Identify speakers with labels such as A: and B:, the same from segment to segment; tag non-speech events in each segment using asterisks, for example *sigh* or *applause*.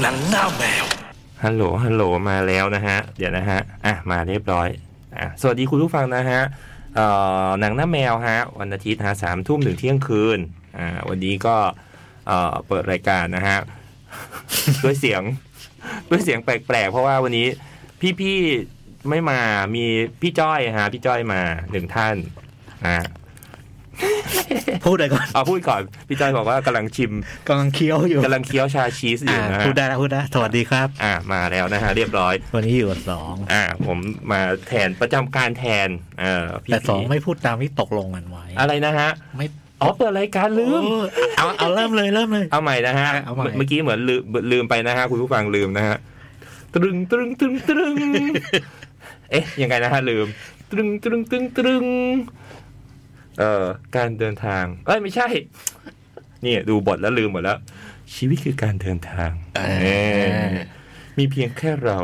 A: หนังหน้าแมว
B: ฮัลโหล ฮัลโหล มาแล้วนะฮะ เดี๋ยวนะฮะ อ่ะ มาเรียบร้อย อ่ะ สวัสดีคุณผู้ฟังนะฮะ เอ่อ หนังหน้าแมวฮะ วันอาทิตย์ฮะสามทุ่มถึงเที่ยงคืน อ่า วันนี้ก็ เอ่อ เปิดรายการนะฮ *laughs* ะ ด้วยเสียง ด้วยเสียงแปลกๆ เพราะว่าวันนี้พี่ๆ ไม่มา มีพี่จ้อยฮะ พี่จ้อยมาหนึ่งท่าน อ่ะ
C: พูดได้ก่อน *laughs*
B: เอาพูดก่อน พี่จ้อยบอกว่ากำลังชิม
C: กำลังเคี้ยวอยู่
B: กำลังเคี้ยวชาชีสอยู่
C: อ่า
B: นะฮะ
C: พูดได้แล้วพูดได้สวัสดีครับ
B: อ่ะ มาแล้วนะฮะ เรียบร้อย
C: วันนี้อยู่กับสอง
B: อ่าผมมาแทนประจำการแทนเอ่อพี่
C: แต่สองไม่พูดตามที่ตกลงกันไว้
B: อะไรนะฮะ
C: ไม่
B: อ๋อเปิดรายการลืม
C: เออเอาเอาเริ่มเลยเริ่มเลย
B: เอาใหม่นะฮะ
C: เอาใหม่
B: เมื่อกี้เหมือนลืมลืมไปนะฮะคุณผู้ฟังลืมนะฮะตรึงตรึงตรึงตรึ
C: *laughs*
B: งเอ๊ะยังไงนะฮะลืม ตรึงตรึงตรึงตรึงเอ่อการเดินทาง เอ้ยไม่ใช่ นี่ดูบทแล้วลืมหมดแล้ว ชีวิตคือการเดินทางเออมีเพียงแค่
C: *laughs*
B: เรา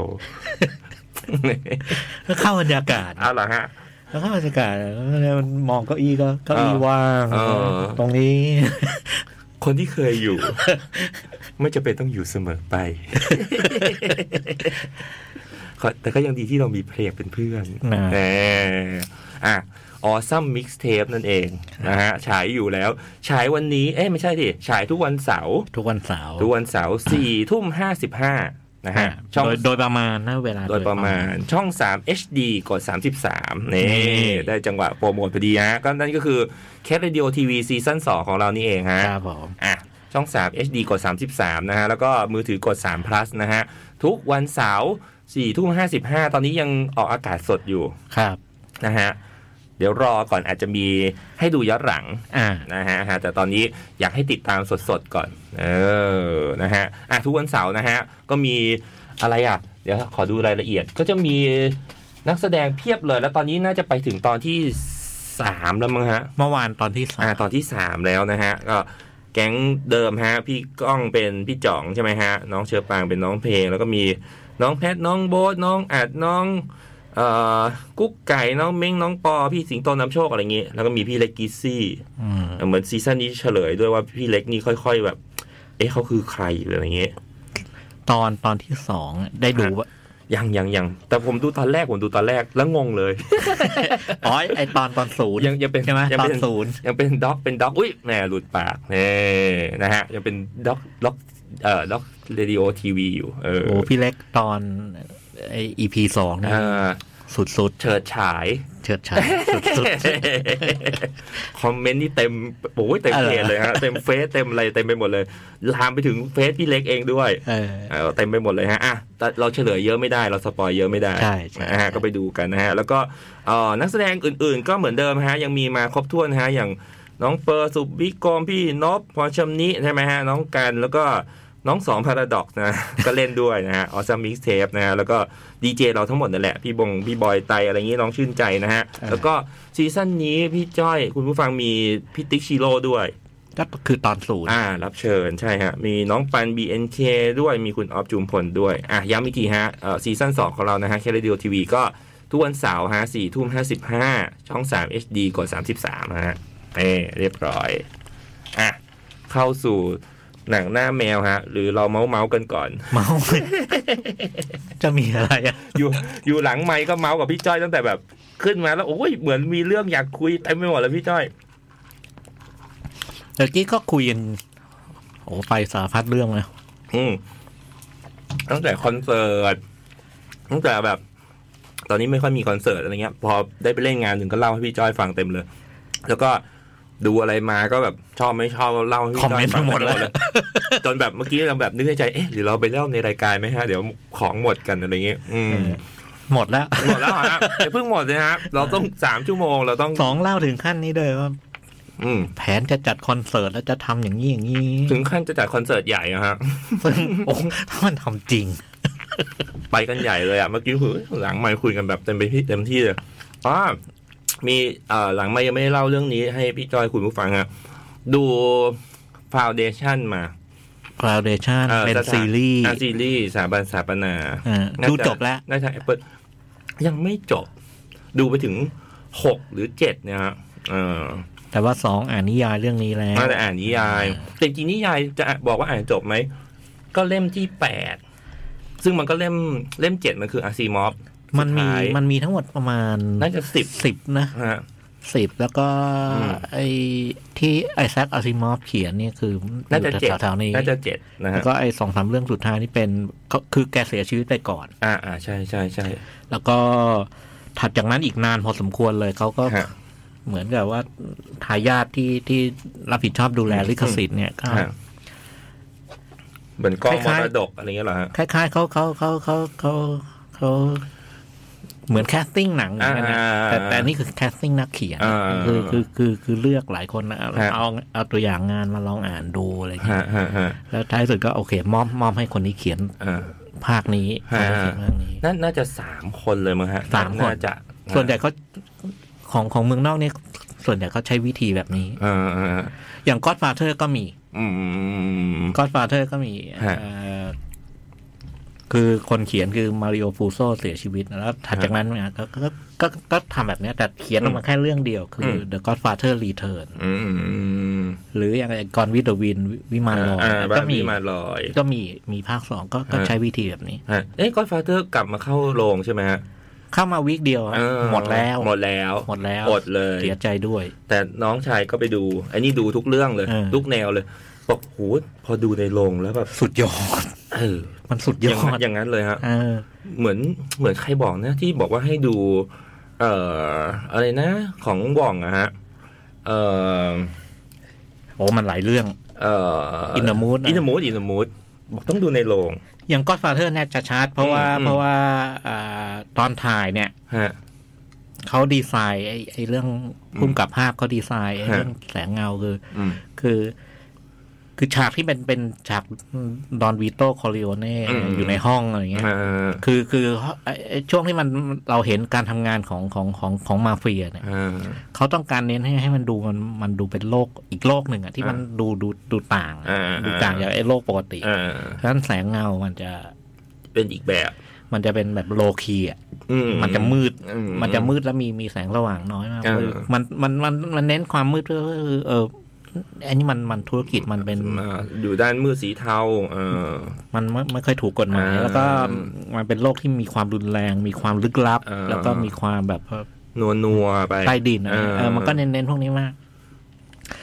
C: ก็เข้าบรรยากาศ
B: เอาเหรอฮะ
C: แล้วเข้าบรรยากาศแล้วมันมองเก้าอี้ก็เก้าอี้ว่าง
B: เออ
C: ตรงนี้ *laughs*
B: คนที่เคยอยู่ ไม่จะเป็นต้องอยู่เสมอไป *laughs* ขอแต่ก็ยังดีที่เรามีเพลงเป็นเพื่อน
C: นะ
B: เอออ่ะออซัมมิกซ์เทปนั่นเองนะฮะ ฉายอยู่แล้ว ฉายวันนี้ เอ้ยไม่ใช่ดิ ฉายทุกวันเสาร์
C: ทุกวันเสาร์
B: ทุกวันเสาร์สี่ทุ่มห้าสิบห้านะฮะ ช่อง
C: โดยโดยประมาณนะเวลา
B: โดยประมาณช่อง 3 HD กด 33 นี่
C: นี่
B: ได้จังหวะโปรโมทพอดีฮะ ก็นั่นก็คือแคทเรดิโอทีวีซีซั่น2ของเรานี่เองฮะ
C: ครับผม
B: อ่ะ ช่อง 3 HD กด 33 นะฮะ แล้วก็มือถือกด 3 plus นะฮะ ทุกวันเสาร์4ทุ่ม55 ตอนนี้ยังออกอากาศสดอยู่
C: ครับ
B: นะฮะ เดี๋ยวรอก่อนอาจจะมีให้ดูย้อนหลัง
C: อ่า
B: นะฮะฮะแต่ตอนนี้อยากให้ติดตามสดๆก่อน เออ นะฮะ อ่ะ ทุกวันเสาร์นะฮะ ก็มีอะไรอ่ะ เดี๋ยวขอดูรายละเอียด ก็จะมีนักแสดงเพียบเลย แล้วตอนนี้น่าจะไปถึงตอนที่สามแล้วมั้งฮะ
C: เมื่อวานตอนที่สา
B: อ่าม ตอนที่สามแล้วนะฮะ ก็แก๊งเดิมฮะ พี่ก้องเป็นพี่จ่องใช่ไหมฮะ น้องเชอปางเป็นน้องเพลง แล้วก็มีน้องแพทน้องโบ๊ทน้องอัดน้องเอ่อกุ๊กไก่น้องเม้งน้องปอพี่สิงโตนำโชคอะไรอย่างงี้ แล้วก็มีพี่เล็กกิซซี่
C: อืม
B: เหมือนซีซั่นนี้เฉลยด้วยว่าพี่เล็กนี่ค่อย ๆแบบ เอ๊ะเขาคือใครหรืออะไรอย่างเงี้ย
C: ตอนตอนที่สองได้ดูว่า
B: ยังยังยังแต่ผมดูตอนแรกผมดูตอนแรกแล้วงงเลย
C: อ๋อไอตอนตอนศูนย์
B: ยังยังเป็น
C: ใช่ไหม
B: ยัง
C: ตอ
B: เป็น น
C: ศูนย์
B: ยังเป็นด็อกเป็นด็อกอุ้ยแหมหลุดปากเน่นะฮะ ยังเป็นด็อกด็อกเอ่อด็อกเรดิโอทีวีอยู่ เออ
C: โอ้พี่เล็กตอนไออีพีสองนะ
B: อ่า
C: สุดสุด
B: เฉิดฉาย
C: ๆเฉิด
B: *laughs*
C: ฉายสุดสุด
B: คอมเมนต์นี่เต็มโอ้ยเต็มเพจเลยฮะ เต็มเฟซเต็มอะไรเต็มไปหมดเลย ลามไปถึงเฟซพี่เล็กเองด้วย
C: ๆเออ
B: เอ่อเต็มไปหมดเลยฮะอ่ะแต่เราเฉลยเยอะไม่ได้ เราสปอยเยอะไม่ได้
C: ใช่ใช่
B: นะฮะก็ไปดูกันนะฮะ แล้วก็เอ่อนักแสดงอื่นๆ ก็เหมือนเดิมฮะ ยังมีมาครบถ้วนฮะ อย่างน้องเปอร์สุบิกรมพี่นบพรชมนิใช่ไหมฮะ น้องกัน แล้วก็น้องสองพาราดอกนะ *laughs* ก็เล่นด้วยนะฮะออซัมมิกเทปนะฮะ แล้วก็ดีเจเราทั้งหมดนั่นแหละ พี่บง พี่บอยไตอะไรอย่างนี้น้องชื่นใจนะฮะ แล้วก็ซีซั่นนี้พี่จ้อยคุณผู้ฟังมีพี่ติ๊กชิโร่ด้วย
C: ก็คือตอนศูนย์
B: อ่า รับเชิญใช่ฮะ มีน้องปัน BNK ด้วยมีคุณออฟจุมพลด้วย อ่ะ ย้ำอีกทีฮะเอ่อซีซั่น2ของเรานะฮะแคเรดิโอทีวีก็ทุกวันเสาร์ฮะ4ทุ่ม55 ช่อง 3 HD กด 33 ฮะเอ้เรียบร้อย อ่ะ เข้าสู่หนังหน้าแมวฮะ หรือเราเมาส์เมาส์ๆกัน *laughs* ก่อน
C: เมาส์ *laughs* จะมีอะไรอ่ะ
B: อยู่อยู่หลังไมค์ก็เมาส์กับพี่จ้อยตั้งแต่แบบขึ้นมาแล้ว โอ้ยเหมือนมีเรื่องอยากคุยเต็มไปหมดเลยพี่จ้อย
C: เมื่อกี้ก็คุยกันโอ้ไปสารพัดเรื่องเลย
B: อืมตั้งแต่คอนเสิร์ตตั้งแต่แบบ ตอนนี้ไม่ค่อยมีคอนเสิร์ตอะไรเงี้ย พอได้ไปเล่นงานหนึ่งก็เล่าให้พี่จ้อยฟังเต็มเลย แล้วก็ดูอะไรมาก็แบบชอบไม่ชอบเล่าให้
C: คอม
B: พี่จ้อยฟั
C: เมนต์ไป
B: ง
C: หมดเลย
B: จนแบบเมื่อกี้เราแบบนึกในใจเอ๊ะหรือเราไปเล่าในรายการไหมฮะ เดี๋ยวของหมดกันอะไรเงี้ยอืม
C: หมดแล้ว
B: หมดแล้วเหรอฮะอย่าเพิ่งหมดเลยฮะเราต้องสามชั่วโมงเราต้อง
C: สองเล่าถึงขั้นนี้เลยว่า
B: อืม
C: แผนจะจัดคอนเสิร์ตแล้วจะทำอย่างนี้อย่าง
B: *laughs*
C: นี้
B: ถึงขั้นจะจัดคอนเสิร์ตใหญ่อะฮะ
C: ซึ่งโอ้ถ้ามันทำจริง
B: ไปกันใหญ่เลยอะเมื่อกี้คือหลังไมค์คุยกันแบบเต็มไปที่เต็มที่เลยอ๋อมีเอ่อหลังไมค์ยังไม่ได้เล่าเรื่องนี้ให้พี่จอยคุณผู้ฟังฮะดูฟาวเดชั o นมา
C: Foundation
B: อ่อ
C: เป็น
B: สถา
C: ซีรีส์
B: อ่ะซีรีส์สถาบันสถาปนา
C: อ่า
B: น่าะ
C: ดูจบแล้ว
B: น่าจะแอปเปิลยังไม่จบ ดูไปถึงหกหรือเจ็ดเนี่ยฮะเออ
C: แต่ว่าสองอ่านนิยายเรื่องนี้แล้ว
B: น่าจะอ่านนิยาย แต่จริงนิยายจะบอกว่าอ่านจบไหม ก็เล่มที่แปดซึ่งมันก็เล่มเล่มเจ็ดมันคืออาซีมอฟ
C: มันมี
B: สุดท้าย
C: มันมีทั้งหมดประมาณ
B: น่าจะสิบ
C: สิบนะ
B: ฮะ
C: สิบแล้วก็
B: อืม
C: ไอที่ไอแซคอาซิมอฟเขียนเนี่ยคือ
B: น่าจะเจ็ด
C: อยู่แถวๆนี้
B: น่าจะเจ็ดนะ
C: แล้
B: ฮะ
C: วก็ไอสองสามเรื่องสุดท้ายนี่เป็นก็คือแกเสียชีวิตไปก่อน
B: อ่าอ่าใช่ใช่ใช่
C: แล้วก็ถัดจากนั้นอีกนานพอสมควรเลยเขาก็
B: ฮะ
C: เหมือนกับว่าทายาทที่ที่รับผิดชอบดูแลลิขสิทธิ์เนี่ยก็
B: ฮะเหมือนกอง
C: ค
B: ม
C: ล้ายๆ
B: รดกอะไรเงี้ยเหรอฮะ
C: คล้ายๆเขาเขาเขาเขาเขาเขาเหมือนแคสติ้งหนังเหมือนกันนะ
B: อ่า
C: แต่แต่อันนี่คือแคสติ้งนักเขียน
B: อ่า
C: คือคือคือคือเลือกหลายคนนะเอา
B: ฮะ
C: เอาเอาตัวอย่างงานมาลองอ่านดูอะไรอย่างเงี้ย
B: ฮะฮะฮะ
C: แล้วท้ายสุดก็โอเคมอบมอบให้คนที่เขียน
B: อ่า
C: ภาคนี้
B: ฮะ
C: คนที่เขียนภาคนี้
B: น่าน่าจะสามคนเลยมั้งฮะ
C: สามคน
B: จะ
C: ส่วนใหญ่เขาของของเมืองนอกเนี่ยส่วนใหญ่เขาใช้วิธีแบบนี้
B: เออเออเออ
C: อย่างก็ d f ฟาเธอร์ก็มี
B: อืมอืมอืมอืม
C: ก็ d f ฟาเธอร์ก็มี
B: ฮะ
C: เอ่อคือคนเขียนคือมาริโอฟูโซเสียชีวิตนะแล้วถัด
B: ฮะ
C: จากนั้นเนี่ยก็ก็ก็ก็ก็ทำแบบเนี้ยแต่เขียนออกมาแค่เรื่องเดียวคืออ
B: ม
C: The Godfather Return
B: อืมอืมอืม
C: หรืออย่างกอนวิดวินวิมานลอย
B: อ่าบ้า
C: ก็
B: น
C: มี
B: มีมาลอย
C: ก็มีมีภาคสองก็ก็
B: ฮะ
C: ใช้วิธีแบบนี้
B: ฮะเอ้ยก็ฟาเธอร์กลับมาเข้าโรงใช่ไหมฮะ
C: เข้ามาวีคเดียว
B: เออ
C: หมดแล้ว
B: หมดแล้ว
C: หมดแล้ว
B: อดเลย
C: เสียใจด้วย
B: แต่น้องชายก็ไปดูไอ้นี่ดูทุกเรื่องเลย
C: เออ
B: ทุกแนวเลยบอกโหพอดูในโรงแล้วแบบ
C: สุดยอด
B: เออ
C: มันสุดย
B: อย่าง
C: อ
B: นั้น
C: ด
B: อย่างนั้นเลยฮะ
C: เออ
B: เหมือนเหมือนใครบอกนะที่บอกว่าให้ดู เอ่ออะไรนะ ของบ่องอะฮะ เอ่อ
C: โอ้มันหลายเรื่อง
B: เอ่อ
C: In the Mood อะ
B: อินเดมูดอินเดมูดบอกต้องดูในโรง
C: อย่างก็อดฟาเธอร์น่าจะชัดเพราะว่า
B: อืม
C: เพราะว่าอ่าตอนถ่ายเนี่ย
B: ฮะ
C: เขาดีไซน์ไอ้ไอ้เรื่องพุ่มกับภาพเขาดีไซน์ไอ้เรื่องแสงเงาคือ
B: อืม
C: คือ คือฉากที่เป็นเป็นฉากดอนวีโต้คอริโอเน่
B: อืม
C: อยู่ในห้องอะไรเงี้ย
B: เอ่อ
C: คือคือไอ้ไอ้ช่วงที่มันเราเห็นการทำงานของของของของมาเฟียเนี่ย
B: เอ่อ
C: เขาต้องการเน้นให้ให้มันดูมันมันดูเป็นโลกอีกโลกหนึ่งอะที่มันดูดูดูต่างอะ
B: อ่าอ่า
C: ดูต่างจากไอ้โลกปกติ
B: เอ่อ
C: เพราะฉะนั้นแสงเงามันจะ
B: เป็นอีกแบบ
C: มันจะเป็นแบบโลคีอะ
B: อื
C: มันจะมืด
B: อื
C: มันจะมืดแล้วมีมีแสงสว่างน้อยมาก
B: เออ
C: คือมันมันมันมันเน้นความมืดเพื่อเอออันนี้มันมันธุรกิจมันเป็น
B: อ่าอยู่ด้านมืดสีเทาเออ
C: มันไม่ไม่ค่อยถูกกฎหมาย
B: เออ
C: แล้วก็มันเป็นโลกที่มีความรุนแรง มีความลึกลับ
B: เออ
C: แล้วก็มีความแบบ
B: นัวนัวๆไป
C: ใต้ดินนะ
B: เออ
C: เออมันก็เน้นเน้นพวกนี้มาก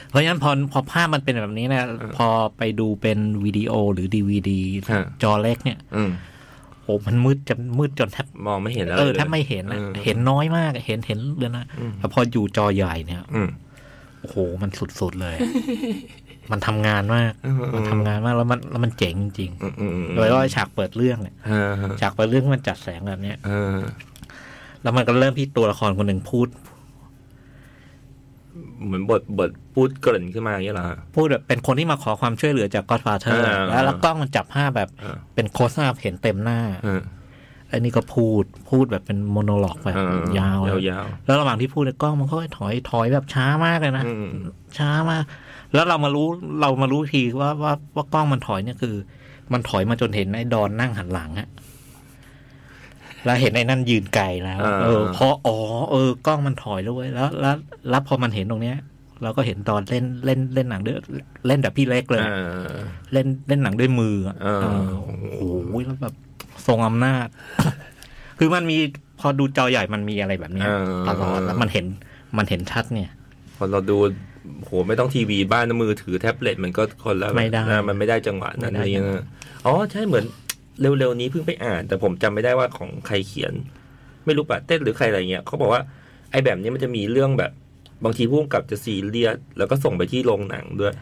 C: เพราะฉะนั้นพอพอภาพมันเป็นแบบนี้นะพอไปดูเป็นวิดีโอหรือดีวดี
B: ฮะ
C: จอเล็กเนี่ย
B: อืม
C: โอ้มันมืดจะมืดจนแทบ
B: มองไม่เห็นแล้ว
C: เอ
B: ล
C: อ
B: ย
C: แทบไม่เห็นนะ
B: เออ
C: เห็นน้อยมากเห็นเห็นเดือนนะแต่พออยู่จอใหญ่เนี่ย
B: อืม
C: โอ้โห มันสุด ๆ เลย
B: *laughs*
C: มันทำงานมาก
B: อืม
C: มันทำงานมาก แล้วมันแล้วมันเจ๋งจริง
B: อืมอืมอืม
C: ๆโดยเฉพาะไอ้ฉากเปิดเรื่องเนี่ย
B: เออ
C: ฉากเปิดเรื่องมันจัดแสงแบบเนี้ย
B: เออ
C: แล้วมันก็เริ่มที่ตัวละครคนหนึ่งพูด
B: เหมือนบทบทพูดเกริ่นขึ้นมาอย่างเงี้ยเหรอฮะ
C: พูดแบบเป็นคนที่มาขอความช่วยเหลือจากก็อดฟาเธอร์
B: เออ
C: แล้วแล้วกล้องมันจับภาพแบบ
B: เออ
C: เป็นโคสอัพเห็นเต็มหน้า
B: เออ
C: ไอ้นี่ก็พูด พูดแบบเป็นโมโนโลกแบบ
B: เออย
C: าว
B: ยาว
C: แล้วระหว่างที่พูดเนี่ยกล้องมันก็ถอยถอยแบบช้ามากเลยนะ
B: ๆอืม
C: ช้ามากแล้วเรามารู้เรามารู้ทีว่าว่าว่ากล้องมันถอยเนี่ยคือ มันถอยมาจนเห็นไอ้ดอนนั่งหันหลังอะแล้วเห็นไอ้นั่นยืนไกลแล้ว
B: อ่า
C: เออพออ๋อเออกล้องมันถอยแล้วเว้ยแล้วแล้วแล้วพอมันเห็นตรงเนี้ย เราก็เห็นดอนเล่นเล่นเล่นหนังด้วยเล่นแบบพี่เล็กเลย
B: เออ
C: เล่นเล่นหนังด้วยมืออะ
B: เออ
C: เออโอ้โหแล้วแบบทรงอำนาจ *laughs* คือมันมีพอดูจอใหญ่มันมีอะไรแบบเนี้ยตลอดแล้วมันเห็นมันเห็นชัดเนี่ย
B: พอเราดูโหไม่ต้องทีวีบ้านนะมือถือแท็บเล็ตมันก็คนละ
C: ไม่ได้
B: เออมันไม่ได้จังหวะนั้น
C: ไม่
B: อะ
C: ได้
B: ไรเงี้ยนะอ๋อใช่เหมือนเร็วๆนี้เพิ่งไปอ่าน แต่ผมจำไม่ได้ว่าของใครเขียน ไม่รู้ป่ะเต้นหรือใครอะไรเงี้ยเขาบอกว่าไอ้แบบนี้มันจะมีเรื่องแบบ บางทีผู้กำกับจะซีเรียสแล้วก็ส่งไปที่โรงหนังด้วย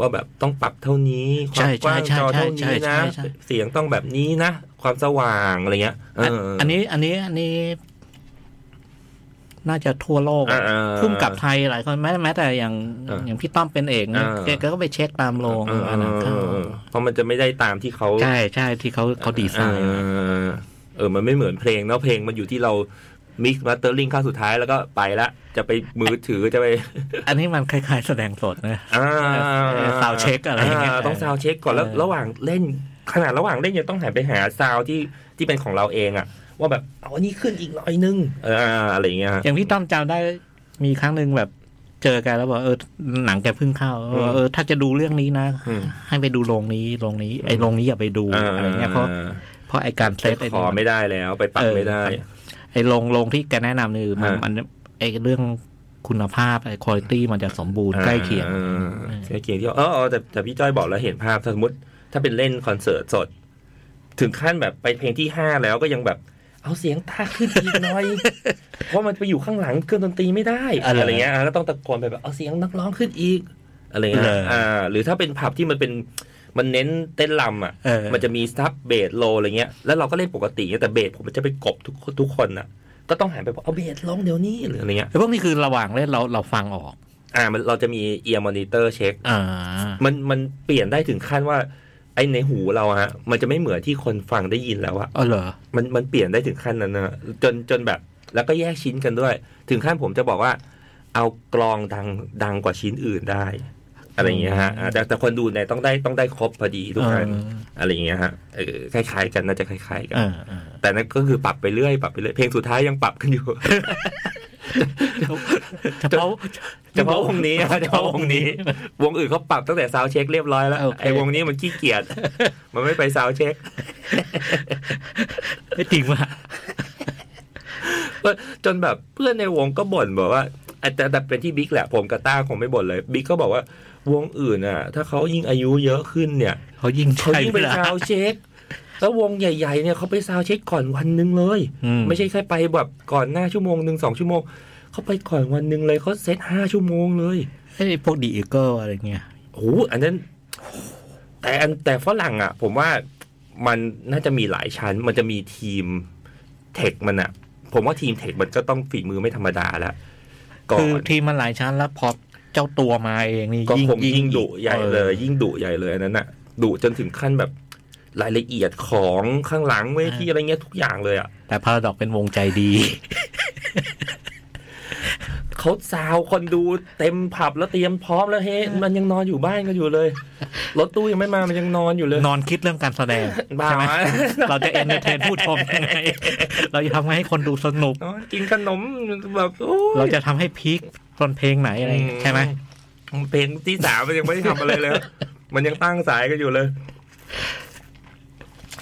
B: ว่าแบบต้องปรับเท่านี้ความ
C: ใช่
B: กว้าง
C: ใช่
B: จอเท่า
C: ใช่
B: นี้
C: ใช่
B: นะ
C: ใช่
B: เสียงต้องแบบนี้นะ ความสว่างอะไรเงี้ยเอออ
C: อันนี้อันนี้อันนี้ น่าจะทั่วโลก
B: เออเออ
C: พุ่มกับไทยหลายคนแม้แม้แต่อย่าง
B: เออ
C: อ
B: อย่าง
C: พี่ต้อมเป็นเอกเนี่ย
B: เออ
C: แกแกก็ไปเช็คตามโรง
B: เออเอ
C: อันนั้น
B: อ
C: เข้า
B: เออเพราะมันจะไม่ได้ตามที่เขา
C: ใช่ใช่ที่เขาเขาดีไซน์
B: เออเออ มันไม่เหมือนเพลงเนาะเพลงมันอยู่ที่เรามิกซ์มาสเตอร์ลิงขั้นสุดท้ายแล้วก็ไปละ จะไปมือถือจะ
C: *laughs*
B: ไป
C: อันนี้มันคล้ายๆ แสดงสดนะ
B: อ่า
C: sound check อะไรอย่างเงี้ย
B: ต้องซาวเช็คก่อนแล้ว
C: เออ
B: ระหว่างเล่น ขนาดระหว่างเล่นยังต้องหันไปหาซาวที่ที่เป็นของเราเองอะว่าแบบเอาอันนี้ขึ้นอีกหน่อยนึงเอออะไรอย่างเงี้ยฮะ
C: อย่างพี่ต้อมจำได้มีครั้งหนึ่งแบบ เจ เจอกันแล้วบอกเออหนังแกเพิ่งเข้าบอกเออ ถ้าจะดูเรื่องนี้นะ
B: อืม
C: ให้ไปดูโรงนี้โรงนี้ไอ้โรงนี้อย่าไปดูอะไรเงี้ยเพราะเพราะไอ้การเซต
B: ไป
C: ไอ้
B: ขอ
C: นี่มัน
B: ไม่ได้แล้ว ไปปัก
C: เออ
B: ไม่ได้
C: ไอ้โรงโรงที่แกแนะนำนี่มัน
B: อ่ามั
C: มันไอ้เรื่องคุณภาพไอ้คุณภาพมันจะสมบูรณ์ใกล้เคียง
B: ออใกล้เคียงที่เออเออแต่แต่พี่จ้อยบอกแล้วเห็นภาพถ้าสมมติ ถ้าเป็นเล่นคอนเสิร์ตสด ถึงขั้นแบบไปเพลงที่ห้าแล้วก็ยังแบบ เอาเสียงตาขึ้นอีกหน่
C: *laughs*
B: อย เพราะมันไปอยู่ข้างหลังเครื่องดนตรีไม่ได้
C: อะไร
B: อะไรเงี้ยอ่ะก็ต้องตะโกนไปแบบเอาเสียงนักร้องขึ้นอีกอะไรเงี้ย
C: เลย
B: อ่า หรือถ้าเป็นผับที่มันเป็นมันเน้นเต้นลำอ่ะ
C: เออ
B: มันจะมีซับเบสโลอะไรเงี้ยแล้วเราก็เล่นปกติเงี้ยแต่เบสผมมันจะไปกบทุกคนทุกคนอ่ะ ก็ต้องหันไปบอกเอาเบสลงเดี๋ยวนี้หรืออะไรเงี้ย
C: ไอ้พวกนี้คือระหว่างเล่นเราเราฟังออก
B: อ่ามันเราจะมีเอียร์มอนิเตอร์เช็ค
C: อ่า
B: มันมันเปลี่ยนได้ถึงขั้นว่าไอในหูเราอะฮะมันจะไม่เหมือนที่คนฟังได้ยินแล้วอะ
C: เออเหรอ
B: มันมันเปลี่ยนได้ถึงขั้นนั้นนะจนจนแบบ แล้วก็แยกชิ้นกันด้วย ถึงขั้นผมจะบอกว่า เอากลองดังดังกว่าชิ้นอื่นได้ อะไรอย่างเงี้ยฮะอ่าแต่แต่คนดูเนี่ยต้องได้ต้องได้ครบพอดีทุกอัน
C: เออ
B: อะไรอย่างเงี้ยฮะเออคล้ายๆกันน่าจะคล้ายๆกัน
C: เออเออ
B: แต่นั่นก็คือปรับไปเรื่อยปรับไปเรื่อยเพลงสุดท้ายยังปรับกันอยู่ *laughs*
C: เฉพาะ
B: เฉพาะวง *laughs* นี้อะเฉพาะวงนี้ วงอื่นเขาปรับตั้งแต่ซาวด์เช็คเรียบร้อยแล้ว
C: โอเค
B: ไอ้วงนี้มันขี้เกียจ มันไม่ไปซาวด์เช็ค
C: ไม่จริงว่ะ
B: เออจนแบบเพื่อนในวงก็บ่นบอกว่าแต่แต่เป็นที่บิ๊กแหละผมกับต้าคงไม่บ่นเลยบิ๊กก็บอกว่าวงอื่นอ่ะ ถ้าเขายิ่งอายุเยอะขึ้นเนี่ย
C: เขายิ่ง
B: เขา
C: ใช่
B: ยิ่ง
C: เว
B: ไป
C: ลา
B: ซาวด์เช็ค *laughs* แล้ววงใหญ่ ๆ เนี่ยเขาไปซาวด์เช็คก่อนวันหนึงเลย
C: อืม
B: ไม่ใช่แค่ไปแบบก่อนหน้าชั่วโมงหนึ่งสองชั่วโมงเขาไปก่อนวันหนึ่งเลยเขาเซตห้าชั่วโมงเลย
C: ไอ้พวกดีอีเกิลอะไรเงี้ย
B: โอ้โหอันนั้น แต่อันแต่ฝรั่งอ่ะ ผมว่ามันน่าจะมีหลายชั้น มันจะมีทีมเทคมันอ่ะ ผมว่าทีมเทคมันก็ต้องฝีมือไม่ธรรมดาแล้วก่อ
C: คือน ทีมมันหลายชั้นแล้วพอเจ้าตัวมาเองนี่
B: ก็
C: ยิ่ง
B: คงยิ่งดุใหญ่เลย
C: ออ
B: ยิ่งดุใหญ่เลยอันนั้นอ่ะดุจนถึงขั้นแบบรายละเอียดของข้างหลังเวที
C: อ่า
B: อะไรเงี้ยทุกอย่างเลยอ่ะ
C: แต่พาราดอกเป็นวงใจดี
B: เขาซาวคนดูเต็มผับแล้วเตรียมพร้อมแล้วเฮ้มันยังนอนอยู่บ้านกันอยู่เลยรถตู้ยังไม่มามันยังนอนอยู่เลย
C: นอนคิดเรื่องการแสดง
B: บ้า *laughs*
C: ใช่ไหมเราจะเอนเตอร์เทนผู้ชมยังไง เราจะทำให้คนดูสนุก
B: นอนกินขนมแบบโอ้ย
C: เราจะทำให้พีคตอนเพลงไหนอะไรเงี้ยใช่ไหม
B: เพลงที่สามมันยังไม่ได้ทำอะไรเลย มันยังตั้งสายกันอยู่เลย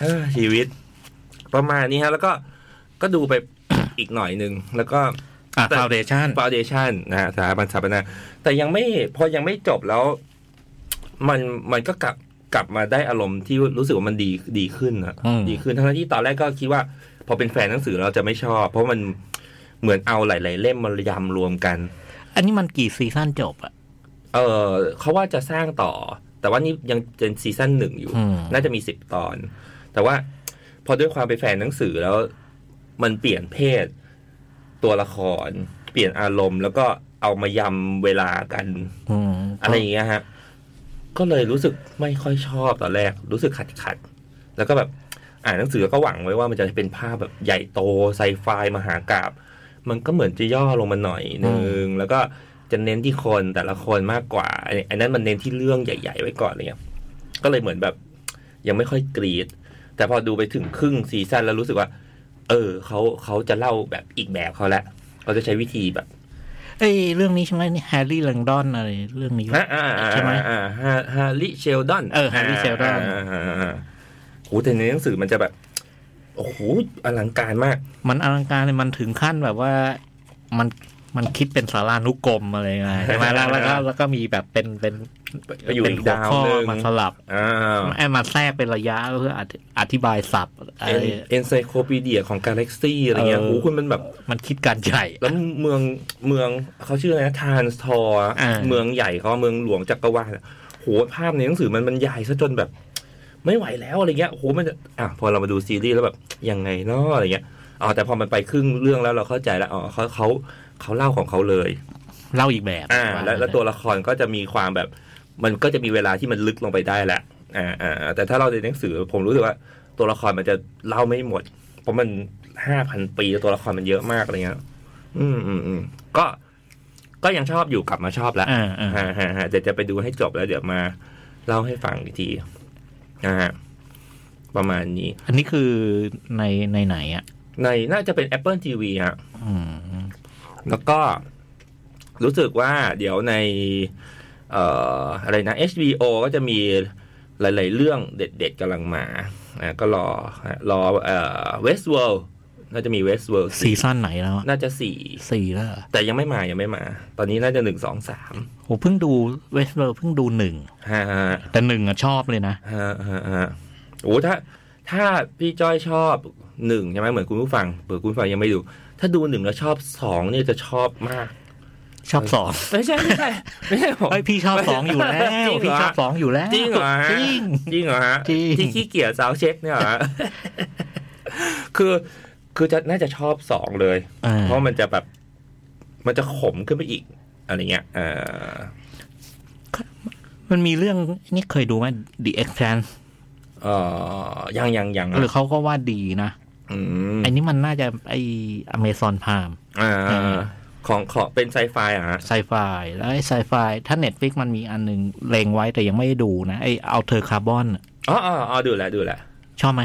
B: เอ้อชีวิต ประมาณนี้ฮะ แล้วก็ก็ดูไป *coughs* อีกหน่อยหนึ่งแล้วก็
C: อ่ะ
B: แต่
C: ฟาวเดชั่น
B: ฟาวเดชันนะฮะสถาบันสถาปนาแต่ยังไม่พอยังไม่จบแล้ว มันมันก็กลับกลับมาได้อารมณ์ที่รู้สึกว่ามันดีดีขึ้นอะ
C: อืม
B: ดีขึ้นทั้งที่ตอนแรกก็คิดว่า พอเป็นแฟนหนังสือเราจะไม่ชอบ เพราะมันเหมือนเอาหลาย ๆ เล่มมายำรวมกัน
C: อันนี้มันกี่ซีซั่นจบอ่ะ
B: เออเขาว่าจะสร้างต่อ แต่ว่านี่ยังเป็นซีซั่นหนึ่งอยู่
C: อืม
B: น่าจะมีสิบตอน แต่ว่าพอด้วยความเป็นแฟนหนังสือแล้วมันเปลี่ยนเพศ ตัวละคร เปลี่ยนอารมณ์ แล้วก็เอามายำเวลากัน
C: อืม
B: อะไรอย่างเงี้ยฮะ ก็เลยรู้สึกไม่ค่อยชอบตอนแรก รู้สึกขัดขัดๆแล้วก็แบบอ่านหนังสือก็หวังไว้ว่ามันจะเป็นภาพแบบใหญ่โตไซไฟมหากราบมันก็เหมือนจะย่อลงมาหน่อยนึงแล้วก็จะเน้นที่คนแต่ละคนมากกว่าไอ้ไอันนั้นมันเน้นที่เรื่องใหญ่ ๆ ไว้ก่อนอะไรเงี้ยก็เลยเหมือนแบบยังไม่ค่อยกรีด แต่พอดูไปถึงครึ่งซีซั่นแล้วรู้สึกว่า เออเขาเขาจะเล่าแบบอีกแบบเขาละเขาจะใช้วิธีแบบ
C: เอ้ยเรื่องนี้ใช่ไหมนี่แฮร์รี่แลงดอนอะไรเรื่องนี้
B: อ่าอ่าอ่า
C: ใช่ไหม
B: อ่าฮาฮาริเชลดอน
C: เออ Harry Sheldon
B: าาอ่าอ่าโหแต่ในหนังสือมันจะแบบ โอ้โหอลังการมาก
C: มันอลังการเลยมันถึงขั้นแบบว่ามันมันคิดเป็นสารานุกรมอะไรไง
B: *laughs*
C: ใช่ไหมแล้วแล้วก็แล้วก็มีแบบเป็นเป็น
B: ไปอยู่
C: เป็น
B: อีก
C: หัว
B: ดาว
C: ข้อ
B: หนึ่ง
C: มาสลับ
B: อ่า
C: ไอ้มาแทรกเป็นระยะเพื่ออธิอธิบายศัพท์อะไร
B: เอ็นไซโคปีเดียของกาแล็กซี่อะไรเงี้ยโหคุณมันแบบ
C: มันคิดการใหญ่
B: แล้วเมืองเมืองเขาชื่ออะไรนะทานสทอร์
C: อ่า
B: เมืองใหญ่เขาเมืองหลวงจักรวาลอะโหภาพในหนังสือมันมันใหญ่ซะจนแบบ ไม่ไหวแล้วอะไรเงี้ยโหมันจะอ่ะพอเรามาดูซีรีส์แล้วแบบยังไงเนาะอะไรเงี้ยอ๋อแต่พอมันไปครึ่งเรื่องแล้วเราเข้าใจแล้วอ๋อเขาเขาเขาเล่าของเขาเลย
C: เล่าอีกแบบ
B: อ่าแล้วแล้วตัวละครก็จะมีความแบบ มันก็จะมีเวลาที่มันลึกลงไปได้แหละอ่าอ่าแต่ถ้าเราในหนังสือผมรู้สึกว่า ตัวละครมันจะเล่าไม่หมด เพราะมันห้าพันปีตัวละครมันเยอะมากอะไรเงี้ยอืมอืมอืมก็ก็ยังชอบอยู่กลับมาชอบแล้ว
C: อ่าอ่า
B: ฮะฮะฮะแต่จะไปดูให้จบแล้วเดี๋ยวมาเล่าให้ฟังอีกทีนะฮะประมาณนี้
C: อันนี้คือในในไหนอ่ะ
B: ในน่าจะเป็น Apple TV ฮะ
C: อืม
B: แล้วก็ รู้สึกว่าเดี๋ยวในเอ่ออะไรนะ HBO ก็จะมีหลาย ๆ เรื่องเด็ด ๆกำลังมาอ่ะก็รอรอเอ่อ Westworld น่าจะมี Westworld
C: ซี
B: สี่
C: ซั่นไหนแล้วอะ
B: น่าจะสี่
C: สี่แล้วเหรอ
B: แต่ยังไม่มายังไม่มา ตอนนี้น่าจะหนึ่งสองสาม
C: โหเพิ่งดูเวสเบิร์เพิ่งดูหนึ่ง
B: ฮ่าฮ่า
C: แต่หนึ่งอะชอบเลยนะ
B: ฮะฮะฮะโอ้ถ้า ถ้าพี่จ้อยชอบหนึ่งใช่ไหมเหมือนคุณผู้ฟังเผื่อคุณผู้ฟังยังไม่ดู ถ้าดูหนึ่งแล้วชอบสองเนี่ยจะชอบมาก
C: ชอบ
B: *laughs*
C: สอง
B: ไม่ใช่ ไม่ใช่ไม่ใช่ผม
C: เอ้ยพี่ชอบสองอยู่แล้
B: จริง
C: ว
B: เหรอ
C: พี่ชอบสองอยู่แล้ว
B: จริงเหรอฮะ
C: จริง
B: จริงเหรอฮะ
C: จริง
B: ที่ขี้เกียจสาวเช็คเนี่ยเหรอฮะ *laughs* คือคือจะน่าจะชอบสองเลย
C: อ่า
B: เพราะมันจะแบบ มันจะขมขึ้นไปอีกอะไรเงี้ยเออ
C: มันมีเรื่องนี่เคยดูไหม The e x p a n s
B: เออยังยังยัง
C: หรือเขาก็ว่าดีนะ
B: อืม
C: ไอ้นี่มันน่าจะไออเมซอนพาม
B: อ่า
C: เออ
B: ของของเป็นไซไฟอ่ะฮะ
C: ไซไฟแล้วไอไซไฟถ้าเน็ตฟิกมันมีอันหนึงเลงไว้แต่ยังไม่ได้ดูนะ ไอเอาเธอคาร์บอน
B: อ๋ออ๋ออ๋อดูแลวดูแลว
C: ชอบไหม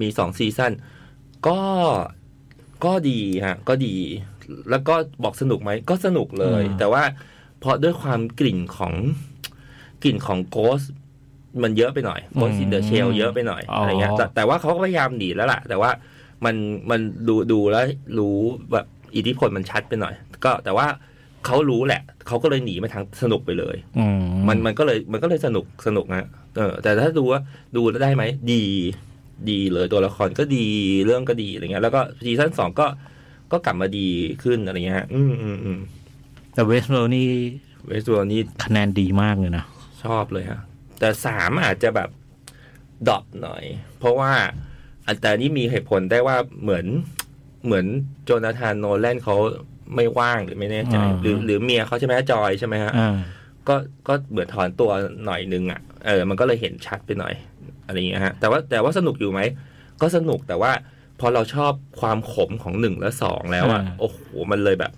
B: มีสองซีซั่นก็ก็ดีฮะ ก็ดี แล้วก็บอกสนุกไหม ก็สนุกเลย
C: อืม
B: แต่ว่าเพราะด้วยความกลิ่นของกลิ่นของโกสมันเยอะไปหน่อยโกสอินเดอะเชลเยอะไปหน่อยอะไรเงี้ยแต่แต่ว่าเขาก็พยายามหนีแล้วล่ะ แต่ว่ามันมันดูดูแล้วรู้แบบอิทธิพลมันชัดไปหน่อย ก็แต่ว่าเขารู้แหละ เขาก็เลยหนีมาทางสนุกไปเลย
C: อื
B: มันมันก็เลยมันก็เลยสนุกสนุกนะเออ แต่ถ้าดูว่าดูแล้วได้ไหมดีดีเลยตัวละครก็ดีเรื่องก็ดีอะไรเงี้ยแล้วก็ซีซั่นสองก็ก็กลับมาดีขึ้นอะไรเงี้ยฮะอืมอืมอืม
C: แต่เวสเ r ลนี่
B: เวสตัวนี้
C: คะแนนดีมากเลยนะ
B: ชอบเลยฮะ แต่สามอาจจะแบบดรอปหน่อย เพราะว่าอันแต่อันนี้มีเหตุผลได้ว่าเหมือนเหมือนโจนาธานโนแลนเขาไม่ว่างหรือไม่แน่ใจ
C: อ่า
B: หรือหรือเมียเขาใช่ไหมฮะจอยใช่ไหมฮะ
C: อ่า
B: ก็ก็เหมือนถอนตัวหน่อยนึงอ่ะ เออ มันก็เลยเห็นชัดไปหน่อยอะไรอย่างเงี้ยฮะ แต่ว่าแต่ว่าสนุกอยู่ไหม ก็สนุกแต่ว่าพอเราชอบความขมของหนึ่งและสองแล้วอ่ะ โอ้โห มันเลยแบบ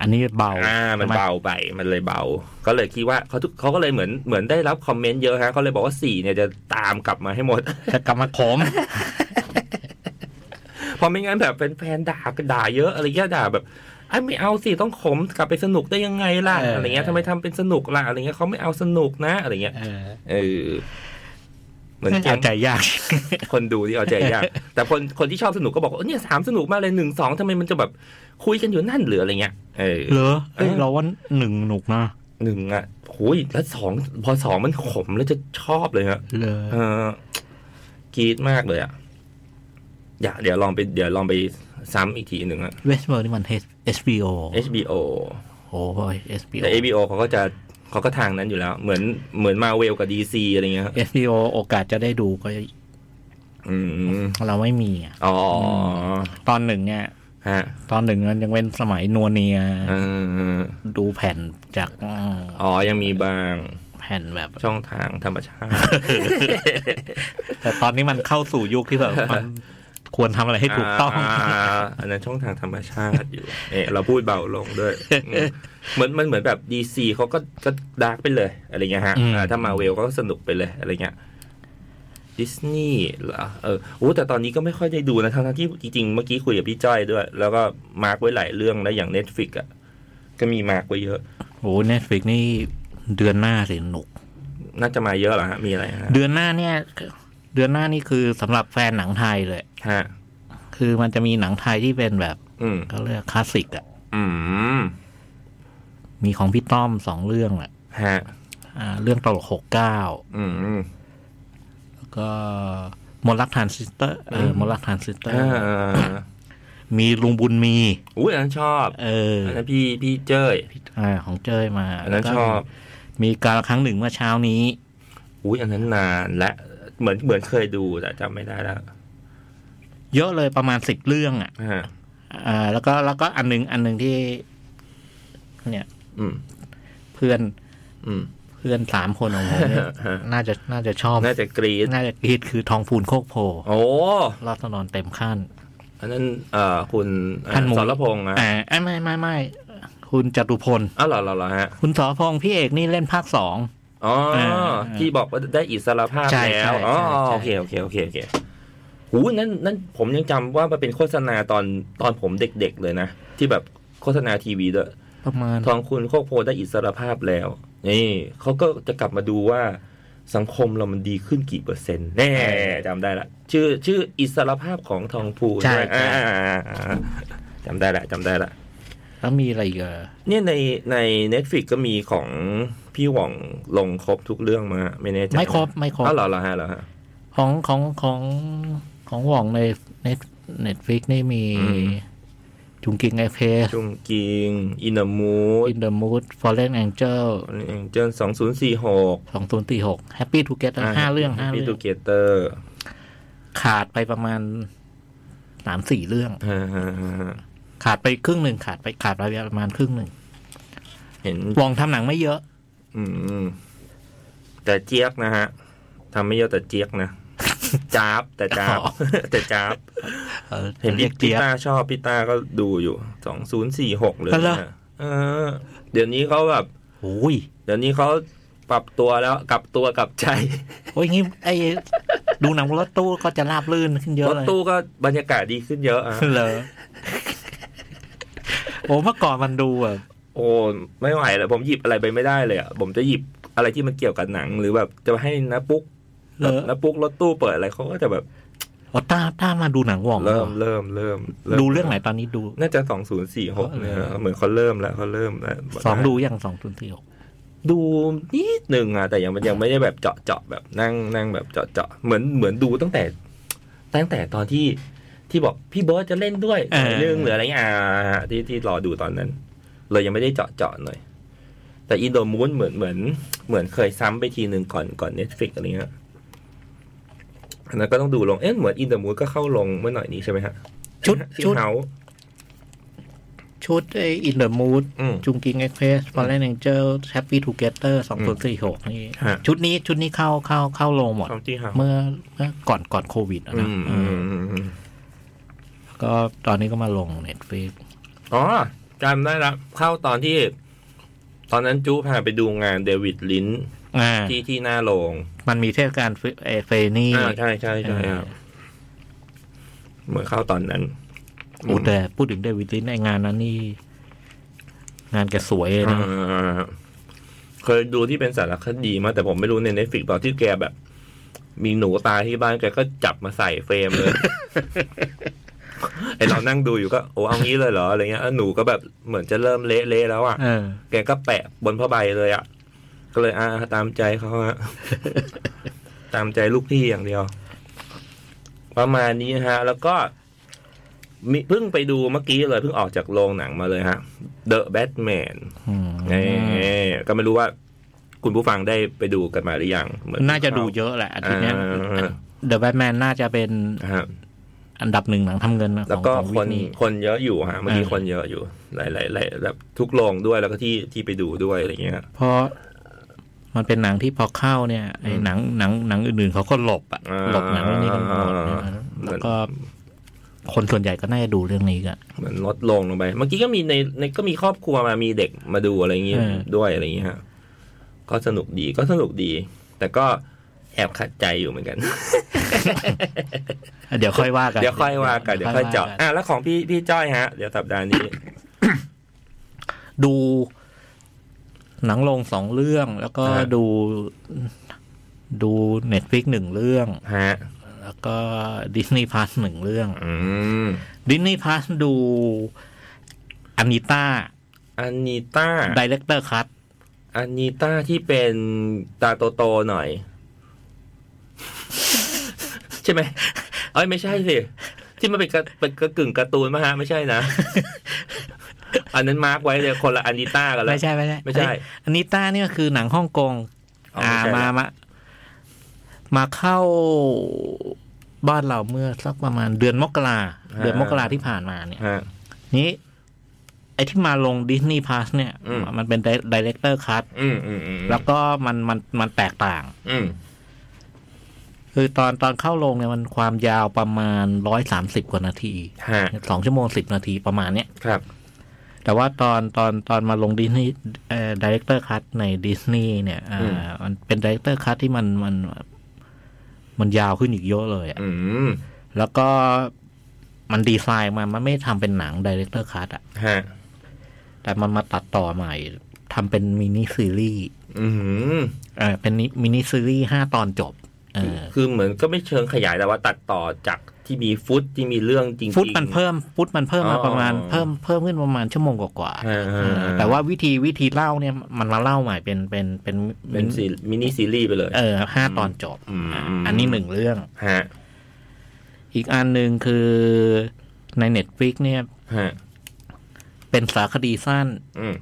C: อันนี้เบา
B: อ่า มัน
C: ใช่ไห
B: เบาไป มันเลยเบา ก็เลยคิดว่าเขาทุกเขาก็เลยเหมือนเหมือนได้รับคอมเมนต์เยอะฮะเขาเลยบอกว่าสี่เนี่ยจะตามกลับมาให้หมด *laughs*
C: แต่กลับมาขม
B: เพราะไม่งั้นแบบแฟนๆด่าด่าเยอะอะไรเงี้ยด่าแบบไอ้ยไม่เอาสิต้องขมกลับไปสนุกได้ยังไงล่ะ
C: เอออ
B: อะไรเงี้ยทำไมทำเป็นสนุกล่ะอะไรเงี้ยเขาไม่เอาสนุกนะอะไรเงี้ย
C: เออ
B: เออเหมือนเก
C: เอา
B: ม
C: ใจยาก
B: คนดูที่เอาใจยาก แต่คนคนที่ชอบสนุกก็บอกว่าเนี่ยสามสนุกมากเลยหนึ่งสองทำไมมันจะแบบคุยกันอยู่นั่นหรืออะไรเงี้ยเออ
C: เหรอเอ้ย
B: เออ
C: เราว่าหนึ่งหนุกนะ
B: หนึ่งอ่ะหุยแล้วสองพอสองมันขมแล้วจะชอบเลยฮะ
C: เล
B: เอยอกรีดมากเลยอ่ะอยากเดี๋ยวลองไปเดี๋ยวลองไปซ้ำอีกทีหนึ่งอะ
C: เวสเ r ลนี่มัน HBO
B: HBO
C: โอ้ย HBO
B: แต่ HBO เขาก็จะเขาก็ทางนั้นอยู่แล้ว เหมือนเหมือนมาเวลกับดีซีอะไรเงี้ย
C: HBO โอกาสจะได้ดูก็
B: อืม
C: เราไม่มีอะ
B: อ๋อ
C: ตอนหนึ่งเนี่ย
B: ฮะ
C: ตอนหนึ่งมันยังเป็นสมัยนัวเนีย
B: อืม
C: ดูแผ่นจากอืม
B: อ๋อยังมีบาง
C: แผ่นแบบ
B: ช่องทางธรรมชาติ
C: แต่ตอนนี้มันเข้าสู่ยุค *laughs* ที่แบบมันควรทำอะไรให้ถูกต้อง
B: าอันนั้นช่องทางธรรมชาติอยู่ เออเราพูดเบาลงด้วยอืมเหมือนมันเหมือนแบบดีซีเขาก็ก็ดาร์กไปเลยอะไรเงี้ยฮะ
C: อืม
B: อ่าถ้ามาเวลก็สนุกไปเลยอะไรเงี้ยดิสนีย์เหรอเออโอ้แต่ตอนนี้ก็ไม่ค่อยได้ดูนะทั้งๆที่จริงๆเมื่อกี้คุยกับพี่จ้อยด้วย แล้วก็มาร์กไว้หลายเรื่องแล้วอย่างเน็ตฟิกอ่ะก็มีมาร์กไว้เยอะ
C: โอ้เน็ตฟิกนี่เดือนหน้าสิหนุก
B: น่าจะมาเยอะเหรอฮะมีอะไรฮะ
C: เดือนหน้าเนี่ย เดือนหน้านี่คือสำหรับแฟนหนังไทยเลย
B: ฮะ
C: คือมันจะมีหนังไทยที่เป็นแบบ
B: อืม
C: เขาเรียกคลาสสิกอะ
B: อืม
C: มีของพี่ต้อมสองเรื่องแหละ
B: ฮะ
C: อ่าเรื่องตลกหกเก้า
B: อืม
C: แล้วก็มนต์รักทรานซิสเตอร์เออมนต์รักทรานซิสเตอร์
B: อ่า
C: มีลุงบุญมี
B: อุ้ยอันนั้นชอบ
C: เออ
B: อันนั้นพี่พี่เจ้ย
C: อ่าของเจ้ยมา
B: อันนั้น
C: แล้ว
B: ช
C: ก็
B: อบ
C: มีการละครั้งหนึ่งเมื่อเช้านี้
B: อุ้ยอันนั้นนานและเหมือนเหมือนเคยดูแต่จำไม่ได้แล้ว
C: เยอะเลยประมาณสิบเรื่องอ่ะ
B: อ่า
C: อ่า แล้วก็แล้วก็อันหนึงอันหนึงที่ เนี่ย
B: อืม
C: เพื่อน
B: อืม
C: เพื่อนสามคนของผม
B: *laughs*
C: เนี่ย
B: ฮะ
C: น่าจะน่าจะชอบ
B: น่าจะกรีด
C: น่าจะคิดคือทองพูนโคกโพ
B: โอ้
C: รอดสนอนเต็มขั้น
B: อันนั้นเอ่อคุณเอ่อ
C: ท่านหมู
B: สรพงษ์นะ
C: อ่าเอ้ยไม่ไม่ไม่คุณจตุพล
B: อ้าวเหรอเหรอเหรอฮะ
C: คุณสอพงษ์พี่เอกนี่เล่นภาคสอง
B: อ๋ออา ที่บอกว่าได้อิสรภาพ
C: ใช่
B: แล้ว
C: ใช่
B: อ๋อ
C: ใช่ใช่
B: โอเคโอเคโอเคโอเคหูนั้นนั้นผมยังจำว่ามันเป็นโฆษณาตอนตอนผมเด็กๆเลยนะ ที่แบบโฆษณาทีวีด้วย
C: ประมาณ
B: ทองคุณโคกโพได้อิสรภาพแล้ว นี่เขาก็จะกลับมาดูว่าสังคมเรามันดีขึ้นกี่เปอร์เซ็นต์แน่จำได้ละ ชื่อชื่ออิสรภาพของทองพู
C: ใช่
B: ไหมอ่าอ่าอ่าอ่าจำได้ละจำได้ละ
C: แล้วมีอะไรอีกอะ
B: เนี่ยในใน Netflix ก็มีของพี่หว่องลงครบทุกเรื่องมา ไม่แน่ใจ
C: ไม่ครบไม่ครบ
B: อ้าวเหรอเหรอฮะเหรอฮะ
C: ของของของของหว่องในเน็ตเน็ตฟิกนี่มี
B: อืม
C: จุงกิงไอเพย์
B: จุงกิง อินเดมูด
C: อินเดอะมูดฟอเรนแองเจล
B: เจนสองศูนย์สี่หก
C: สองศูนย์สี่หกแฮปปี้ทูเกตห้าเรื่องห้า
B: พี่
C: เรื่
B: ตู
C: อง
B: เกเตอร์
C: ขาดไปประมาณสามสี่เรื่อง ขาดไปครึ่งหนึ่งขาดไปขาดไปประมาณครึ่งหนึ่ง
B: เห็น
C: หว่องทำหนังไม่เยอะ
B: อืม แต่เจี๊ยกนะฮะทำไม่เยอะแต่เจี๊ยกนะ *laughs* จ้าบแต่จ้าบ
C: อ๋อ
B: *laughs* แต่จ้าบ
C: เออ
B: เห็น
C: เรี
B: พี่
C: ยก
B: พี่
C: เจี๊ยบ
B: ตาชอบพี่ตาก็ดูอยู่สองศูนย์สี่หกเลย
C: ก็เหรอ
B: นะเออ เดี๋ยวนี้เขาแบบ
C: โอ้ย
B: เดี๋ยวนี้เขาปรับตัวแล้วกลับตัวกลับใจ
C: โอ้ยงี้ไอ้ดูหนังรถตู้ก็จะราบรื่นขึ้นเยอะ
B: รถ
C: เลย
B: ตู้ก็บรรยากาศดีขึ้นเยอะอะ
C: เลยโอ้เมื่อก่อนมันดูแบบ
B: โอ้ไม่ไหวแล้วผมหยิบอะไรไปไม่ได้เลยอะผมจะหยิบอะไรที่มันเกี่ยวกับหนัง หรือแบบจะให้นะปุ๊ก
C: เลอะ
B: นะปุ๊กรถตู้เปิดอะไรเขาก็จะแบบ
C: โอ้ต้าต้ามาดูหนังหว่อง
B: เริ่ม
C: เหรอ
B: เริ่มเริ่ม
C: ดูเรื่องไหนตอนนี้ดู
B: น่าจะสองศูนย์สี่หกเนี่ยเหมือนเขาเริ่มแล้วเขาเริ่มแล้ว
C: สองดูอย่างสองศูนย์สี่หก
B: ดูนิดหนึ่งอะแต่ยังยังไม่ได้แบบเจาะเจาะแบบนั่งนั่งแบบเจาะเจาะเหมือนเหมือนดูตั้งแต่ ตั้งแต่ตอนที่ที่บอกพี่เบิร์ตจะเล่นด้วยหน่อยเรื่องหรืออะไรเงี้ยอ่าที่ที่รอดูตอนนั้น เลยยังไม่ได้เจาะเจาะหน่อย แต่อินโดมูนเหมือนเหมือนเหมือนเคยซ้ำไปทีหนึ่งก่อนก่อนเน็ตฟลิกอะไรเงี้ยอันนั้นก็ต้องดูลงเอ๊ะเหมือนอินโดมูนก็เข้าลงเมื่อหน่อยนี้ใช่ไหมฮะ
C: ชุด
B: ที่
C: ชุด
B: เฮา
C: ชุดไออินเดอะมูด
B: อืม
C: จุงกิงเอ็กเพรสฟอร์เรนแองเจลแฮปปี้ทูเกเตอร์สองศูนย์สี่หกนี่
B: ฮะ
C: ชุดนี้ชุดนี้เข้าเข้าเข้าลงหมด
B: เข้าที่เฮา
C: เมื่อเมื่อก่อนก่อนโควิดอะ
B: อื
C: นะ
B: ม
C: เอ
B: อื
C: อ
B: มอืมอืม
C: ก็ตอนนี้ก็มาลงเน็ตฟ i ิก
B: อ๋อจำได้ละเข้าตอนที่ ตอนนั้นจู้พาไปดูงานเดวิดลินช์
C: อ่า
B: ที่ที่หน้าโรง
C: มันมีเทศกาลเฟนี่
B: อ่าใช่ใช่ใช่
C: เออ
B: ครับเหมือนเข้าตอนนั้น
C: โอ้แต่พูดถึงเดวิดลินในงานนั้นนี่ งานแกสวยเลยนะ
B: เออเคยดูที่เป็นสารคดีมาแต่ผมไม่รู้ในเน็ตฟิกตอนที่แกแบบ มีหนูตายที่บ้านแกก็จับมาใส่เฟรม
C: *laughs*
B: เลย ไอเรานั่งดูอยู่ก็โอ้เอางี้เลยเหรออะไรเงี้ยเออหนูก็แบบเหมือนจะเริ่มเละๆแล้วอ่ะ
C: เออ
B: แกก็แปะบนผ้าใบเลยอ่ะ ก็เลยอ่าตามใจเขาฮะ *laughs* ตามใจลูกพี่อย่างเดียว ประมาณนี้ฮะ แล้วก็มีเพิ่งไปดูเมื่อกี้เลยเพิ่งออกจากโรงหนังมาเลยฮะ The Batman
C: อืม
B: เอ่อก็ไม่รู้ว่า คุณผู้ฟังได้ไปดูกันมาหรือยังเหมือ
C: น่าจะดูเยอะแหละอาทิตย์เนี้ย
B: อ่า
C: The Batman น่าจะเป็น
B: ฮะ
C: อันดับหนึ่งหนังทำเงินนะข
B: แล้ว
C: อง
B: ก็
C: ของ
B: ค
C: วิก
B: น
C: นี้
B: คนเยอะอยู่ฮะเมื่อกี้
C: อ่า
B: คนเยอะอยู่ หลายหลายหลายแบบทุกโรงด้วยแล้วก็ที่ที่ไปดูด้วยอะไรเงี้ย
C: เพราะมันเป็นหนังที่พอเข้าเนี่ยไอ้
B: อืม
C: หนังหนังหนังอื่นๆเขาก็หลบอ่ะ
B: อ่า
C: หลบหนังเรื่องนี้กันหมดนะ
B: อ่า
C: แล้วก็ คนส่วนใหญ่ก็น่าจะดูเรื่องนี้กัน
B: เหมือนลดลงลงไป เมื่อกี้ก็มีในในก็มีครอบครัวมามีเด็กมาดูอะไรอย่างเงี้ย
C: เออ
B: ด้วยอะไรอย่างเงี้ยฮะก็สนุกดีก็สนุกดี แต่ก็แอบขัดใจอยู่เหมือนกัน
C: เดี๋ยวค่อยว่ากัน
B: เดี๋ยวค่อยว่ากันเดี๋ยวค่อยเจาะอ่ะแล้วของพี่พี่จ้อยฮะ เดี๋ยวสัปดาห์นี้
C: ดู หนังลงสองเรื่อง แล้วก็
B: อ่า
C: ดูดูเน็ตฟิกหนึ่งเรื่อง
B: ฮะ
C: แล้วก็ดิสนีย์พาร์ทหนึ่งเรื่อง
B: อืม
C: ดิสนีย์พาร์ทดูอานิต้า
B: อันนีต้า
C: ดีเลกเตอร์คัต
B: อันนีต้าที่เป็นตาโตโตๆหน่อย *laughs* ใช่ไหมเอ้ยไม่ใช่สิที่มันเป็นกระเป็นกระกึ่งการ์ตูนมะฮะ ไม่ใช่นะ *laughs* อันนั้นมาร์กไว้เลยคนละอันนีต้ากันแล้ว
C: ไม่ใช่ไม่ใช่
B: ไม่ใช่
C: อานิต้านี่ก็คือหนังฮ่องกง
B: อ๋อ
C: อ่า
B: ไม่ใช่ละ
C: มามามาเข้าบ้านเราเมื่อสักประมาณเดือนมกราเดือนมกราที่ผ่านมาเนี่ย
B: ฮะ
C: นี้ไอ้ที่มาลงดิสนีย์พาสเนี่ย
B: อืม
C: มันเป็นดีเลกเตอร์คัต
B: อืมอืมอืม
C: แล้วก็มันมันมันแตกต่าง
B: อืม
C: คือตอนตอนเข้าลงเนี่ยมันความยาวประมาณร้อยสามสิบกว่านาที
B: ฮะ
C: สองชั่วโมงสิบนาทีประมาณเนี้ย
B: ครับ
C: แต่ว่าตอนตอนตอนมาลงดิสนีย์ดีเลกเตอร์คัตในดิสนีย์เนี่ยอ่า
B: อืม
C: มันเป็นดีเลกเตอร์คัตที่มันมัน มันยาวขึ้นอีกเยอะเลยอะ
B: อืม
C: แล้วก็มันดีไซน์มามันไม่ทำเป็นหนังดีเลกเตอร์คัตอะ
B: ฮะ
C: แต่มันมาตัดต่อใหม่ทำเป็นมินิซีรีส์
B: อืม
C: เออเป็นนิมินิซีรีส์ห้าตอนจบเออ
B: คือเหมือนก็ไม่เชิงขยายแต่ว่าตัดต่อจากที่มีฟุตที่มีเรื่องจริงๆ
C: ฟุตมันเพิ่มฟุตมันเพิ่มมา
B: อ๋อ
C: ประมาณเพิ่มเพิ่มขึ้นประมาณชั่วโมงกว่าๆ
B: อ่า
C: เออแต่ว่าวิธีวิธีเล่าเนี่ยมันมาเล่าใหม่เป็นเป็นเป็น
B: เป็นซีมินิซีรีส์ไปเลย
C: เออห้าตอนจบ
B: อืม
C: อันนี้หนึ่งเรื่อง
B: ฮะ
C: อีกอันหนึ่งคือในเน็ตฟิกเนี่ย
B: ฮะ
C: เป็นสารคดีสั้น
B: อืม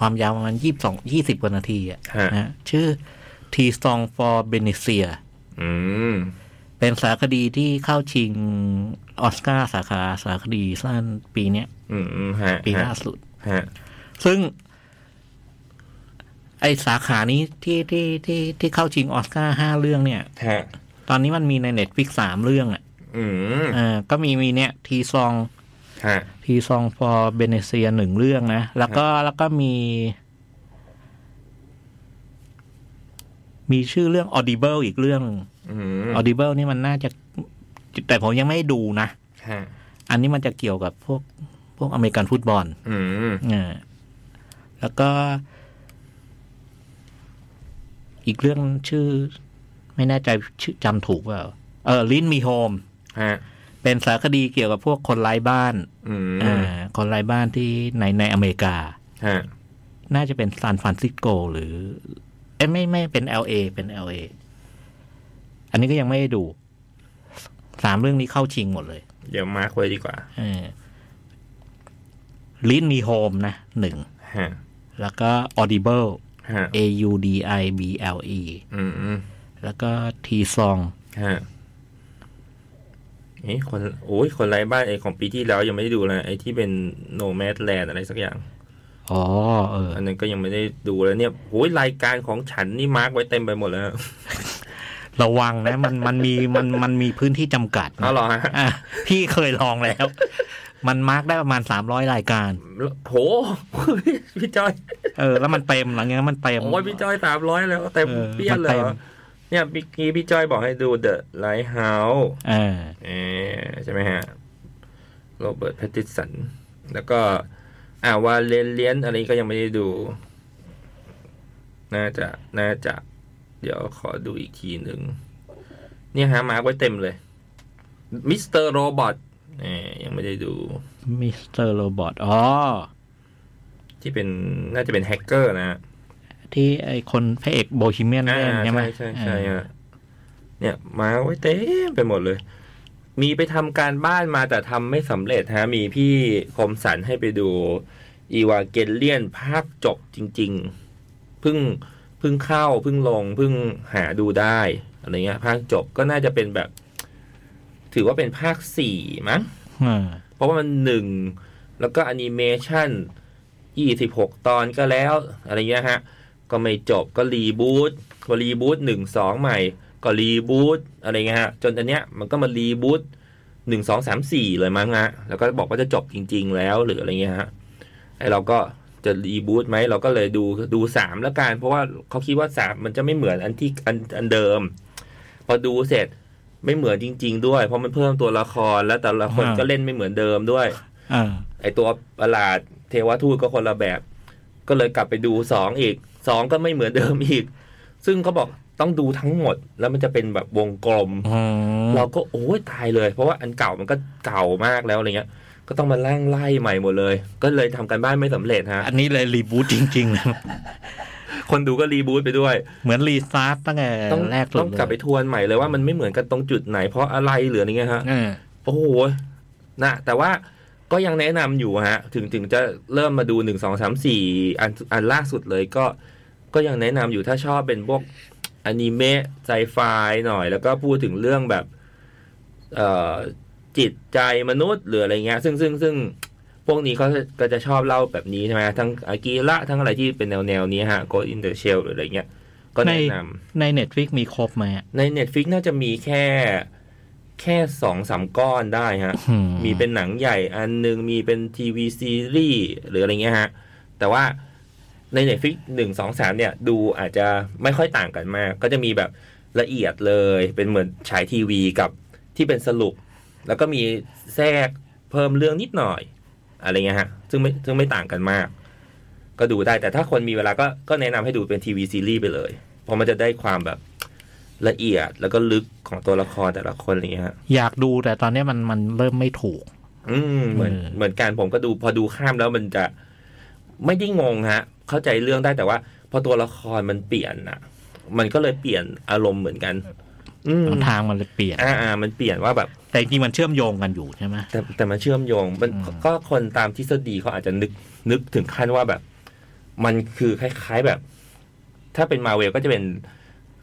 C: ความยาวประมาณยี่สิบสองยี่สิบกว่านาทีอะ
B: ฮะ
C: นะชื่อ Tea Song for Benicia
B: อืม
C: เป็นสารคดีที่เข้าชิงออสการ์สาขาสารคดีสั้นปีเนี้ย
B: อืมอืมฮะ
C: ปีล่าสุด
B: ฮะ
C: ซึ่ง ไอสาขานี้ที่ที่ที่ที่เข้าชิงออสการ์ห้าเรื่องเนี่ย
B: ฮะ
C: ตอนนี้มันมีในเน็ตฟิกสามเรื่องอ่ะ
B: อืม
C: เอ่าก็มีมีเนี่ยทีซอง
B: ฮะ
C: ทีซองฟอร์เบเนเซียหนึ่งเรื่องนะ แล้วก็แล้วก็มี มีชื่อเรื่อง Audible อีกเรื่องหนึ่ง
B: อืม
C: Audible นี่มันน่าจะ แต่ผมยังไม่ได้ดูนะ
B: ฮะ
C: อันนี้มันจะเกี่ยวกับพวกพวกอเมริกันฟุตบอล
B: อืม
C: อ่าแล้วก็ อีกเรื่องชื่อ ไม่แน่ใจชื่อจำถูกเปล่าเออลินมีโฮม
B: ฮะ
C: เป็นสารคดีเกี่ยวกับพวกคนไร้บ้าน
B: อืม
C: อ่าคนไร้บ้านที่ในในอเมริกา
B: ฮะ
C: น่าจะเป็นซานฟรานซิสโกหรือ เอ้ยไม่ไม่เป็น LA เป็น LA อันนี้ก็ยังไม่ได้ดู สามเรื่องนี้เข้าชิงหมดเลย
B: เดี๋ยวมาร์คไว้ดีกว่า
C: ลินมีโฮมนะหนึ่ง
B: ฮะ
C: แล้วก็ Audible
B: ฮะ
C: A U D I B L E
B: อืมอืม
C: แล้วก็ T Song
B: ฮะเอ้คนโอ้ยคนไร้บ้านไอของปีที่แล้วยังไม่ได้ดูเลยไอที่เป็นโนแม d แลนอะไรสักอย่าง
C: อ๋อเออ
B: อันนั้นก็ยังไม่ได้ดูเลยเนี่ยโอ้ยรายการของฉันนี่มาร์กไว้เต็มไปหมดแล้วฮะ
C: ระวังนะ มันมันมีมันมันมีพื้นที่จำกัด
B: เอาเหรอฮะ
C: อ่ะพี่เคยลองแล้ว มันมาร์กได้ประมาณสามร้อยรายการ
B: โห *laughs* พี่จอย
C: เออ แล้วมันเต็มหลังจากนั้นมันเต็ม
B: โอ้ยพี่จอยสามร้อยแล้วเต็ม
C: เออ
B: เปี้ยนเลยเหร
C: มันเต็
B: อ
C: ม
B: เนี่ยเมื่อกี้พี่จอยบอกให้ดู The Lighthouse
C: เออ
B: เออใช่ไหมฮะ โรเบิร์ตแพตติสัน แล้วก็ อ่าวาเลนเลียนอะไรก็ยังไม่ได้ดู น่าจะ น่าจะ เดี๋ยวขอดูอีกทีหนึ่ง เนี่ยฮะ มาร์คไว้เต็มเลย มิสเตอร์โรบอทเอ่ยังไม่ได้ดู
C: มิสเตอร์โรบอทอ๋อ
B: ที่เป็น น่าจะเป็นแฮกเกอร์นะฮะ
C: ที่ไอคนพระเอกโบฮีเมียน
B: อ่า
C: เล่นใช่ไหม
B: ใช่ใช่
C: เออ
B: ฮะเนี่ยมาไว้เต็มไปหมดเลย มีไปทำการบ้านมาแต่ทำไม่สำเร็จฮะ มีพี่คมสันให้ไปดู อีวาเกเลียนภาคจบจริง ๆ เพิ่งเพิ่งเข้าเพิ่งลงเพิ่งหาดูได้อะไรเงี้ยภาคจบก็น่าจะเป็นแบบ ถือว่าเป็นภาคสี่มั้ง
C: เออ
B: เพราะว่ามันหนึ่งแล้วก็แอนิเมชันยี่สิบหกตอนก็แล้ว อะไรเงี้ยฮะ ก็ไม่จบก็รีบูตก็รีบูตหนึ่งสองใหม่ ก็รีบูตอะไรเงี้ยฮะ จนอันเนี้ยมันก็มารีบูตหนึ่งสองสามสี่เลยมั้งฮะ แล้วก็บอกว่าจะจบจริง ๆ แล้วหรืออะไรเงี้ยฮะไอเราก็จะรีบูตไหมเราก็เลยดูดูสามแล้วกันเพราะว่าเขาคิดว่าสามมันจะไม่เหมือนอันที่อันอันเดิม พอดูเสร็จไม่เหมือนจริง ๆ ด้วย เพราะมันเพิ่มตัวละครแล้วแต่ละคนก็เล่นไม่เหมือนเดิมด้วย
C: เออ
B: ไอตัวประหลาดเทวทูตก็คนละแบบ ก็เลยกลับไปดูสองอีกสองก็ไม่เหมือนเดิมอีก ซึ่งเขาบอกต้องดูทั้งหมด แล้วมันจะเป็นแบบวงกลม
C: อืม
B: เราก็โอ้ยตายเลย เพราะว่าอันเก่ามันก็เก่ามากแล้วอะไรเงี้ย ก็ต้องมาล่างไล่ใหม่หมดเลย ก็เลยทำกันบ้านไม่สำเร็จฮะ
C: อันนี้เลยรีบูตจริงๆนะ
B: คนดูก็รีบูตไปด้วย
C: เหมือนรีสตาร์ตตั้งแต่
B: ต้อง
C: แรกสุด
B: ต้องกลับไป
C: เลย
B: ทวนใหม่เลยว่ามันไม่เหมือนกันตรงจุดไหนเพราะอะไรหรืออะไรเงี้ยฮะ
C: เออ
B: โอ้โหนะแต่ว่าก็ยังแนะนำอยู่ฮะ ถึงถึงจะเริ่มมาดูหนึ่งสองสามสี่อันอันล่าสุดเลยก็ ก็ยังแนะนำอยู่ถ้าชอบเป็นพวกอนิเมะไซไฟหน่อย แล้วก็พูดถึงเรื่องแบบ เอ่อจิตใจมนุษย์หรืออะไรเงี้ย ซึ่งซึ่งซึ่งพวกนี้เขาก็จะชอบเล่าแบบนี้ใช่ไหมทั้งอากีระทั้งอะไรที่เป็นแนวแนวๆนี้ฮะ Go in the Shell หรืออะไรเงี้ย ก็
C: ใน
B: แนะนำ
C: ในเน็ตฟิกมีครบไหมอะ
B: ใน Netflix น่าจะมีแค่แค่สองสามก้อนได้ฮะ
C: อื
B: มีเป็นหนังใหญ่อันหนึง มีเป็นทีวีซีรีส์หรืออะไรเงี้ยฮะ แต่ว่าใน Netflix หนึ่งสองสามเนี่ย ดูอาจจะไม่ค่อยต่างกันมาก ก็จะมีแบบละเอียดเลย เป็นเหมือนฉายทีวีกับที่เป็นสรุป แล้วก็มีแทรกเพิ่มเรื่องนิดหน่อย อะไรเงี้ยฮะซึ่งไม่ซึ่งไม่ต่างกันมาก ก็ดูได้แต่ถ้าคนมีเวลาก็ก็แนะนำให้ดูเป็นทีวีซีรีส์ไปเลย เพราะมันจะได้ความแบบละเอียดแล้วก็ลึกของตัวละครแต่ละคนอะไรเงี้ยฮะ
C: อยากดูแต่ตอนเนี้ยมันมันเริ่มไม่ถูก
B: อืมเหมือน
C: อืม
B: เหมือนการผมก็ดูพอดูข้ามแล้วมันจะไม่ได้งงฮะ เข้าใจเรื่องได้แต่ว่า พอตัวละครมันเปลี่ยนอ่ะ มันก็เลยเปลี่ยนอารมณ์เหมือนกัน อืม
C: ทางมันเลยเปลี่ยน
B: อ่าอ่ามันเปลี่ยนว่าแบบ
C: แต่จริงๆมันเชื่อมโยงกันอยู่ใช่ไหม
B: แต่แต่มันเชื่อมโยงมัน
C: อืม
B: ก็คนตามทฤษฎีเขาอาจจะนึกนึกถึงขั้นว่าแบบ มันคือคล้าย ๆแบบ ถ้าเป็นมาเวลก็จะเป็น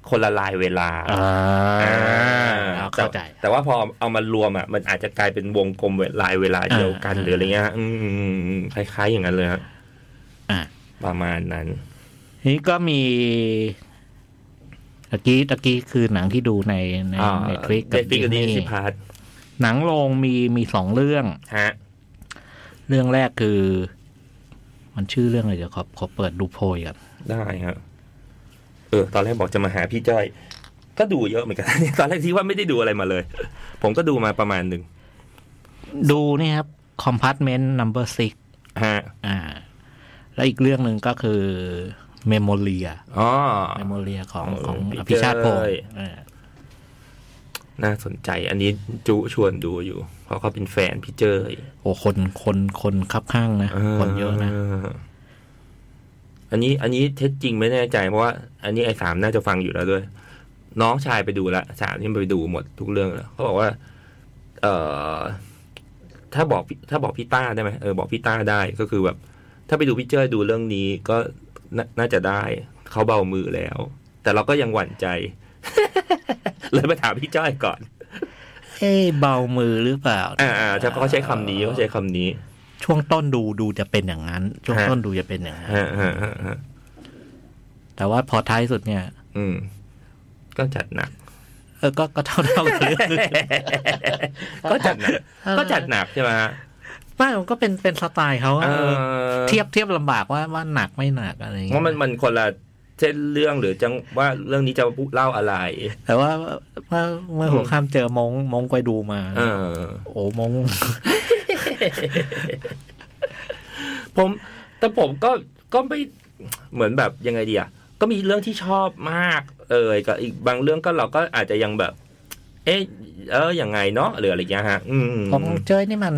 B: คนละลายเวลา
C: อ่า
B: อ่
C: เข้าใจ
B: แต่แต่ว่าพอเอามารวมอ่ะมันอาจจะกลายเป็นวงกลมเวลายเวลาเดียวกัน
C: อ่า
B: หรืออะไรเงี้ยอืมอืมอืมคล้าย ๆ อย่างนั้นเลยฮะ
C: อ่า
B: ประมาณนั้น
C: นี่ก็มีตะกี้ตะกี้คือหนังที่ดูในในเน็ตฟลิกกับ
B: Netflix กับดิส
C: Disney
B: นีย์พาร์ท
C: หนังโรงมีมีสองเรื่อง
B: ฮะ
C: เรื่องแรกคือ มันชื่อเรื่องอะไรเดี๋ยวขอขอเปิดดูโพยก่อน
B: ได้ฮะเออ ตอนแรกบอกจะมาหาพี่จ้อย ก็ดูเยอะเหมือนกัน *laughs* ตอนแรกที่ว่าไม่ได้ดูอะไรมาเลย ผมก็ดูมาประมาณหนึ่ง
C: ดูนี่ครับ Compartment Number Six
B: ฮะ
C: อ่า และอีกเรื่องหนึ่งก็คือ Memoria
B: อ๋อ
C: Memoria ของ
B: ของ
C: ของ
B: พี่
C: อภิชาติพงศ์
B: เจ้ย
C: เออ
B: น่าสนใจ อันนี้จุชวนดูอยู่ เพราะเขาเป็นแฟนพี่เจย
C: โอ้คนคนคนคับข้างนะ คนเยอะนะ
B: อันนี้ อันนี้เท็จจริงไม่แน่ใจ เพราะว่า อันนี้ไอ้สามน่าจะฟังอยู่แล้วด้วย น้องชายไปดูละสามนี่ไปดูหมดทุกเรื่องแล้วเขาบอกว่า เอ่อ ถ้าบอกพี่ถ้าบอกพี่ต้าได้ไหมเออบอกพี่ต้าได้ก็คือแบบ ถ้าไปดูพี่เจยดูเรื่องนี้ก็น่าน่าจะได้ เขาเบามือแล้ว แต่เราก็ยังหวั่นใจ *laughs* เลยมาถามพี่จ้อยก่อน
C: เอ้เบามือหรือเปล่า
B: อ่าอ่าใช่เขาใช้คำนี้เขาใช้คำนี้
C: ช่วงต้นดูดูจะเป็นอย่างนั้น ช่วงต้นดูจะเป็นอย่างนั้น
B: ฮะฮะฮะฮะ
C: แต่ว่าพอท้ายสุดเนี่ย
B: อืม ก็จัดหนัก
C: เออก็ก็เท่าเท่าๆกัน
B: *laughs* ก็จัดหนัก ก็จัดหนักใช่ไหมฮะ
C: ไม่มันก็เป็นเป็นสไตล์เขาอะ
B: เอ
C: เออ
B: อ
C: เทียบเทียบลำบากว่าว่าหนักไม่หนักอะไรอย่าง
B: เพราะ
C: เงี้
B: มัน
C: ย
B: มันคนละเส้นเรื่องหรือจังว่าเรื่องนี้จะพูดเล่าอะไร
C: แต่ว่าเมื่อเมื่อหัวข้ามเจอมงมงไปดูมา
B: เออ
C: โอ้มง
B: ผมแต่ผมก็ก็ไม่เหมือนแบบยังไงดีอะก็มีเรื่องที่ชอบมากเอ่ยกับอีกบางเรื่องก็เราก็อาจจะยังแบบ เอ๊ะเออยังไงเนาะหรืออะไรอย่างเงี้ยฮะ อืม
C: ของเจยนี่มัน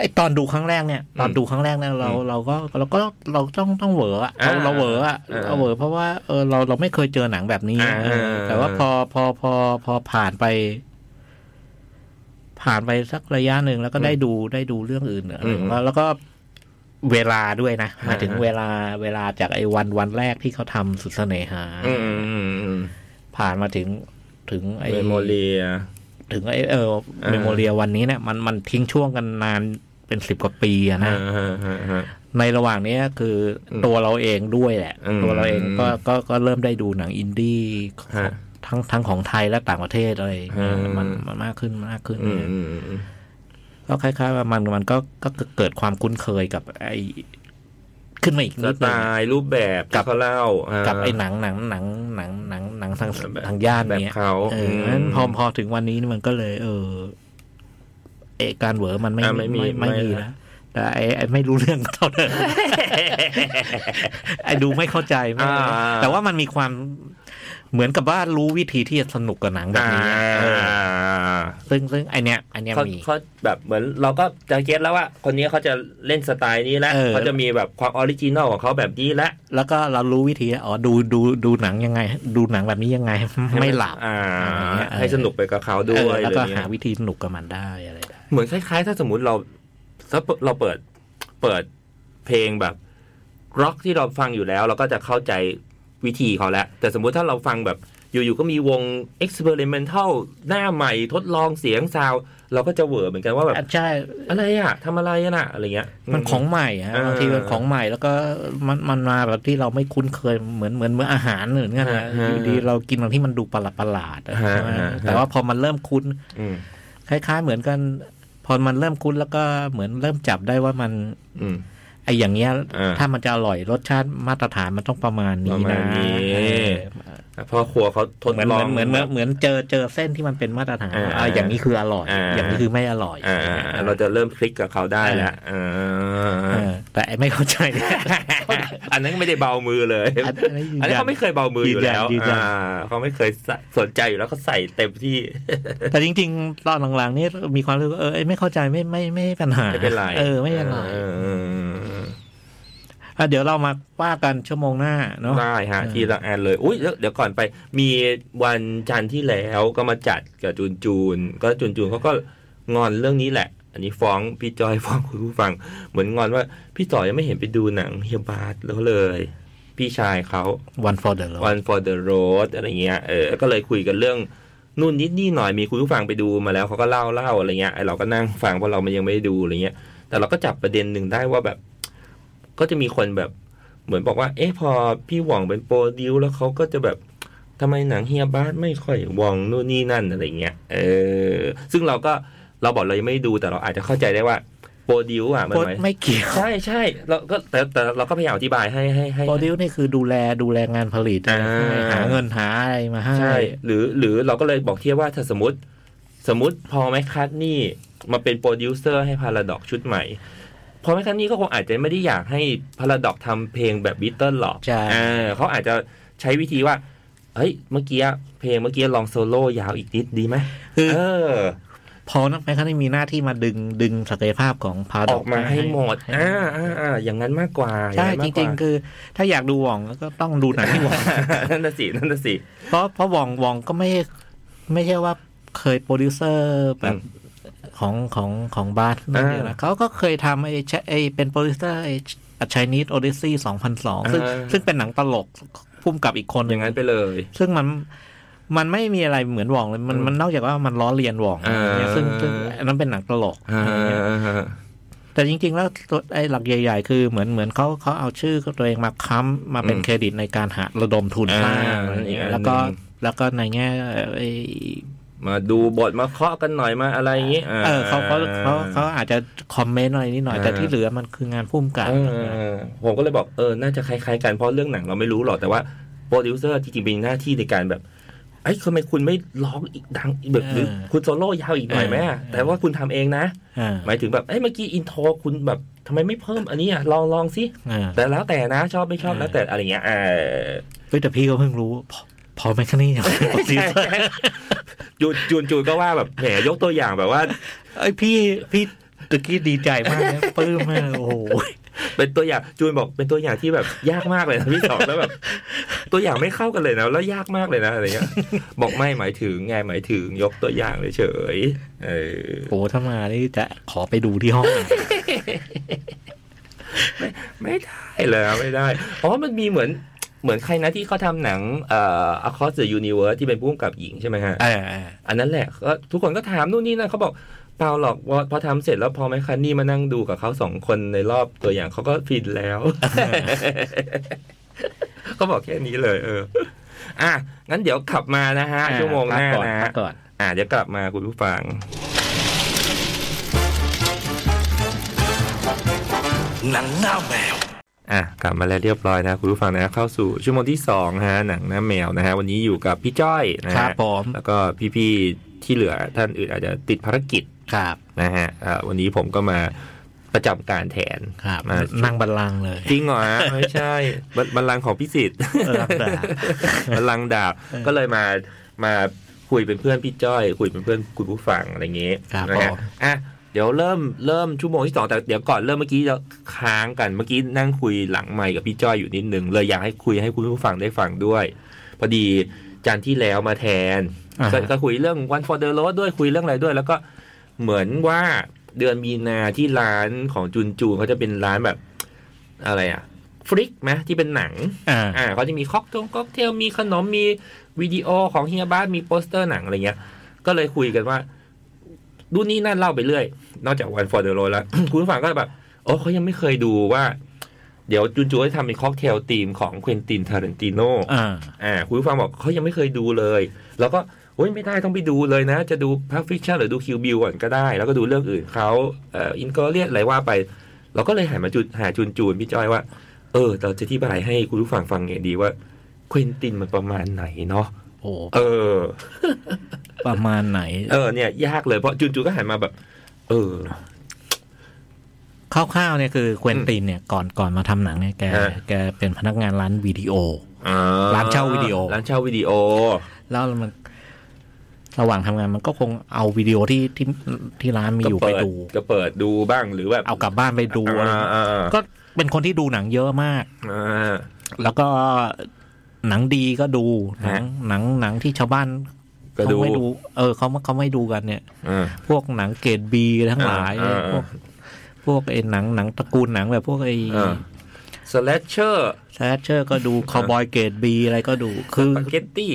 C: ไอตอนดูครั้งแรกเนี่ย ตอนดูครั้งแรกเนี่ยเรา
B: อืม
C: เราก็เราก็เราต้องต้องเหวออะเรา
B: อ่า
C: เราเหวออะ
B: อ่า
C: เราเหวอเพราะว่าเออเราเราไม่เคยเจอหนังแบบนี้
B: อ่า
C: เออแต่ว่าพอพอพอพอผ่านไป ผ่านไปสักระยะหนึ่งแล้วก็ได้ดูได้ดูเรื่องอื่นอะไร
B: อืม
C: แล้วแล้วก็เวลาด้วยนะหมายถึง
B: อ่า
C: เวลาเวลาจากไอ้วันวันแรกที่เขาทำสุดเสน่หา
B: อืมอืมอืม
C: ผ่านมาถึงถึงไอ้
B: เมโมเรีย
C: ถึงไอ้เออ
B: อ่า
C: เมโมเรียวันนี้เนี่ยมันมันทิ้งช่วงกันนานเป็นสิบกว่าปีอะนะ
B: อ่าฮะฮะ
C: ในระหว่างเนี้ยคืออ
B: ม
C: ตัวเราเองด้วยแหละ
B: อืม
C: ตัวเราเองก็ก็ก็เริ่มได้ดูหนังอินดี้
B: ฮะ
C: ทั้งทั้งของไทยและต่างประเทศอะไรอย่างเงี้ย
B: อืม
C: มันมันมากขึ้นมากขึ้น
B: อืมอืมอืม
C: ก็คล้ายๆว่ามันมันก็ก็เกิดความคุ้นเคยกับไอ้ขึ้นมาอีก
B: ส
C: นิด
B: ไต
C: นึง
B: ล์รูปแบบ
C: กั
B: กับบ เขาเล่าา
C: กับไอ้หนังหนังหนังหนังหนังหนังทาง
B: แบบ
C: ทางย่าน
B: แบบ
C: เนี้ย
B: เขา
C: เออ
B: ม
C: นั้นพอพอถึงวันนี้นี่มันก็เลย เออเอกการเหวอมันไม่
B: อ่ะไม่มี
C: ไม่ไม่
B: ไม่
C: มีแล้วแต่ไอ้ไอ้ไม่รู้เรื่องเท่าเดิม *laughs* ไอ้ดูไม่เข้าใจไม่
B: อ่า
C: แต่ว่ามันมีความเหมือนกับว่ารู้วิธีที่จะสนุกกับหนังแบบนี้
B: อ่า
C: เออซึ่งซึ่งไอเนี้ยไอเนี้ย
B: เขา
C: มี
B: เขาแบบเหมือนเราก็จะเก็ตแล้วว่า คนนี้เขาจะเล่นสไตล์นี้แล้ว
C: เออ
B: เขาจะมีแบบความออริจินอลของเขาแบบนี้แล้ว
C: แล้วก็เรารู้วิธีอ๋อดูดูดูหนังยังไง ดูหนังแบบนี้ยังไง ไม่หลับ
B: อ่า
C: อะไรเงี้ยเออ
B: ให้สนุกไปกับเขา *laughs* ด้
C: เอ
B: ว
C: อยแล้วก็
B: อะไรเงี้ย
C: หาวิธีสนุกกับมันได้อะไรได้
B: เหมือนคล้าย ๆ ถ้าสมมติเราถ้าเราเปิดเปิดเพลงแบบร็อกที่เราฟังอยู่แล้ว เราก็จะเข้าใจวิธีเขาแล้ว แต่สมมุติถ้าเราฟังแบบ อยู่ๆก็มีวง experimental หน้าใหม่ทดลองเสียงซาวด์เราก็จะเหวอเหมือนกันว่าแบบ
C: อ่ะใช่
B: อะไรอ่ะทำอะไรอ่ะน่ะอะไรเงี้ย
C: มันของใหม่
B: เออบ
C: ฮะางทีมันของใหม่แล้วก็มันมันมาแบบที่เราไม่คุ้นเคยเหมือนเหมือนเหมือนอาหารเหมือนกันนะ
B: ฮะฮะ
C: อยู่ดีเรากินอะไรที่มันดูประหลาดประหลาดๆอะ
B: ฮะ
C: ใช่ไหม
B: ฮะ
C: แต่ว่าพอมันเริ่มคุ้น
B: อืม
C: คล้ายๆเหมือนกัน พอมันเริ่มคุ้นแล้วก็เหมือนเริ่มจับได้ว่ามัน
B: อืม
C: ไออย่างเงี้ย
B: เออ
C: ถ้ามันจะอร่อยรสชาติมาตรฐานมันต้องประมาณนี้
B: ประมา
C: นะ
B: ณนี้
C: เออ
B: พ่อครัวเขาทด
C: เหมือน
B: ลอง
C: เหมือนเหมือนเหมือนเจอเจอเส้นที่มันเป็นมาตรฐาน
B: อ่า
C: อ่าอย่างนี้คืออร่อย
B: อ่า
C: อย่างนี้คือไม่อร่อย
B: อ่าๆเราจะเริ่มคลิกกับเขาได้แล้วเออ
C: เออแต่ไอ้ไม่เข้าใจเนี่ย
B: อันนั้นไม่ได้เบามือเลย
C: *laughs* อันนี้ยืน
B: อันนี้
C: ยัน
B: เขาไม่เคยเบามืออยู่แล้ว
C: ยืนยันยืนยัน
B: อ่าเขาไม่เคยใส่สนใจอยู่แล้วเขาใส่เต็มที่
C: แต่จริงๆ ตอนหลังๆนี่มีความรู้สึกว่าเออไอ้ไม่เข้าใจไม่ไม่ไม่ไม่ปัญหา
B: ไม่เป็นไร
C: เออไม่เป็นไร
B: ออ
C: อ่ะเดี๋ยวเรามาว่ากันชั่วโมงหน้าเนาะ
B: ได้ฮะ
C: เออ
B: ทีละอันเลย อุ้ยเดี๋ยวก่อนไป มีวันจันทร์ที่แล้วก็มาจัดกับจูนจูน ก็จูนจูนเขาก็งอนเรื่องนี้แหละ อันนี้ฟ้องพี่จอย *laughs* ฟ้องคุณผู้ฟัง เหมือนงอนว่า พี่ต่อยังไม่เห็นไปดูหนังเฮียบาร์แล้วเลย พี่ชายเขา
C: one for the road
B: One for the road อะไรเงี้ย เออ ก็เลยคุยกันเรื่อง นู่นนิดนี่หน่อย มีคุณผู้ฟังไปดูมาแล้วเขาก็เล่าเล่าอะไรเงี้ย ไอเราก็นั่งฟังเพราะเรามันยังไม่ได้ดูอะไรเงี้ย แต่เราก็จับประเด็นหนึ่งได้ว่าแบบ ก็จะมีคนแบบ เหมือนบอกว่า เอ๊ะพอพี่หว่องเป็นโปรดิวแล้วเขาก็จะแบบทำไมหนังเฮียบาสไม่ค่อยหว่องนู่นนี่นั่นอะไรเงี้ย เออ ซึ่งเราก็เราบอกเรายังไม่ได้ดูแต่เราอาจจะเข้าใจได้ว่าโปรดิวอ่ะมัน
C: โปรด
B: หมาย
C: ไม่เกี่ยว
B: ใช่ใช่เราก็แต่แต่เราก็พยายามอธิบายให้ให้ให้
C: โปรดิวนี่คือดูแลดูแลงานผลิต
B: อ่า
C: หาเงินหาอะไรมาให้
B: ใช่หรือหรือเราก็เลยบอกเทียบว่าถ้าสมมติสมมติพอแมคคัตนี่มาเป็นโปรดิวเซอร์ให้พาราดอกชุดใหม่ พอแมคคัตนี่ก็คงอาจจะไม่ได้อยากให้พาราดอกทำเพลงแบบบิทเทิลหรอก
C: ใช่
B: เออเขาอาจจะใช้วิธีว่า เฮ้ย เมื่อกี้เพลงเมื่อกี้ลองโซโล่ยาวอีกนิดดีไหม
C: คือ
B: เออ
C: พอนักแม่ค้าได้มีหน้าที่มาดึงดึงศักยภาพของพา
B: อ
C: ด
B: อกมาให้หมดอ่าอ่าอ่าอย่างนั้นมากกว่า
C: ใช่
B: อย่า
C: จ
B: นั้นมากก
C: ริง
B: ว่า
C: ๆ คือ ถ้าอยากดูหว่องก็ต้องดูหนังที่หว่อง
B: นั่นน่ะสินั่นน่ะสิ
C: เพราะเพราะวองวองก็ไม่ไม่ใช่ว่าเคยโปรดิวเซอร์แบบ
B: อืม
C: ของของของบาสนั่นเดียวนะเขาก็เคยทำไอ้ชไอ้เป็นโปรดิวเซอร์ไอ้ชายนิดโอเดซี่สองพันสองซึ่ง
B: อ่า
C: ซึ่งเป็นหนังตลกพุ่มกับอีกคนห
B: อ
C: นึ่
B: ย่าง งนั้นไปเลย
C: ซึ่งมันมันไม่มีอะไรเหมือนวองเลยมัน
B: อืม
C: มันนอกจากว่ามันล้อเลียนวอง
B: อ่า
C: อะไรเงี้ยซึ่งซึ่งอันนั้นเป็นหนังตลก
B: อ่า
C: แต่จริง ๆ แล้วตัวไอ้หลักใหญ่ ๆ คือเหมือนเหมือนเขาเขาเอาชื่อตัวเองมาค้ำมาเป็นเครดิตในการหาระดมทุนสร้างอะไรเงี้ยแล้วก็แล้วก็ในแง่ไอ้
B: มาดูบทมาเคาะกันหน่อยมาอะไรอย่างงี้
C: เออเขาเขาเขาเขาอาจจะคอมเมนต์อะไรนิดหน่อย
B: อ่า
C: แต่ที่เหลือมันคืองานพุ่มกับ
B: เออผมก็เลยบอกเออ น่าจะคล้ายๆกันเพราะเรื่องหนังเราไม่รู้หรอกแต่ว่าโปรดิวเซอร์จริงๆเป็นหน้าที่ในการแบบไอ้ยทำไมคุณไม่ร้องอีกดังอีกแบบหรือคุณโซโล่ยาวอีกหน่อยไหมอะแต่ว่าคุณทำเองนะ
C: อ่า
B: หมายถึงแบบเอ้ยเมื่อกี้อินโทรคุณแบบทำไมไม่เพิ่มอันนี้อ่ะลองลองสิ
C: อ่า
B: แต่แล้วแต่นะชอบไม่ชอบแล้วแต่อะไรเงี้ยเออ
C: เฮ้ยแต่พี่ก็เพิ่งรู้ พอพอแมคคานี่อย่างโปรดิวเซอร์
B: จูนจูนจูนก็ว่าแบบแหมยกตัวอย่างแบบว่า
C: ไอยพี่พี่ตะกี้ดีใจมากนะ *laughs* ปลื้มมากโอ้โห
B: เป็นตัวอย่างจูนบอกเป็นตัวอย่างที่แบบยากมากเลยนะพี่สองแล้วแบบ ตัวอย่างไม่เข้ากันเลยนะแล้วยากมากเลยนะอะไรเงี้ยบอกไม่หมายถึงไงหมายถึงยกตัวอย่างเฉยๆเออ
C: โอ้โหถ้ามานี่จะขอไปดูที่ห้องหน่อย
B: ไม่ได้แล้วไม่ได้เพราะว่ามันมีเหมือนเหมือนใครนะที่เขาทำหนังเอ่อ Across the Universe ที่เป็นผู้กำกับหญิงใช่ไหมฮะ
C: เออเออ
B: อันนั้นแหละก็ทุกคนก็ถามนู่นนี่นั่นเขาบอกเปล่าหรอกว่าพอทำเสร็จแล้วพอแมคคันนี่มานั่งดูกับเขาสองคนในรอบตัวอย่างเขาก็ฟินแล้ว
C: *laughs*
B: ก็บอกแค่นี้เลย เออ อ่ะ งั้นเดี๋ยวขับมานะฮะ ชั่วโมงหน้า
C: พักก่อ
B: นะ
C: พั
B: ฮะ
C: กก่อน
B: อ่ะเดี๋ยวกลับมาคุณผู้ฟัง
A: หนังหน้าแมว
B: อ่ะกลับมาแล้วเรียบร้อยนะคุณผู้ฟังนะเข้าสู่ชั่วโมงที่สองฮะหนังหน้าแมวนะฮะ วันนี้อยู่กับพี่จ้อยนะ
C: ครั
B: ฮะ
C: บผม
B: แล้วก็พี่ๆที่เหลือท่านอื่นอาจจะติดภารกิจ
C: ครับ
B: นะฮะเอ่อวันนี้ผมก็มาประจำการแทน
C: ครับ
B: มา
C: นั่งบัลลังก์เลย
B: จริงเหรอฮะ ไม่ใช่บบัลลังก์ของพิสิทธิ์
C: เออรักดา
B: *laughs* บัลลังก์ดาบ
C: เออ
B: ก็เลยมามาคุยเป็นเพื่อนพี่จ้อย คุยเป็นเพื่อนคุณผู้ฟังอะไรเงี้ย
C: ครับ
B: นะฮะ
C: ผม
B: อ่ะเดี๋ยวเริ่มเริ่มชั่วโมงที่สองแต่เดี๋ยวก่อนเริ่มเมื่อกี้เราค้างกันเมื่อกี้นั่งคุยหลังไมค์กับพี่จ้อยอยู่นิดนึงเลยอยากให้คุยให้คุณผู้ฟังได้ฟังด้วย พอดีจันทร์ที่แล้วมาแทน
C: อ่า
B: ก็ก็คุยเรื่อง One for the Road ด้วยคุยเรื่องอะไรด้วย แล้วก็เหมือนว่าเดือนมีนาที่ร้านของจุนจูนเขาจะเป็นร้านแบบอะไรอะฟลิกไหมที่เป็นหนัง
C: อ่า
B: อ่าเขาจะมีค็อกเทลค็อกเทลมีขนมมีวิดีโอของเฮียบ้านมีโปสเตอร์หนังอะไรเงี้ย ก็เลยคุยกันว่าดูนี่นั่นเล่าไปเรื่อย นอกจากวันฟอร์เดโรแล้ว *coughs* คุณผู้ฟังก็แบบโอ้เขายังไม่เคยดูว่า เดี๋ยวจุนจูจะทำเป็นค็อกเทลธีมของควินตินทารันติโน
C: อ่า
B: อ่าคุณผู้ฟังบอกเขายังไม่เคยดูเลย แล้วก็โอ้ยไม่ได้ต้องไปดูเลยนะ จะดูพัฟฟิชชั่นหรือดูคิวบิวก่อนก็ได้ แล้วก็ดูเรื่องอื่นเขาเอ่ออินกอเรียอะไรว่าไป เราก็เลยหันมาจุดหาจุนจูนพี่จ้อยว่า เออ เราจะอธิบายให้คุณผู้ฟังฟังไงดีว่า ควินตินมันประมาณไหนเนาะ
C: โอ้
B: เออ
C: ประมาณไหน
B: เออเนี่ย ยากเลยเพราะจูนๆก็หันมาแบบ เออ
C: คร่าวๆเนี่ยคือเควินตินเนี่ยก่อนก่อนมาทำหนังเนี่ยแก
B: ฮะ
C: แกเป็นพนักงานร้านวิดีโอ
B: อ่
C: ร้านเช่าวิดีโอ
B: ร้านเช่าวิดีโอ
C: แล้วมันระหว่างทำงานมันก็คงเอาวิดีโอที่ที่ที่ร้านมีอยู่ไป
B: ก็เ
C: ดู
B: ก็เปิดดูบ้างหรือแบบ
C: เอากลับบ้านไปดูอะไร
B: อ่าอ่าอ่า
C: ก็เป็นคนที่ดูหนังเยอะมาก
B: อ่า
C: แล้วก็หนังดีก็ดูหนัง
B: ฮะ
C: หนังหนังที่ชาวบ้าน
B: ก็
C: เขา
B: ดู
C: ไม่ดู เออเขาไม่เขาไม่ดูกันเนี่ย
B: อ่า
C: พวกหนังเกรดบีทั้งหลาย
B: อ่า
C: พวกพวกไอ้หนังหนังตระกูลหนังแบบพวกไอ้
B: อ่า สแลชเชอร์
C: แซชเชอร์ก็ดูคาวบอยเกรดบีอะไรก็ดูคือ
B: ปาเกตตี้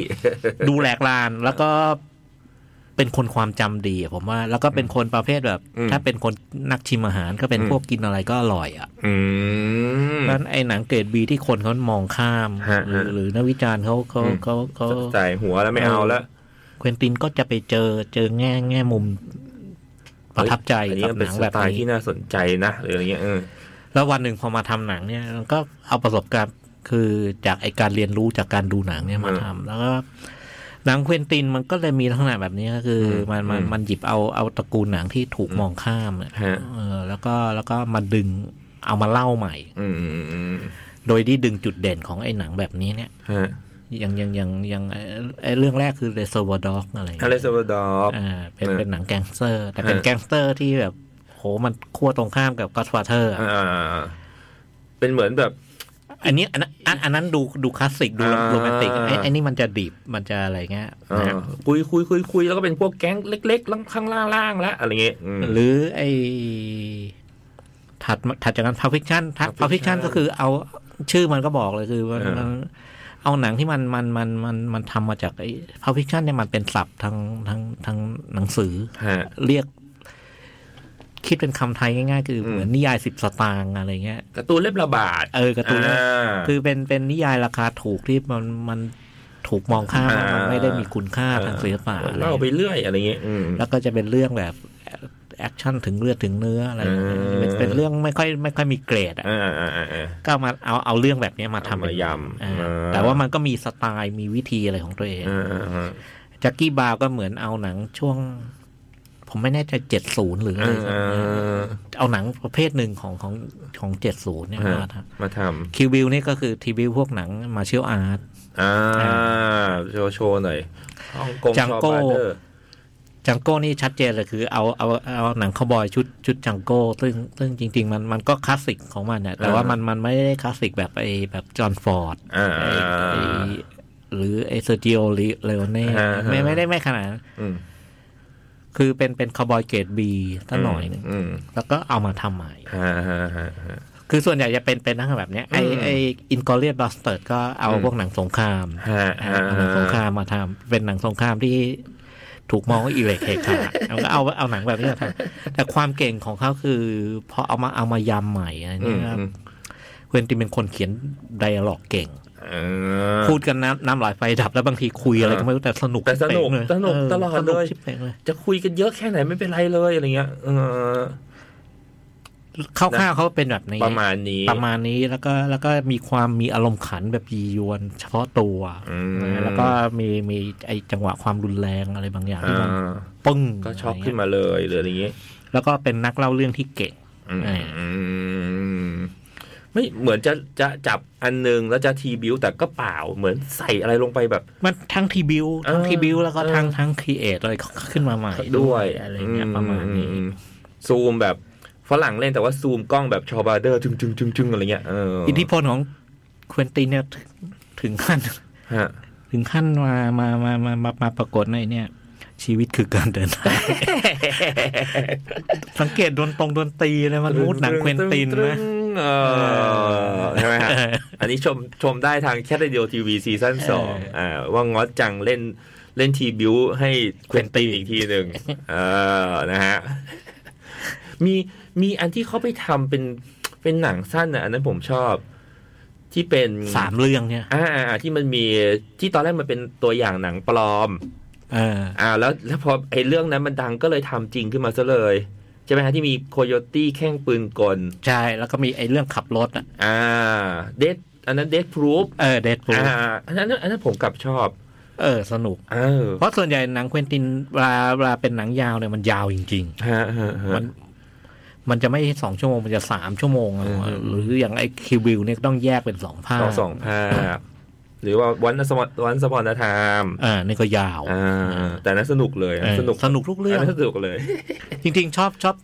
C: ดูแหลกลานแล้วก็เป็นคนความจำดีอะผมว่า แล้วก็เป็นคนประเภทแบบ
B: อืม
C: ถ้าเป็นคนนักชิมอาหารก็เป็น
B: อืม
C: พวกกินอะไรก็อร่อยอ่ะ
B: อืม
C: ดังนั้นไอ้หนังเกรดบีที่คนเขามองข้าม
B: ฮะ
C: หรือ
B: ฮะ
C: หรือนักวิจารณ์เขาเขา
B: อืม
C: เขาเขา
B: ใส่หัวแล้วไม่เอาแล้ว
C: เควินตินก็จะไปเจอเจอแง่แง่มุม ประทับใจ
B: อันนี้
C: กับ
B: มัน
C: ห
B: เป็น
C: นัง
B: ส
C: แบบ
B: ไตล์
C: นี้
B: ที่น่าสนใจนะหรืออะไรเงี้ยเออ
C: แล้ววันหนึ่งพอมาทำหนังเนี่ยมันก็เอาประสบการณ์คือจากไอการเรียนรู้จากการดูหนังเนี่ยมาทำแล้วก็ หนังเควินตินมันก็เลยมีลักษณะแบบนี้ก็คืออมันมันมันหยิบเอาเอาตระกูลหนังที่ถูกมองข้ามอะ
B: ฮะ
C: เออ แล้วก็แล้วก็มาดึงเอามาเล่าใหม่
B: อืมอืมอืม
C: โดยที่ดึงจุดเด่นของไอ้หนังแบบนี้เนี่ย
B: ฮะ
C: อย่างอย่างอย่างอย่างไอ้ไอ้เรื่องแรกคือ Reservoir Dogs อะไรอย่าง
B: อ
C: เงี้ย
B: เลซาวดอร์
C: อ่าเป็น
B: เออ
C: เป็นหนังแก๊งสเตอร์ แต่เป็น
B: เออ
C: แก๊งสเตอร์ที่แบบโหมันขั้วตรงข้ามกับ Godfather อะ
B: อ่าเป็นเหมือนแบบ
C: อันนี้อันนั้นอันอันนั้นดูดูคลาสสิกดู
B: อ่า
C: โรแมนติกไอ้ไอ้นี่มันจะดีบมันจะอะไรเงี้ย
B: อ่า
C: นะ
B: คุยคุยคุยคุยแล้วก็เป็นพวกแก๊งเล็กๆล่างข้างล่างล่างแล้วอะไรเงี้ยอืม
C: หรือไอ้ถัดมาถัดจากนั้นพาวิชันพั
B: Pulp
C: วิชั
B: Fiction
C: นก็คือเอาชื่อมันก็บอกเลยคือมัน
B: เออ
C: มันเอาหนังที่มันมันมันมันมันทำมาจากไอ้พาวิชันเนี่ยมันเป็นศัพท์ทางทางทางหนังสือ
B: ฮะ
C: เรียก คิดเป็นคำไทยง่ายๆ คือ
B: อืม
C: เหมือนนิยายสิบสตางค์อะไรเงี้ย
B: การ์ตูนเล็บระบาด
C: เออการ์ตูน
B: อ่า
C: คือเป็นเป็นนิยายราคาถูกที่มันมันถูกมองข้ามว่ามัน
B: อ่า
C: ไม่ได้มีคุณค่าทางศิลปะอะไร
B: เล่าไปเรื่อยอะไรเงี้ยอืม
C: แล้วก็จะเป็นเรื่องแบบแอคชั่นถึงเลือดถึงเนื้ออะไร
B: เออ
C: เป็นเป็นเรื่องไม่ค่อยไม่ค่อยมีเกรดอะ
B: อ่าอ่าอ่าอ่า
C: ก็เอามาเอาเอาเรื่องแบบเนี้ยมาทำเป็น
B: เอามายำ
C: อ่า
B: เออ
C: แต่ว่ามันก็มีสไตล์มีวิธีอะไรของตัวเอง
B: อ่าอ่าอ่า
C: แจ็คกี้บราวน์ก็เหมือนเอาหนังช่วง ผมไม่แน่ใจเจ็ดศูนย์หรืออะไรสักอย่างเอาหนังประเภทหนึ่งของของของเจ็ดศูนย์เนี่ย
B: ฮะ
C: มาท
B: มาท
C: ำคิวบิลนี่ยก็คือทีวิวพวกหนังมาเชียลอาร์ต
B: ำอ่าโชว์โชว์หน่อยฮ่องกง
C: Django
B: ชอว์บาร์เดอร์
C: จังโก้นี่ชัดเจนเลยคือ เอาเอาเอาหนังคาวบอยชุดชุดจังโก้ซึ่งซึ่งจริง ๆ มันมันก็คลาสสิกของมันเนี่ยแต่ว่ามันมันไม่ได้คลาสสิกแบบไอแบบจอห์นฟอร์ด
B: อ่า
C: ไอ้ไอ้หรือไอเซอร์จิโอเลโอเน่
B: อ่าฮะ
C: ไม่ไม่ได้ไม่ขนาดนั้น
B: อืม
C: คือเป็นเป็นคาร์บอยเกรดบีตั้งหน่อยหนึง
B: อืม
C: แล้วก็เอามาทำใหม่
B: ฮ่าฮ่าฮ่าฮ่า
C: คือส่วนใหญ่จะเป็นเป็นหนังแบบเนี้ยไอ
B: อืม
C: ไออินกอเรียบัสเตอร์ก็เอา
B: อืม
C: พวกหนังสงคราม
B: ฮ่า
C: เอา
B: ฮ่า
C: หนังสงครามมาทำเป็นหนังสงครามที่ถูกมองว่าอิเล็กเคขาดแล้วก็เอาเอาหนังแบบนี้มาทำแต่ความเก่งของเขาคือพอเอามาเอามายำใหม่อะไร
B: อื
C: เนี้
B: ม
C: ยครับ
B: อืม
C: เควินตินเป็นคนเขียนไดอะล็อกเก่ง
B: อ่า
C: พูดกันน้ำน้ำไหลายไฟดับแล้วบางทีคุยอะไรก็ไม่รู้แต่สนุก
B: แต่สนุก
C: เป๋งเลย
B: สนุก
C: เ
B: ตลอด
C: สนุก
B: เลย
C: ชิบเป๋งเลย
B: จะคุยกันเยอะแค่ไหนไม่เป็นไรเลยอะไรเงี้ยเออ
C: คร่าวๆเขาเป็นแบบนี้
B: ประมาณนี้
C: ประมาณนี้แล้วก็แล้วก็มีความมีอารมณ์ขันแบบยียวน เฉพาะตัว
B: อืม
C: นะแล้วก็มีมีไอจังหวะความรุนแรงอะไรบางอย่างที่มัน
B: อ่า
C: ปึ้ง
B: ก็ช็อก
C: ะไรเงี้ย
B: ขึ้นมาเลยหรืออะไรเงี้ย
C: แล้วก็เป็นนักเล่าเรื่องที่เก่ง
B: อืม
C: อ่า
B: ไม่เหมือนจะจะจับอันหนึงแล้วจะทีบิวแต่ก็เปล่าเหมือนใส่อะไรลงไปแบบ
C: มันทั้งทีบิวทั้ง
B: เออ
C: ทีบิวแล้วก็
B: เออ
C: ทั้งทั้งครีเอทอะไรขึ้นมาใหม่
B: ด้วย
C: อะไรเงี้ยประมาณนี้
B: อืมซูมแบบฝรั่งเล่นแต่ว่าซูมกล้องแบบชอบาเดอร์จึงจึงจึงจึงอะไรเงี้ยเออ
C: อิ
B: อิ
C: ทธิพลของเควินตินเนี่ยถึงขั้น
B: ฮะ
C: ถึงขั้นมา มา มา มา มา มาปรากฏในเนี่ย ชีวิตคือการเดิน
B: *laughs*
C: ทาง สังเกตโดนตรงโดนตีเลยมันมูดหนังเควินตินนะ
B: เออใช่ไหมฮะอันนี้ชมชมได้ทางแคทเดียวทีวีซีซั่นสองอ่าว่างอสจังเล่นเล่นทีบิวให้เควินตีอีกทีหนึ่งเออนะฮะ มีมีอันที่เขาไปทำเป็นเป็นหนังสั้นอ่ะอันนั้นผมชอบที่เป็น
C: สามเรื่องเนี่ย
B: อ่าอ่าอ่าที่มันมีที่ตอนแรกมันเป็นตัวอย่างหนังปลอม
C: เออ
B: อ่า แล้วแล้วพอไอ้เรื่องนั้นมันดังก็เลยทำจริงขึ้นมาซะเลยใช่ไหมฮะที่มีโคโยตี้แข้งปืนกล
C: ใช่ แล้วก็มีไอ้เรื่องขับรถอ่ะ
B: อ่าเดด อันนั้นเดดพรูฟ
C: เออเดดพู
B: อ่าอันนั้นอันนั้นผมกลับชอบ
C: เออ สนุก
B: เออ
C: เพราะส่วนใหญ่หนังเควินตินเวลาเวลาเป็นหนังยาวเนี่ยมันยาวจริง
B: ฮะฮะ
C: ๆ
B: ฮะ
C: มัน มันจะไม่สองชั่วโมง มันจะสามชั่วโมงอะ
B: อืม
C: หรืออย่างไอ้คิวบิลเนี่ยต้องแยกเป็นสองภาค
B: ต่อสองภาคหรือว่าวันสมวันสมอนธรรม
C: อ่านี่ก็ยาว
B: อ่าแต่นั้นสนุกเลย
C: เออ
B: สนุก
C: สนุกทุกเรื่อง
B: นนั้นสนุกเลย
C: จริงๆ ชอบชอบ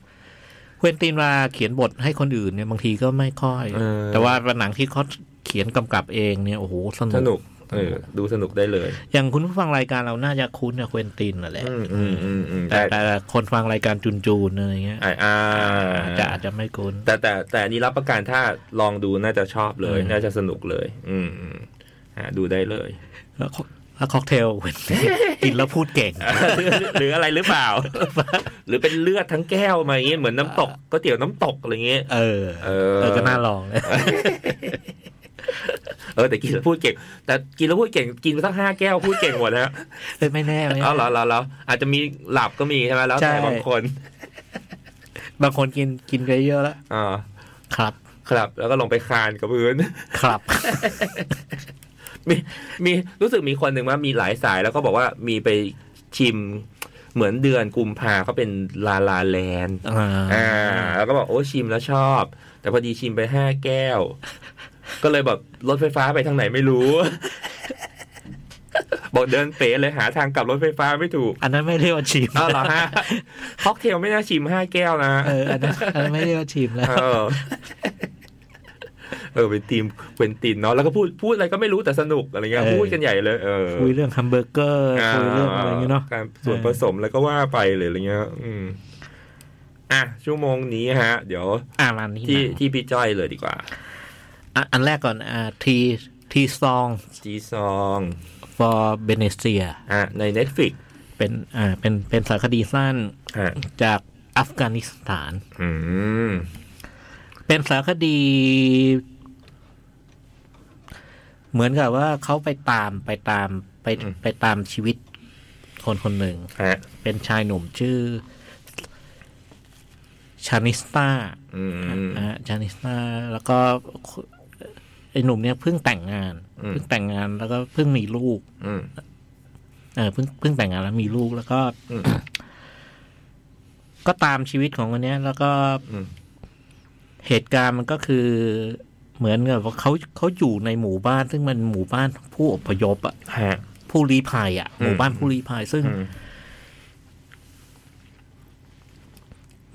C: เควินตินเวลาเขียนบทให้คนอื่นเนี่ยบางทีก็ไม่ค่อย
B: เออ
C: แต่ว่าหนังที่เขาเขียนกำกับเองเนี่ยโอ้โหสนุ
B: ส
C: ก
B: นุกเออดูสนุกได้เลย
C: อย่างคุณผู้ฟังรายการเราน่าจะคุ้นนะเควินตินนั่นแหละ
B: อืมอืมอืมอืม
C: แต่
B: แต่
C: แต่คนฟังรายการจุนจูนอะไรเงี้ย
B: อ่าอ่า
C: อาจจะอาจจะไม่คุ้น
B: แต่แต่แต่อันนี้รับประกันถ้าลองดูน่าจะชอบเลย
C: อืม
B: น่าจะสนุกเลย อืมอืมอ่าดูได้เลย
C: แล้วค็อกแล้วค็อกเทลเควินตินกินแล้วพูดเก่ง
B: *laughs* หรืออะไรหรือเปล่า *laughs* หรือเป็นเลือดทั้งแก้วมาอย่างเงี้ยเหมือนน้ำตกก๋วยเตี๋ยวน้ำตกอะไรเงี้ย
C: เออ
B: เออ
C: ก็น่าลองนะ *laughs*
B: เออแต่กินแล้วพูดเก่ง แต่กินแล้วพูดเก่งกินไปสักห้าแก้วพูดเก่งหมดแล้ว
C: เป็นไม่แน่ไหม
B: เอาเหรอเหรอเหรออาจจะมีหลับก็มีใช่ไหมแล้วแต่
C: ใช่
B: บางคน
C: บางคนกินกินไปเยอะแล้ว
B: อ่า
C: ครับ
B: ครับแล้วก็ลงไปคานกับพื้น *laughs*
C: ครับ
B: มีมีรู้สึกมีคนหนึ่งว่ามีหลายสายแล้วก็บอกว่ามีไปชิมเหมือนเดือนกุมภาเขาเป็นลาลาแลนด์
C: อ่า
B: อ่า แล้วก็บอกโอ้ชิมแล้วชอบ แต่พอดีชิมไปห้าแก้ว ก็เลยแบบรถไฟฟ้าไปทางไหนไม่รู้ *laughs* บอกเดินเป๋เลยหาทางกลับรถไฟฟ้าไม่ถูก
C: อันนั้นไม่เรียกว่าชิม
B: อ้าวเหรอ
C: *laughs*
B: ฮะค็อกเทลไม่น่าชิมห้าแก้วนะ
C: เอออันนั้นอันนั้นไม่เรียกว่าชิมแล้ว
B: เออ เออเป็นทีมเป็นตินเนาะแล้วก็พูดพูดอะไรก็ไม่รู้แต่สนุกอะไรเงี้ย
C: เออ
B: พูดกันใหญ่เลยเออ
C: คุยเรื่องฮัมเบอร์เกอร์คุยเรื่องอะไรอย่างเงี้ยเนาะ
B: การส่วนผสมแล้วก็ว่าไปเลยอะไรเงี้ย อืม อ่ะชั่วโมงนี้ฮะ เดี๋ยว
C: อ่ามานี่
B: ที่
C: นะ
B: ที่พี่จ้อยเลยดีกว่า
C: อ่ะอันแรกก่อนอ่าทีทีซอง
B: จีซอง
C: for Venecia
B: อ่ะใน Netflix
C: เป็นอ่าเป็นเป็นสารคดีสั้น
B: อ่ะ
C: จากอัฟกานิสถาน
B: อืม
C: เป็นสารคดี เหมือนกับว่าเขาไปตามไปตามไป
B: อืม
C: ไปตามชีวิตคนคนหนึ่ง
B: ฮะ
C: เป็นชายหนุ่มชื่อชานิสตา
B: อืม
C: นะฮะชานิสตาแล้วก็ไอหนุ่มเนี่ยเพิ่งแต่งงาน
B: อืม
C: เพิ่งแต่งงานแล้วก็เพิ่งมีลูก
B: อืม
C: เออเพิ่งเพิ่งแต่งงานแล้วมีลูกแล้วก็ *coughs*
B: อืม
C: ก็ตามชีวิตของคนเนี้ย แล้วก็
B: อืม
C: เหตุการณ์มันก็คือเหมือนกับว่าเขาเขาอยู่ในหมู่บ้านซึ่งมันหมู่บ้านผู้อพยพอะ
B: ฮะ
C: ผู้ลี้ภัยอะ
B: อืม
C: หมู่บ้านผู้ลี้ภัย ซึ่ง
B: อืม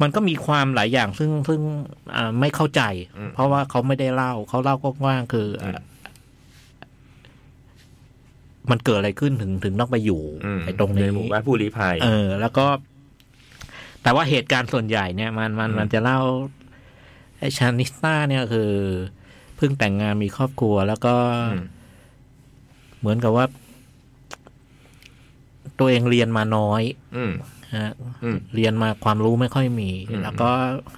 C: มันก็มีความหลายอย่าง ซึ่งซึ่งอ่าไม่เข้าใจ เพราะว่าเขาไม่ได้เล่าเขาเล่ากว้างๆคืออ่ะมันเกิดอะไรขึ้นถึงถึงต้องไปอยู่
B: อืม
C: ไอ้ตรงนี้
B: ในหมู่บ้านผู้ลี้ภัย
C: เออ แล้วก็ แต่ว่าเหตุการณ์ส่วนใหญ่เนี่ย มันมัน
B: อืม
C: มันจะเล่าไอ้ชานิสต้าเนี่ยคือเพิ่งแต่งงานมีครอบครัว แล้วก็
B: ม
C: เหมือนกับว่า ตัวเองเรียนมาน้อย
B: อืม
C: ฮะ
B: อืม
C: เรียนมาความรู้ไม่ค่อยมี
B: อืม
C: แล้วก็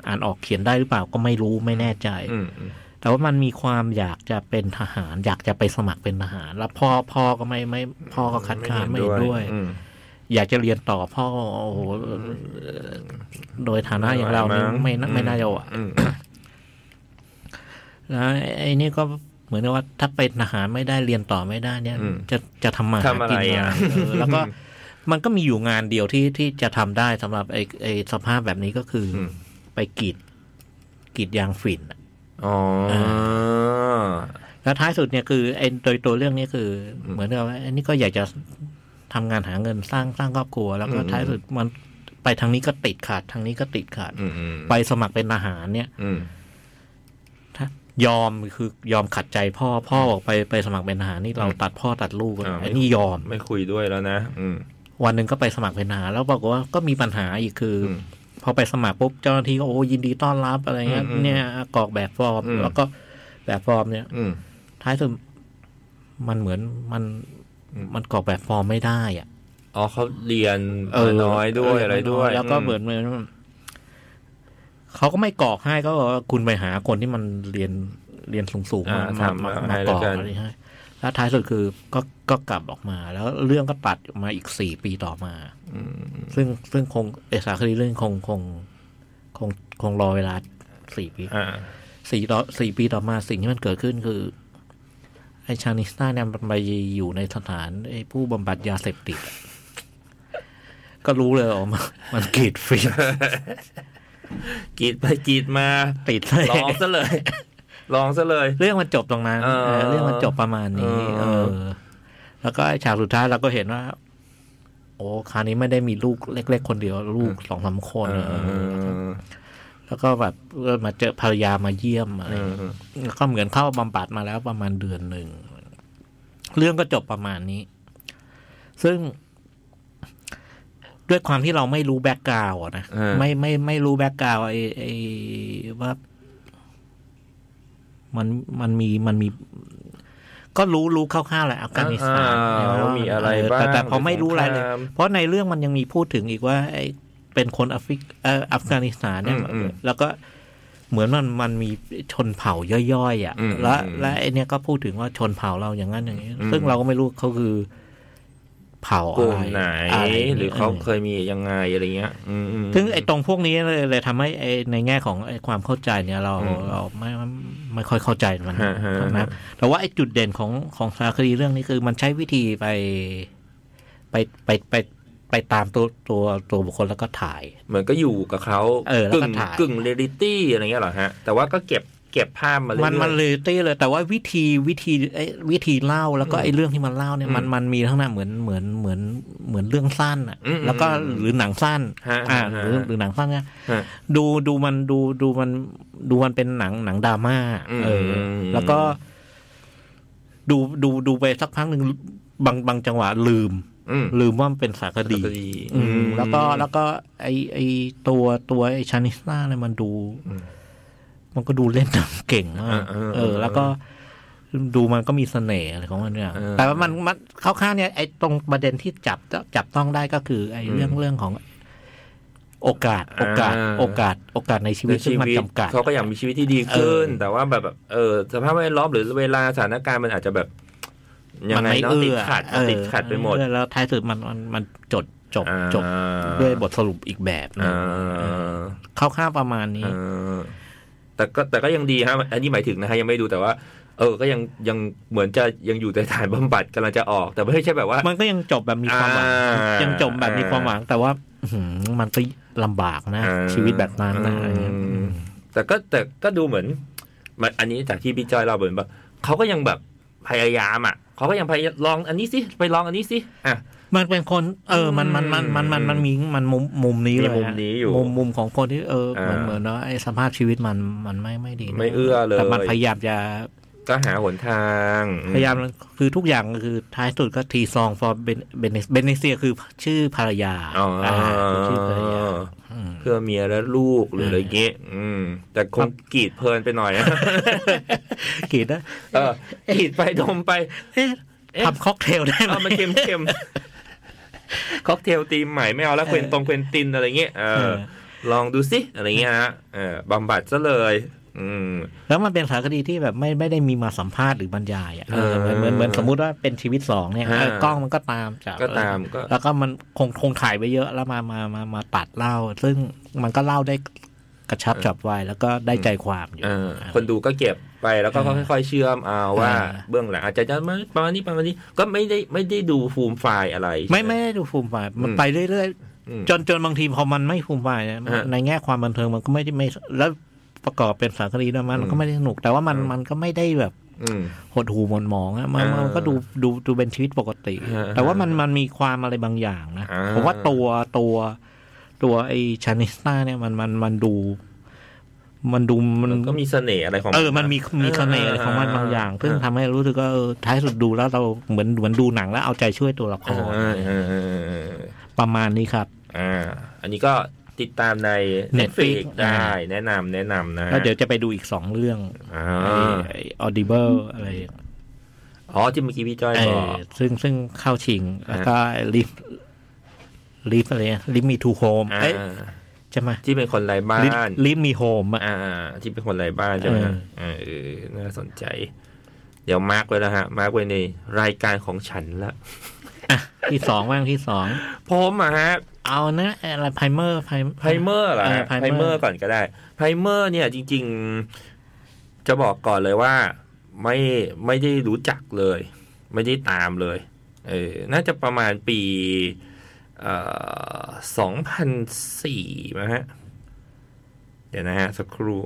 C: อ่านออกเขียนได้หรือเปล่าก็ไม่รู้ไม่แน่ใจ
B: อืมอืม
C: แต่ว่ามันมีความอยากจะเป็นทหาร อยากจะไปสมัครเป็นทหาร แล้วพ่อพ่อก็ไม่ไม่พ่อก็คัดค้านไม่เห็นด้วย
B: อืม
C: อยากจะเรียนต่อพ่อโอ้โหโดยฐานะอย่างเรานี่
B: ไม่ไหว
C: ไม่
B: มั้
C: น่าง ไม่น่าจะไหว
B: อืม
C: แล้วไอ้นี่ก็เหมือนกับว่าถ้าเป็นทหารไม่ได้เรียนต่อไม่ได้เนี่ย
B: อืม
C: จะจะทำมาหา
B: ทำอะไร
C: กิน
B: อ่ะ
C: งานเออ
B: *laughs*
C: แล้วก็มันก็มีอยู่งานเดียวที่ที่จะทำได้สำหรับไอ้ไอ้สภาพแบบนี้ก็คืออ
B: อืม
C: ไปกรีดกรีดยางฝิ่นอะ
B: อ๋ออ่า
C: แล้วท้ายสุดเนี่ยคือไอ้โดยตัวเรื่องเนี้คืออเหมือนกับว่าไอ้นี่ก็อยากจะทำงานหาเงินสร้างสร้างครอบครัว แล้วก็
B: อืม
C: ท้ายสุดมันไปทางนี้ก็ติดขาดทางนี้ก็ติดขาด
B: อืมอืม
C: ไปสมัครเป็นทหารเนี่ย
B: อืม
C: ถ้ายอมคือยอมขัดใจพ่อพ่อบอกไปไปสมัครเป็นทหารนี่เราตัดพ่อตัดลูก
B: อ่า
C: ไอ้นี่ยอม
B: ไม่คุยด้วยแล้วนะ อืม
C: วันหนึ่งก็ไปสมัครเป็นทหารแล้วบอกฏว่าก็มีปัญหาอีกคืออ
B: ม
C: พอไปสมัครปุ๊บเจ้าหน้าที่ก็โอ้ยินดีต้อนรับอะไรเงี้ย
B: อืมอืม
C: เนี่ยกรอกแบบฟอร์ม
B: อืม
C: แล้วก็แบบฟอร์มเนี่ย
B: อืม
C: ท้ายสุดมันเหมือนมัน
B: อืม
C: มันกรอกแบบฟอร์มไม่ได้อะ
B: อ๋อเขาเรียนมาน้อยด้วย
C: เ
B: อะไรด้วย
C: แล้วก็เหมือนเหมือนเขาก็ไม่กรอกให้ก็บอกว่าคุณไปหาคนที่มันเรียนเรียนสูงสูงๆ
B: อ่า
C: มา
B: ทำ
C: มา
B: เอา
C: มา
B: ให้
C: ก
B: แล้
C: ร
B: ว
C: อก
B: กัน
C: อะไรให้แล้วท้ายสุดคือก็ก็กลับออกมา แล้วเรื่องก็ตัดออกมาอีกสี่ปีต่อมา
B: อืม
C: ซึ่งซึ่งคงเอกสารคดีเรื่องคงคงคงคงรอเวลาสี่ปี
B: อ่า
C: สี่ต่อสี่ปีต่อมาสิ่งที่มันเกิดขึ้นคือ ไอชานิสต้าเนี่ยมันไปอยู่ในสถานไอผู้บำบัดยาเสพติดอะก็รู้เลยออกมามันกรีดฟิล์ม
B: กรีดไปกรีด
C: *laughs*
B: มา
C: ติดเลย
B: ลองซะเลยลองซะเลย
C: เรื่องมันจบตรงนั้น
B: เออ
C: เออเรื่องมันจบประมาณนี้
B: เอ
C: เอ
B: อ
C: อ แล้วก็ไอ้ฉากสุดท้ายเราก็เห็นว่า โอ้คราวนี้ไม่ได้มีลูกเล็ก ๆ คนเดียว ลูกสองสามคน
B: เอ
C: เออ
B: อ
C: แล้วก็แบบเออมาเจอภรรยามาเยี่ยมอะไร
B: เออ
C: แล้วก็เหมือนเข้าบำบัดมาแล้วประมาณเดือนหนึ่ง เรื่องก็จบประมาณนี้ ซึ่ง ด้วยความที่เราไม่รู้แบ็กกราวด์อะนะ
B: เออ
C: ไม่ไม่ไม่รู้แบ็กกราวด์ไอ้ไอ้ว่า มันมันมีมันมี ก็รู้รู้คร่าวๆแหละอัฟกานิสถาน
B: อ่า
C: เนี่ย
B: ว่ามีอะไรบ้าง
C: เแต่แต่พอไม่รู้อะไรเลย
B: สงคราม
C: เพราะในเรื่องมันยังมีพูดถึงอีกว่าไอ้เป็นคนแอฟริกเอ่ออัฟกานิสถานเนี่ย
B: อืมอืม
C: แล้วก็เหมือนมันมันมีชนเผ่าย่อยๆอ่ะ
B: อืม
C: และ
B: อืม
C: และไอเนี้ยก็พูดถึงว่าชนเผ่าเราอย่างนั้นอย่างนี้
B: อืม
C: ซึ่งเราก็ไม่รู้เขาคือ เผ่าก อะ
B: ลุ่ม
C: ไร
B: ไหน
C: ะย่งงี้ย
B: หรือเขา
C: เ
B: เคยมียังไงอะไรเงี้ย อืมอืม
C: ซึ่งไอ้ตรงพวกนี้เลยเลยทำให้ไอ้ในแง่ของไอ้ความเข้าใจเนี่ยเรา
B: อืม
C: เราไม่ไม่ไม่ค่อยเข้าใจมัน
B: ฮะฮะ
C: นะแต่ว่าไอ้จุดเด่นของของสารคดีเรื่องนี้คือมันใช้วิธีไปไปไปไปไปตามตัวตัวตัวบุคคลแล้วก็ถ่าย
B: เหมือนก็อยู่กับเขา
C: เออแล้ว
B: กึ่
C: ก็
B: ง
C: ถ่าย
B: กึ่งเรียลิตี้อะไรเงี้ยเหรอฮะ แต่ว่าก็เก็บเก็บภาพมาเรื่อย
C: มัน
B: ๆ
C: มันเลยตี้เลย แต่ว่าวิธีวิธีไอ้วิธีเล่าแล้วก็ไอ้เรื่องที่มันเล่าเนี่ยมัน
B: อืม
C: มันมีทั้งหน้าเหมือนเหมือนเหมือนเหมือนเรื่องสั้นอ่ะ
B: อืม
C: แล้วก็
B: อืม
C: หรือหนังสั้น
B: ฮะ
C: อ่า
B: ฮะ
C: หรือหรือหนังสั้นเนี่ย
B: ฮะ
C: ดูดูมันดูดูมันดูมันเป็นหนังหนังดราม่า
B: อืม
C: เออแล้วก็ ดูดูดูไปสักพักหนึ่งบางบางจังหวะลืม
B: อืม
C: ลืมว่ามันเป็นสารคดี
B: ก็ดี
C: อืม
B: อืม
C: แล้วก็แล้วก็ ไอไอตัวตัวไอชานิสนาเนี่ยมันดู มันก็ดูเล่นหนังเก่งมาก
B: เออเออ
C: เออ แล้วก็ดูมันก็มีเสน่ห์อะไรของมันเนี่ย
B: เออ
C: แต่ว่ามันมันเข้าข้างเนี่ยไอตรงประเด็นที่จับจับต้องได้ก็คือ ไอเรื่องเรื่องของ โอกาส โอกาส
B: อ่า
C: โอกาส โอกาสในชีวิ
B: ใน
C: ตซึ่
B: ชี
C: งมัน
B: วิต
C: จำกัด
B: เขาก็อยากมีชีวิตที่ดีขึ้น
C: เออ
B: แต่ว่าแบบแบบเออสภาพแวดล้อมหรือเวลาสถานการณ์มันอาจจะแบบยังไงเนาะติดขัด
C: เออ
B: ติดขัดไปหมด
C: เออแล้วท้ายสุดมันมันมันจดจบ
B: อ่า
C: จบด้วยบทสรุปอีกแบบหนึ
B: อ่
C: ง
B: า
C: เข้าข้างประมาณนี้
B: เออแต่ก็แต่ก็ยังดีฮะอันนี้หมายถึงนะฮะยังไม่ดูแต่ว่า เออ ก็ยังยังเหมือนจะยังอยู่ในฐานบำบัดกำลังจะออก แต่ไม่ใช่แบบว่า
C: มันก็ยังจบแบบมีความหวัง
B: อ่ายั
C: ยังจบแบบมีความหวัง แต่ว่าอื้อหือมันก็ลำบากนะ
B: อ่า
C: ชีวิตแบบนั้นนะอะไร
B: อื
C: เงี้ย
B: มแต่ก็แต่ก็ดูเหมือนมันอันนี้จากที่พี่จอยเราเหมือนแบบเขาก็ยังแบบพยายามอ่ะเขาก็ยังพยายามลองอันนี้สิไปลองอันนี้สิอ่ะ
C: มันเป็นคน เออ มันมันมันมันมันมันมีมันมุมมุมนี้เลย
B: มีมุมนี้อยู่
C: มุมมุมของคนที่เออเหมือน
B: อ่า
C: เหมือนเนาะไอ้สภาพชีวิตมันมันไม่ไม่ดีนะ
B: ไม่เอื้อเลย
C: แต่มันพยายามจะ
B: ก็หาหนทางอื
C: พยายามคือทุกอย่างคือท้ายสุดก็ทีซองฟอร์เบเนเบเนเซียคือชื่อภรรยา
B: อ๋ออา
C: คือชื่อภรรยา ม
B: เพื่อเมียและลูกหรืออะไรเงี้ยอืม แต่ค
C: ครั
B: ง
C: บ
B: กรีดเพลินไปหน่อย
C: กรีดนะ
B: เออ กรีดไปดมไป
C: เอ๊ะ
B: เอ๊ะ
C: ทำค็อกเทลได้ไหม
B: เอามันเค็มเค็มค็อกเทลตีมใหม่ไม่เอาแล้วเควนตรงเควนตินอะไรเงี้ยเอ
C: เอ
B: อ
C: อ
B: ลองดูสิอะไรเงี้ยฮะเออบำบัดซะเลย อืม
C: แล้วมันเป็นสารคดีที่แบบไม่ไม่ได้มีมาสัมภาษณ์หรือบรรยายอะ
B: เออ
C: เหมือนเหมือนเหมือนสมมุติว่าเป็นชีวิตสองเนี่ย
B: ฮะ
C: เออกล้องมันก็ตามจาก
B: ก็ตามก็
C: แล้วก็มันคงคงถ่ายไปเยอะแล้วมามามามาตัดเล่า ซึ่งมันก็เล่าได้กระชับจับไวแล้วก็ได้ใจความอยู่
B: เออ คนดูก็เก็บไปแล้วก็ค่อยๆเชื่อมเอาว่า
C: เออ
B: เบื้องหลังอาจจะประมาณนี้ประมาณนี้ ก็ไม่ได้ไม่ได้ดูฟูมไฟล์อะไร
C: ไม่ไม่ได้ดูฟูมไฟล์มัน
B: อืม
C: ไปเรื่อย
B: อืม
C: ๆ จนจนบางทีพอมันไม่ฟูมไฟล์เนี่ย
B: ฮะ
C: ในแง่ความบันเทิงมันก็ไม่ได้ไม่แล้วประกอบเป็นสารคดีด้วยมันมันก็ไม่ได้สนุกแต่ว่ามัน
B: อืม
C: มันก็ไม่ได้แบบ
B: อืม
C: หดหูหมนหมองอะมัน
B: อ่า
C: มันก็ดูดูดูเป็นชีวิตปกติ
B: ฮะ
C: แต่ว่ามันมันมีความอะไรบางอย่างนะ
B: อ่า
C: ผมว่าตัวตัวตัวไอชานิสต้าเนี่ยมันมันมันดู มันดูมัน
B: มันก็มีเสน่ห์อะไรของ
C: เออ มันมีมีเสน่ห์อะไรของมัน
B: เ
C: บางอย่าง ซึ่งทำให้รู้สึกว่าเออท้ายสุดดูแล้วเราเหมือนเหมือนดูหนังแล้วเอาใจช่วยตัวละค
B: เออ
C: ร
B: เออเออเออเออ
C: ประมาณนี้ครับ
B: อ่า อันนี้ก็ติดตามใน
C: Netflix
B: Netflix ได้ แนะนำแนะนำนะ
C: แล้วเดี๋ยวจะไปดูอีกสองเรื่อง
B: อ่า
C: ไอ้ออดิเบิลอะไร
B: อ๋อที่เมื่อกี้พี่จ้อย
C: ไอ้
B: บอก
C: ซึ่งซึ่งเข้าชิง แล้วก็ลิฟลิฟอะไรลิฟมีทูโฮม
B: อ่า
C: เอ้ยใช่ไหม
B: ที่เป็นคนไร้บ้าน
C: ลิฟมีโฮมอ่ะ
B: อ่าที่เป็นคนไร้บ้านใช่ไหม
C: เออ
B: เออน่าสนใจ เดี๋ยวมาร์กไว้แล้วฮะ มาร์กไว้ในรายการของฉันละ
C: ที่สองว่างที่สอง
B: ผมอะฮะ
C: เอานะอะไรไพเมอร์ไพ
B: ไพเมอร์เหรอ
C: เออ
B: ฮะ
C: Primer
B: ไพเมอร์ก่อนก็ได้ไพเมอร์เนี่ยจริง ๆ จะบอกก่อนเลยว่า ไม่ไม่ได้รู้จักเลย ไม่ได้ตามเลยเออน่าจะประมาณปีสองพันสี่อ2004มั้งฮะ เดี๋ยวนะฮะ สักครู่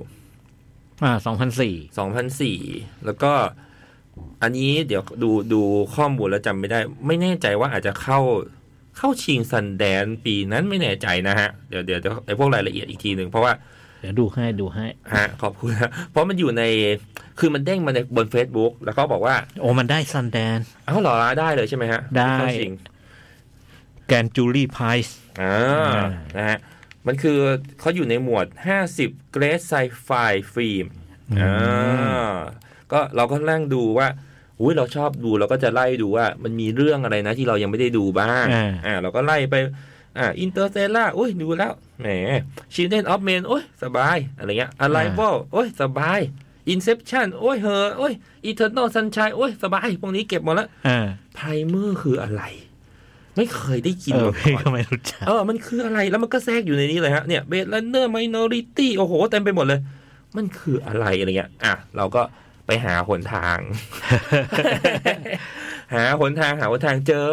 C: อ่าสองพันสี่
B: 2004 แล้วก็อันนี้เดี๋ยวดูดูข้อมูลแล้วจำไม่ได้ ไม่แน่ใจว่าอาจจะเข้าเข้าชิงซันแดนปีนั้นไม่แน่ใจนะฮะ เดี๋ยวเดี๋ยวเดี๋ยวไอ้พวกรายละเอียดอีกทีหนึ่งเพราะว่า
C: เดี๋ยวดูให้ดูให้
B: ฮะ ขอบคุณฮะเพราะมันอยู่ใน คือมันเด้งมาในบน Facebook แล้วเขาบอกว่า
C: โอ้มันได้ซันแดน
B: เอ้าเหรอได้เลยใช่ไหมฮะ
C: ได้
B: เข้าชิง
C: แกนจูรี่ไพรส์
B: อ่า
C: อ่า
B: นะฮะ มันคือเขาอยู่ในหมวด 50 Great Sci-Fi Film อ่า ก็เราก็นั่งดูว่าอุ้ยเราชอบดูเราก็จะไล่ดูว่า มันมีเรื่องอะไรนะที่เรายังไม่ได้ดูบ้าง
C: อ่า
B: อ่า เราก็ไล่ไป อ่า อินเตอร์เซล่าอุ้ยดูแล้ว แหมชินเดนออฟเมนโอ้ยสบาย อะไรเงี้ยอะไรวอลโอ้ยสบาย อินเซ t ชันโอ้ยเหอะโอ้ยอีเทอร์นอลซันชัยโอ้ยสบาย พวกนี้เก็บหมดแล้ว
C: อ่า
B: ไพรเมอร์คืออะไร ไม่เคยได้กิน
C: เออ
B: มา
C: พี่
B: ก่อน
C: ก็ไม่รู้จัก
B: เออ มันคืออะไร แล้วมันก็แทรกอยู่ในนี้เลยฮะ เนี่ยเบ d แลนเนอร์ไมโนริตี้โอ้โห เต็มไปหมดเลย มันคืออะไรอะไรเงี้ย อ่ะ เราก็ไปหาหนทาง *laughs* หาหนทางหาหนทางเจอ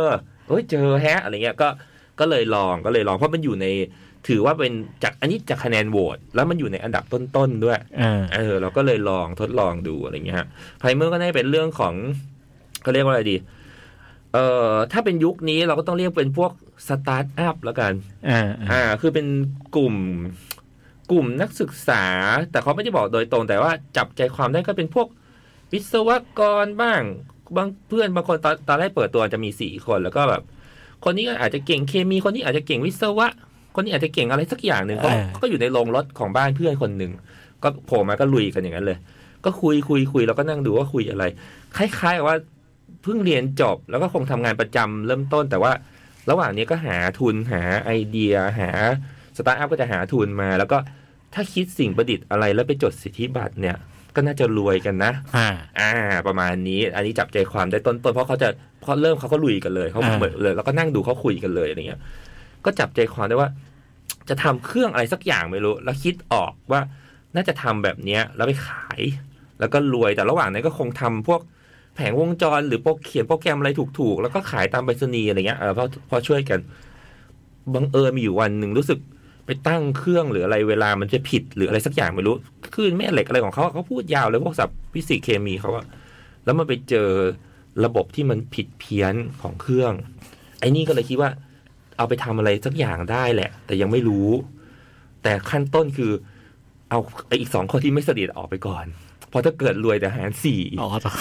B: เอ้ย เจอแฮะ อะไรเงี้ย ก็ ก็เลยลอง ก็เลยลอง เพราะมันอยู่ใน ถือว่าเป็นจาก อันนี้จากคะแนนโหวต แล้วมันอยู่ในอันดับต้นๆด้วย
C: อ่า
B: เออเราก็เลยลองทดลองดูอะไรเงี้ยฮะไพเมอร์ก็ได้เป็นเรื่องของเขาเรียกว่าอะไรดี เอ่อถ้าเป็นยุคนี้เราก็ต้องเรียกเป็นพวกสตาร์ทอัพแล้วกัน
C: อ่าอ่า
B: อ่า คือเป็นกลุ่ม กลุ่มนักศึกษา แต่เขาไม่ได้บอกโดยตรง แต่ว่าจับใจความได้ก็เป็นพวกวิศวกรบ้างบางเพื่อนบางคนตอนตอนแรกเปิดตัวจะมีสี่คน แล้วก็แบบ คนนี้ก็อาจจะเก่งเคมีคนนี้อาจจะเก่งวิศวะ คนนี้อาจจะเก่งอะไรสักอย่างหนึ่งเขาเขาก็อยู่ในโรงรถของบ้านเพื่อนคนหนึ่งก็โผล่มาก็ลุยกันอย่างนั้นเลย ก็คุยคุยคุยแล้วก็นั่งดูว่าคุยอะไร คล้ายๆกับว่าเพิ่งเรียนจบแล้วก็คงทำงานประจำเริ่มต้นแต่ว่า ระหว่างนี้ก็หาทุนหาไอเดียหาสตาร์ทอัพก็จะหาทุนมา แล้วก็ถ้าคิดสิ่งประดิษฐ์อะไรแล้วไปจดสิทธิบัตรเนี่ย ก็น่าจะรวยกันนะ
C: อ่า
B: อ่า ประมาณนี้ อันนี้จับใจความได้ต้นๆเพราะเขาจะพอเริ่มเขาก็ลุยกันเลยเขา
C: อ่า
B: เหมือนเลยแล้วก็นั่งดูเขาคุยกันเลยอะไรเงี้ย ก็จับใจความได้ว่า จะทำเครื่องอะไรสักอย่างไม่รู้ แล้วคิดออกว่าน่าจะทำแบบเนี้ยแล้วไปขาย แล้วก็รวยแต่ระหว่างนั้นก็คงทำพวกแผงวงจรหรือโปรเขียนโปรแกรมอะไรถูกๆ แล้วก็ขายตามไปรษณีย์อะไรเงี้ยเออพอพอช่วยกันบังเอิญมีอยู่วันหนึ่งรู้สึกไปตั้งเครื่องหรืออะไรเวลามันจะผิดหรืออะไรสักอย่างไม่รู้คลื่นแม่เหล็กอะไรของเขาเขาพูดยาวเลยพวกศัพท์ฟิสิกส์เคมีเขาอะแล้วมันไปเจอระบบที่มันผิดเพี้ยนของเครื่อง ไอ้นี่ก็เลยคิดว่า เอาไปทำอะไรสักอย่างได้แหละ แต่ยังไม่รู้ แต่ขั้นต้นคือ เอาไอ้อีกสองคนที่ไม่สนิทออกไปก่อน เพราะถ้าเกิดรวยแต่หารสี่
C: อ๋อต่อ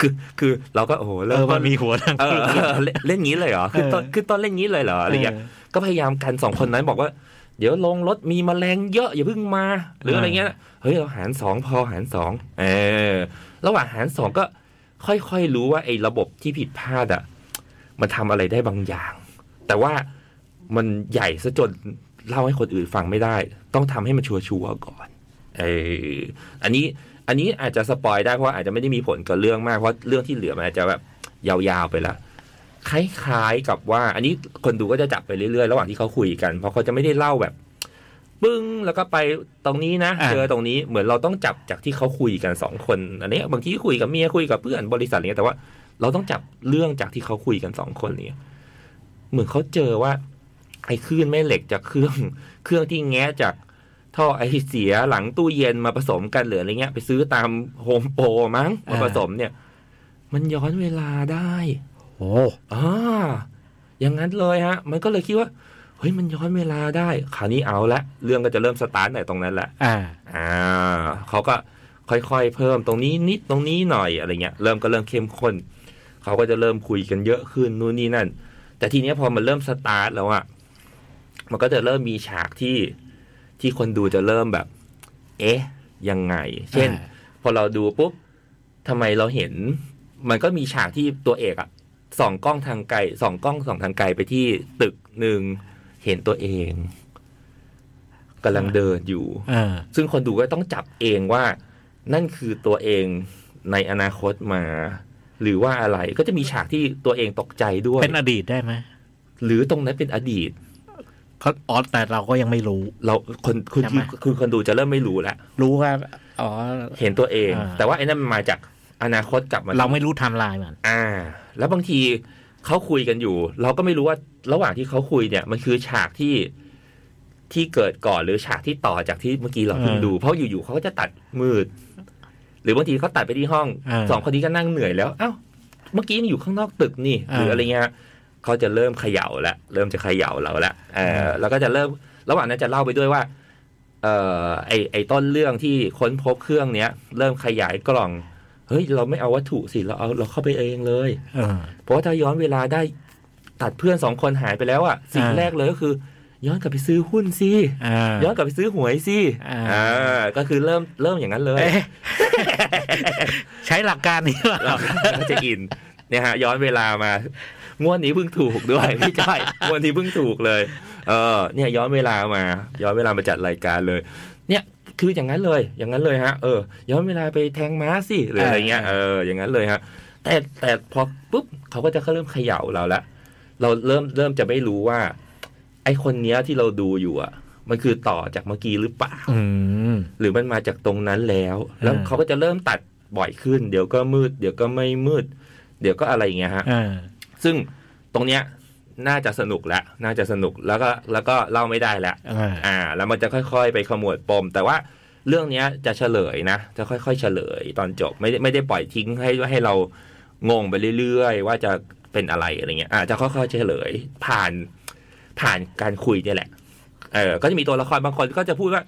B: คือคือเราก็โอ้โห
C: เอ
B: เริ่ม
C: อ
B: ต้
C: มัน
B: น
C: มีหัวทั้ง
B: เอ
C: คู่
B: อเออเล่นเล่นงี้เลยเหรอคือต้น
C: เออ
B: คือต้นเล่นงี้เลยเหรออะไรอย่างเงี้ย ก็พยายามกันสองคนนั้นบอกว่า เดี๋ยวลงรถมีแมลงเยอะอย่าเพิ่งมา หรืออะไรเงี้ยเฮ้ยเราหารสองพอหารสองเออระหว่างหารสองก็ค่อยๆรู้ว่าไอ้ระบบที่ผิดพลาดอ่ะมันทำอะไรได้บางอย่าง แต่ว่ามันใหญ่ซะจนเล่าให้คนอื่นฟังไม่ได้ ต้องทำให้มันชัวร์ๆก่อนเอออันนี้อันนี้อาจจะสปอยได้เพราะว่าอาจจะไม่ได้มีผลกับเรื่องมากเพราะเรื่องที่เหลือมันอาจจะแบบยาวๆไปละ คล้ายๆกับว่า อันนี้คนดูก็จะจับไปเรื่อยๆ ระหว่างที่เขาคุยกัน เพราะเขาจะไม่ได้เล่าแบบ ปึ้งแล้วก็ไปตรงนี้นะ
C: อ่า
B: เจอตรงนี้เหมือนเราต้องจับจากที่เขาคุยกันสองคนอันเนี้ยบางทีคุยกับเมียคุยกับเพื่อนบริษัทอะไรเงี้ยแต่ว่าเราต้องจับเรื่องจากที่เขาคุยกันสองคนเนี่ยเหมือนเขาเจอว่า ไอ้คลื่นแม่เหล็กจากเครื่อง *laughs* เครื่องที่แงะจากท่อไอเสียหลังตู้เย็นมาผสมกันหรืออะไรเงี้ย ไปซื้อตามโฮมโปรมั้งมาผสมเนี่ย มันย้อนเวลาได้
C: โอ้
B: อ่าอย่างนั้นเลยฮะ มันก็เลยคิดว่า เฮ้ย มันย้อนเวลาได้ คราวนี้เอาละ เรื่องก็จะเริ่มสตาร์ทไหนตรงนั้นแหละ
C: อ่า
B: อ่าเขาก็ค่อยๆ เพิ่มตรงนี้นิดตรงนี้หน่อยอะไรเงี้ย เริ่มก็เริ่มเข้มข้น เขาก็จะเริ่มคุยกันเยอะขึ้นนู่นนี่นั่น แต่ทีเนี้ยพอมันเริ่มสตาร์ทแล้วอะมันก็จะเริ่มมีฉากที่ที่คนดูจะเริ่มแบบ เอ๊ะ ยังไง เช่น
C: อ่า
B: พอเราดูปุ๊บทำไมเราเห็น มันก็มีฉากที่ตัวเอกอะส่องกล้องทางไกลส่องกล้องส่องทางไกลไปที่ตึกหนึ่งเห็นตัวเองกำลังเดินอยู่
C: อ่า
B: ซึ่งคนดูก็ต้องจับเองว่า นั่นคือตัวเองในอนาคตมา หรือว่าอะไรก็จะมีฉากที่ตัวเองตกใจด้วย
C: เป็นอดีตได้ไหม
B: หรือตรงนั้นเป็นอดีต
C: เขาอ๋อแต่เราก็ยังไม่รู้
B: เราคนคุณ
C: ใช่ไหม
B: คือคนดูจะเริ่มไม่รู้แล้ว
C: รู้ว่า อ๋อ
B: เห็นตัวเอง
C: อ่า
B: แต่ว่าไอ้นั่นมันมาจากอนาคตกลับมา
C: เราไม่รู้ไทม์ไลน์มัน
B: อ่า แล้วบางทีเขาคุยกันอยู่ เราก็ไม่รู้ว่าระหว่างที่เขาคุยเนี่ย มันคือฉากที่ที่เกิดก่อนหรือฉากที่ต่อจากที่เมื่อกี้เราเพิ่ง
C: อ่า
B: ดู เพราะอยู่ๆเขาก็จะตัดมืด หรือบางทีเขาตัดไปที่ห้อง
C: อ่า
B: สองคนนี้ก็นั่งเหนื่อยแล้ว เอ้า เมื่อกี้ยังอยู่ข้างนอกตึกนี่ หรือ
C: อ่า
B: อะไรเงี้ยเขาจะเริ่มเขย่าแล้วเริ่มจะเขย่าเราแล้วเออแล้วก็จะเริ่มระหว่างนั้นจะเล่าไปด้วยว่า เอ่อไอไอต้นเรื่องที่ค้นพบเครื่องเนี้ย เริ่มขยายกล่อง เฮ้ย เราไม่เอาวัตถุสิ เราเอาเราเข้าไปเองเลย
C: เออ
B: เพราะว่าถ้าย้อนเวลาได้ตัดเพื่อนสองคนหายไปแล้วอะสิ่ง
C: อ่า
B: แรกเลยก็คือ ย้อนกลับไปซื้อหุ้นสิ
C: อ่า
B: ย้อนกลับไปซื้อหวยสิ
C: อ่า
B: อ่าก็คือเริ่มเริ่มอย่างนั้นเลย
C: เอ๊ะ ใช้หลักการนี้เหรอ
B: ก็จะอินเนี่ยฮะย้อนเวลามางวดนี้เพิ่งถูก
C: *laughs*
B: ด้วยพี่จ้อยงวดนี้เพิ่งถูกเลย เออ เนี่ย ย้อนเวลามา ย้อนเวลามาจัดรายการเลย เนี่ยคืออย่างนั้นเลย อย่างนั้นเลยฮะ เออ ย้อนเวลาไปแทงม้าสิหรืออะไรเงี้ย
C: อ่า
B: เอออย่างนั้นเลยฮะ แต่แต่พอปุ๊บเขาก็จะเริ่มเขย่าเราละเราเริ่มเริ่มจะไม่รู้ว่า ไอคนเนี้ยที่เราดูอยู่อ่ะ มันคือต่อจากเมื่อกี้หรือเปล่า
C: อืม
B: หรือมันมาจากตรงนั้นแล้ว แล้ว
C: อ่า
B: เขาก็จะเริ่มตัดบ่อยขึ้น เดี๋ยวก็มืด เดี๋ยวก็ไม่มืด เดี๋ยวก็อะไรอย่างเงี้ยฮะ
C: อ่า
B: ซึ่งตรงเนี้ยน่าจะสนุกแล้วน่าจะสนุกแล้วก็แล้วก็เล่าไม่ได้แล้ว
C: อ่า
B: อ่า แล้วมันจะค่อยๆ ไปขมวดปม แต่ว่าเรื่องเนี้ยจะเฉลยนะ จะค่อยๆ เฉลยตอนจบไม่ได้ไม่ได้ปล่อยทิ้งให้ให้เรางงไปเรื่อยๆ ว่าจะเป็นอะไรอะไรเงี้ยอ่าจะค่อยๆ เฉลยผ่านผ่านการคุยเนี่ยแหละ เออก็จะมีตัวละครบางคนก็จะพูดว่า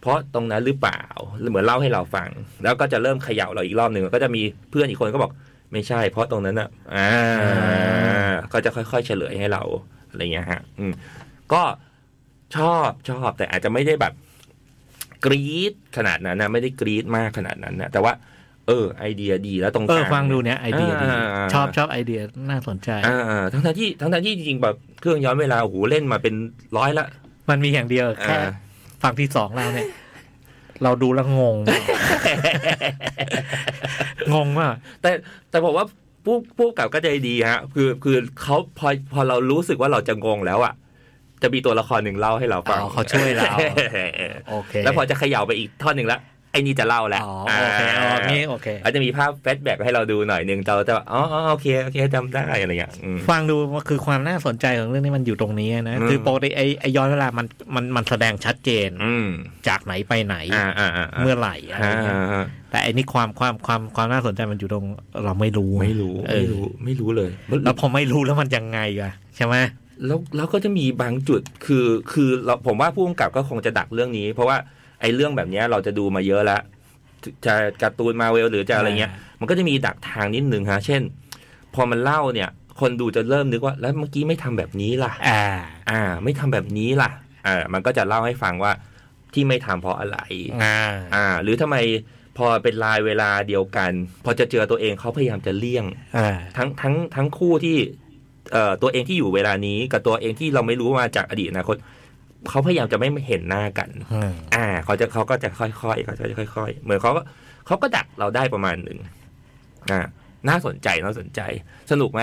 B: เพราะตรงนั้นหรือเปล่าเหมือนเล่าให้เราฟัง แล้วก็จะเริ่มเขย่าเราอีกรอบหนึ่งก็จะมีเพื่อนอีกคนก็บอก ไม่ใช่ เพราะตรงนั้นอ่ะอ่า
C: อ่า
B: ก็จะค่อยๆ เฉลยให้เราอะไรเงี้ยฮะ อืมก็ ชอบชอบแต่อาจจะไม่ได้แบบกรี๊ดขนาดนั้นนะไม่ได้กรี๊ดมากขนาดนั้นนะแต่ว่า เออ ไอเดียดีแล้วตรงก
C: เออ
B: ลาง
C: ฟังดูเนี่ยไอเดียดี
B: อ่าอ่า
C: ชอบชอบไอเดียน่าสนใจ
B: อ่าทั้งทั้งๆที่ทั้งทั้งๆที่จริงๆแบบเครื่องย้อนเวลาโอ้โหเล่นมาเป็นร้อยละ
C: มันมีอย่างเดียวแค่
B: อ่า
C: ฝั่งที่สองเราเนี่ย เราดูแล้วง
B: *laughs*
C: ง งงว่ะ
B: แต่แต่ผมว่าผู้ผู้กำกับก็ใจดีฮะ คือคือเขาพอพอเรารู้สึกว่าเราจะงงแล้วอ่ะ จะมีตัวละครหนึ่งเล่าให้เราฟัง
C: อ๋อเขาช่วยเรา โอเค
B: แล้วพอจะเขย่าไปอีกท่อนหนึ่งแล้วไอ้นี่จะเล่าแหละ
C: อ๋อโอเคอ๋อมีโอเค
B: อาจจะมีภาพแฟลชแบ็กให้เราดูหน่อยหนึ่งเราจะแบบอ๋ออ๋อโอเค โอเคจำได้อะไรอย่างเงี้ยอืม
C: ฟังดูว่าคือความน่าสนใจของเรื่องนี้มันอยู่ตรงนี้นะ
B: อืม
C: คือปกติไอ้ไอ้ย้อนเวลามันมันมันแสดงชัดเจน
B: อืม
C: จากไหนไปไหน
B: อ่าอ่าอ่า
C: เมื่อไหร่อะไร
B: อ่า
C: เงี้ย
B: อ่า
C: แต่อันนี้ความความความความน่าสนใจมันอยู่ตรงเราไม่รู้
B: ไม่รู้
C: เอ
B: ไม่
C: อ
B: รู้ไม่รู้เลย
C: แล้
B: แล้ว
C: วพอไม่รู้แล้วมันยังไงอะใช่ไหม
B: แล้วแล้วก็จะมีบางจุดคือคือเราผมว่าผู้กำกับก็คงจะดักเรื่องนี้ เพราะว่าไอ้เรื่องแบบเนี้ยเราจะดูมาเยอะแล้วจะการ์ตูนมาเวลหรือจะอะไรเงี้ย มันก็จะมีดักทางนิดนึงฮะ เช่น พอมันเล่าเนี่ย คนดูจะเริ่มนึกว่าแล้วเมื่อกี้ไม่ทำแบบนี้ล่ะ
C: อ่า
B: อ่า ไม่ทำแบบนี้ล่ะอ่ามันก็จะเล่าให้ฟังว่าที่ไม่ทำเพราะอะไร
C: อ่า
B: อ่า หรือทำไมพอเป็นลายเวลาเดียวกัน พอจะเจอตัวเองเขาพยายามจะเลี่ยง
C: อ่า
B: ทั้งทั้งทั้งคู่ที่เอ่อตัวเองที่อยู่เวลานี้ กับตัวเองที่เราไม่รู้มาจากอดีตอนาคตเขาพยายามจะไม่เห็นหน้ากัน
C: อืม
B: อ่าเขาจะเขาก็จะค่อยๆเขาจะค่อย ๆ เหมือนเขาก็เขาก็ดักเราได้ประมาณหนึ่งอ่าน่าสนใจน่าสนใจ สนุกไหม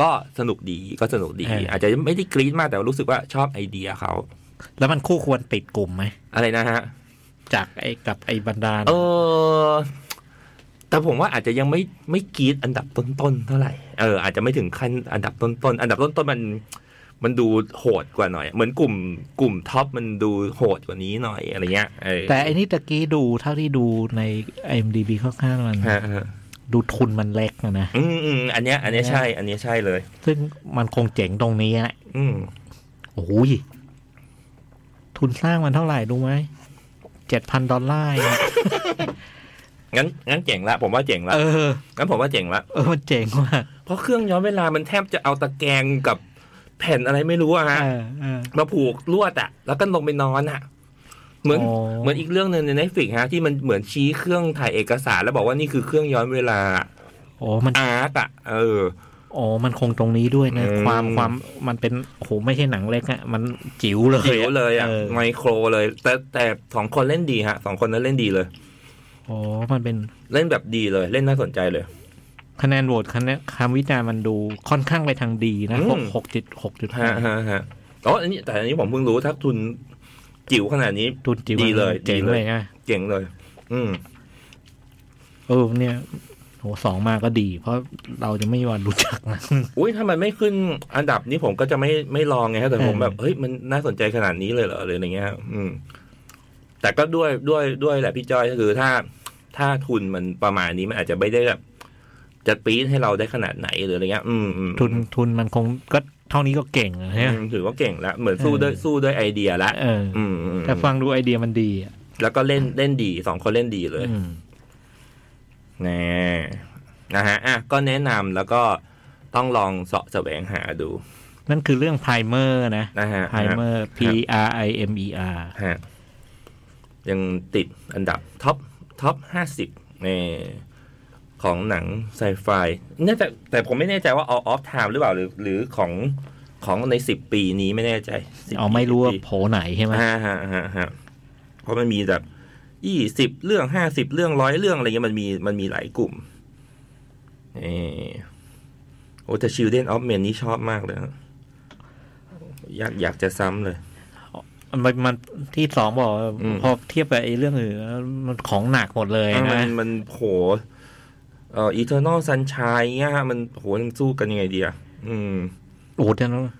B: ก็สนุกดีก็สนุกดี
C: เอออ
B: อาจจะไม่ได้กรี๊ดมากแต่รู้สึกว่าชอบไอเดียเขา
C: แล้วมันคู่ควรติดกลุ่มไหม
B: อะไรนะฮะ
C: จากไอ้กับไอ้บรรดาล
B: เออ แต่ผมว่าอาจจะยังไม่ไม่กรีดอันดับต้นๆเท่าไหร่เอออาจจะไม่ถึงขั้นอันดับต้นๆอันดับต้นๆมัน มันดูโหดกว่าหน่อย เหมือนกลุ่มกลุ่มท็อปมันดูโหดกว่านี้หน่อยอะไรเงี้ยเออ
C: แต่ไอ้นี่ตะกี้ดูเท่าที่ดูใน IMDB ค่อนข้างมัน
B: ฮะฮะ
C: ดูทุนมันเล็กนะนะ
B: อืมอืมอันเนี้ย อันเนี้ยใช่ อันเนี้ยใช่เลย
C: ซึ่งมันคงเจ๋งตรงนี้แหละ
B: อืม
C: โอ้ยทุนสร้างมันเท่าไหร่รู้ไหมเจ็ดพันดอลลาร์เอง
B: งั้นงั้นเจ๋งละ ผมว่าเจ๋งละ
C: เออ
B: งั้นผมว่าเจ๋งละ
C: เออ มันเจ๋งว่ะ
B: เพราะเครื่องย้อนเวลามันแทบจะเอาตะแกรงกับแผ่นอะไรไม่รู้อะฮะ
C: เออเออ
B: มาผูกลวดอะแล้วก็ลงไปนอนอะเหมือน
C: อ๋อ
B: เหมือนอีกเรื่องหนึ่งใน Netflix ฮะ ที่มันเหมือนชี้เครื่องถ่ายเอกสารแล้วบอกว่านี่คือเครื่องย้อนเวลา
C: โอ้มัน
B: อาร์ตอะเออ
C: โอ้มันคงตรงนี้ด้วยนะ
B: อืม
C: ความความมันเป็นโอ้โหไม่ใช่หนังเล็กอะมันจิ๋วเลย
B: เขียวเลยอะไม
C: โอ้
B: โครเลย แต่แต่สองคนเล่นดีฮะสองคนนั้นเล่นดีเลย
C: โอ้มันเป็น
B: เล่นแบบดีเลย เล่นน่าสนใจเลย
C: คะแนนโหวตคะแนนคำวิจารณ์มันดูค่อนข้างไปทางดีนะ
B: อืม
C: หกหกจุดหกจุด
B: ฮะฮะฮะอ๋ออันนี้แต่อันนี้ผมเพิ่งรู้ถ้าทุนจิ๋วขนาดนี้
C: ตุนจี
B: ดีเลย
C: เจ๋ง
B: ดีเลย
C: เลยนะ
B: เก่งเลย อืม
C: เออเนี่ยโหสองมาก็ดี เพราะเราจะไม่มีวันรู้จักนะ
B: อุ้ยถ้ามันไม่ขึ้นอันดับนี้ผมก็จะไม่ไม่ลองไงฮะแต่ผม
C: อืม
B: แบบเฮ้ยมันน่าสนใจขนาดนี้เลยเหรอหรืออะไรเงี้ยฮะอืม แต่ก็ด้วยด้วยด้วยแหละพี่จ้อยก็คือถ้าถ้าทุนมันประมาณนี้มันอาจจะไม่ได้แบบจะปี๊ดให้เราได้ขนาดไหนหรืออะไรเงี้ยอืมอืม
C: ทุนทุนมันคงก็เท่านี้ก็เก่งนะ
B: อื
C: ฮะ
B: มถือว่าเก่งละเหมือนสู้ด้วย
C: เออ
B: สู้ด้วยไอเดียละ
C: เออ
B: อืมอืม
C: แต่ฟังดูไอเดียมันดีอะ
B: แล้วก็เล่นเล่นดีสองคนเล่นดีเลย
C: อืม
B: แน่นะฮะอ่ะก็แนะนำแล้วก็ต้องลองเสาะแสวงหาดู
C: นั่นคือเรื่อง primer นะ
B: นะฮะ
C: primer P R I M E R
B: ฮะยังติดอันดับท็อปท็อปห้าสิบในของหนังไซไฟน่าจะแต่ผมไม่แน่ใจว่าออฟไทม์หรือเปล่าหรือหรือของของในสิบปีนี้ไม่แน่ใจ10
C: เอาไม่รู้ว่า
B: ปี
C: โผไหนใช่ไหม
B: ฮะฮะฮะฮะเพราะมันมีแบบยี่สิบเรื่องห้าสิบเรื่องร้อยเรื่องอะไรเงี้ยมันมีมันมีหลายกลุ่มเออโอ้แต่ Children of Men นี่ชอบมากเลยฮะอยากอยากจะซ้ำเลย
C: มันมันที่สองบอกว่า
B: อืม
C: พอเทียบกับไอ้เรื่องอื่นแล้วมันของหนักหมดเลย
B: เออมั
C: นะ
B: นมันโหเอ่ออีเทอร์นอลซันชายเงี้ยฮะมันโหมันสู้กันยังไงดีอ่ะอืม
C: โอ้โหเดี๋ยวนะ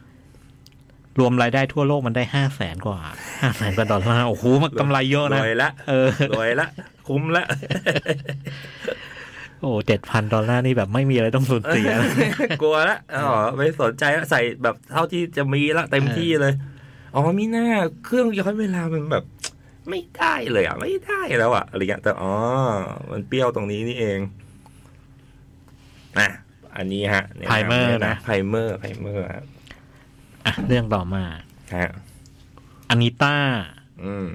C: รวมรายได้ทั่วโลกมันได้ห้าแสนกว่าห้าแสนกว่าดอลลาร์โอ้โหมันกำไรเยอะ
B: ร
C: นะ
B: วยละ
C: เออ
B: รวยละ คุ้มละ *laughs*
C: โอ้เจ็ดพันดอลลาร์นี่แบบไม่มีอะไรต้องสูญเสีย
B: กลัวละอ๋อไม่สนใจละใส่แบบเท่าที่จะมีละเต็มที่เลย อ๋อมีหน้า เครื่องย้อนเวลามันแบบ ไม่ได้เลยอ่ะ ไม่ได้แล้วอ่ะอะไรเงี้ยแต่อ๋อ มันเปรี้ยวตรงนี้นี่เองนะอันนี้ฮะแนะนำ
C: Primer นะ
B: ไพเมอร์ไพเมอร์
C: อ่ะเรื่องต่อมา
B: ฮะ
C: อนิต้า
B: อืม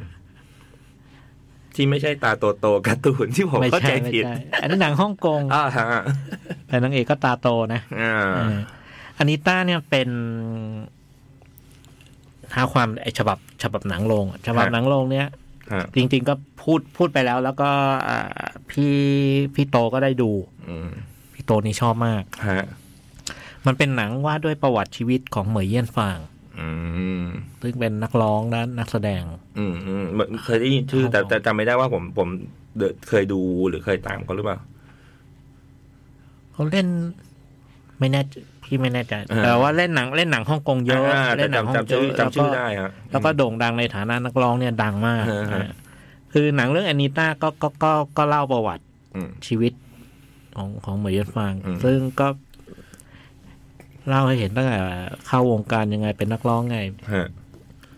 B: ที่ไม่ใช่ตาโตโตๆการ์ตูนที่ผม
C: ไม่
B: เข้า
C: ใช่
B: ใจ
C: ไม่
B: ผิด
C: ใช่อันนี้หนังฮ่องกง
B: อ่าฮะ
C: แต่นางเอกก็ตาโตนะ
B: อ่า
C: เอออันนิต้าเนี่ยเป็นท้าความไอฉบับ ฉบับหนังโรงอะฉบับหนังโรงเนี่ย
B: ฮะ
C: จริง ๆ ก็พูดพูดไปแล้ว แล้วก็อ่าพี่พี่โตก็ได้ดู
B: อืม
C: พี่โตนี่ชอบมาก
B: ฮะ
C: มันเป็นหนังว่าด้วยประวัติชีวิตของเหมยเยี่ยนฟาง
B: อืม
C: ซึ่งเป็นนักร้องและนักแสดง
B: อืมอืมเหมือนเคยได้ยินชื่อ แต่แต่จำไม่ได้ว่าผมผมเดอะเคยดูหรือเคยตามเขาหรือเปล่า
C: เขาเล่น ไม่แน่ใจพี่ไม่แน่ใจ
B: อ่า
C: แต่ว่าเล่นหนังเล่นหนังฮ่องกงเยอะ
B: าแต่
C: เล่นหนังฮ่
B: จำ
C: อง
B: จำ
C: ก
B: ชื่อจำ
C: งแล้ว
B: ชื่อ
C: ก็
B: ได้ฮะ
C: แล้วก็โด่งดังในฐานะนักร้องเนี่ยดังมาก
B: อ่าฮะ
C: นะคือหนังเรื่องอนิต้าก็ก็ก็ก็เล่าประวัติ
B: อืม
C: ชีวิตของของเหมยเยี่ยนฟาง
B: อืม
C: ซึ่งก็เล่าให้เห็นตั้งแต่เข้าวงการยังไงเป็นนักร้องไง
B: ฮะ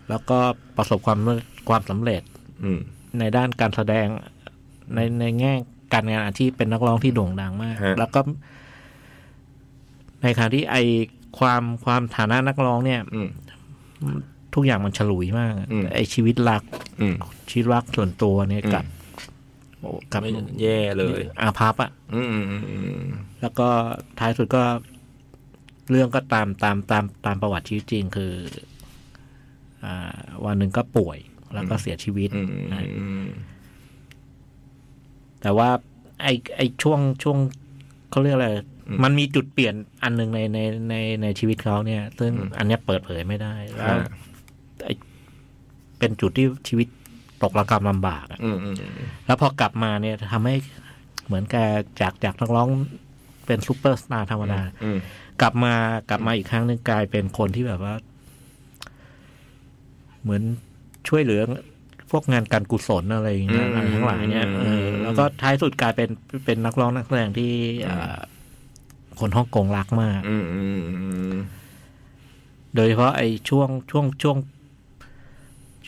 C: แล้วก็ประสบความความสำเร็จ
B: อืม
C: ในด้านการแสดงในในแง่การงานอาชีพเป็นนักร้องที่โด่งดังมาก
B: ฮะ
C: แล้วก็ ในขณะที่ไอความความฐานะนักร้องเนี่ย
B: อืม
C: ทุกอย่างมันฉลุยมากอะ
B: อืม
C: ไอชีวิตรัก
B: อืม
C: ชีวิตรักส่วนตัวเนี่ย
B: อืม
C: กับโอ้กับ
B: ไม่แย่เลย
C: อาภัพอะ
B: อืมอืมอืมอืม
C: แล้วก็ท้ายสุดก็ เรื่องก็ตามตามตามตามประวัติชีวิตจริงคือ อ่า วันหนึ่งก็ป่วย แล้วก็เสียชีวิต
B: อืมอืมอืม
C: แต่ว่าไอไอช่วงช่วงเขาเรียกอะไร มันมีจุดเปลี่ยนอันหนึ่งในในในในชีวิตเขาเนี่ย ซึ่งอันเนี้ยเปิดเผยไม่ได้แล้ว
B: ฮะ
C: เป็นจุดที่ชีวิตตกระกำลำบากอะ
B: อืมอืม
C: แล้วพอกลับมาเนี่ยทำให้เหมือนแกจากจากนักร้องเป็นซูเปอร์สตาร์ธรรมดา
B: อืม
C: กลับมากลับมาอีกครั้งหนึ่งกลายเป็นคนที่แบบว่า เหมือนช่วยเหลือพวกงานการกุศลอะไรอย่างเงี้ยอะไรทั้งหลายเนี่ยเออแล้วก็ท้ายสุดกลายเป็นเป็นนักร้องนักแสดงที่อ่าคนฮ่องกงรักมาก
B: อืมอืมอืม
C: โดยเฉพาะไอ้ช่วงช่วงช่วง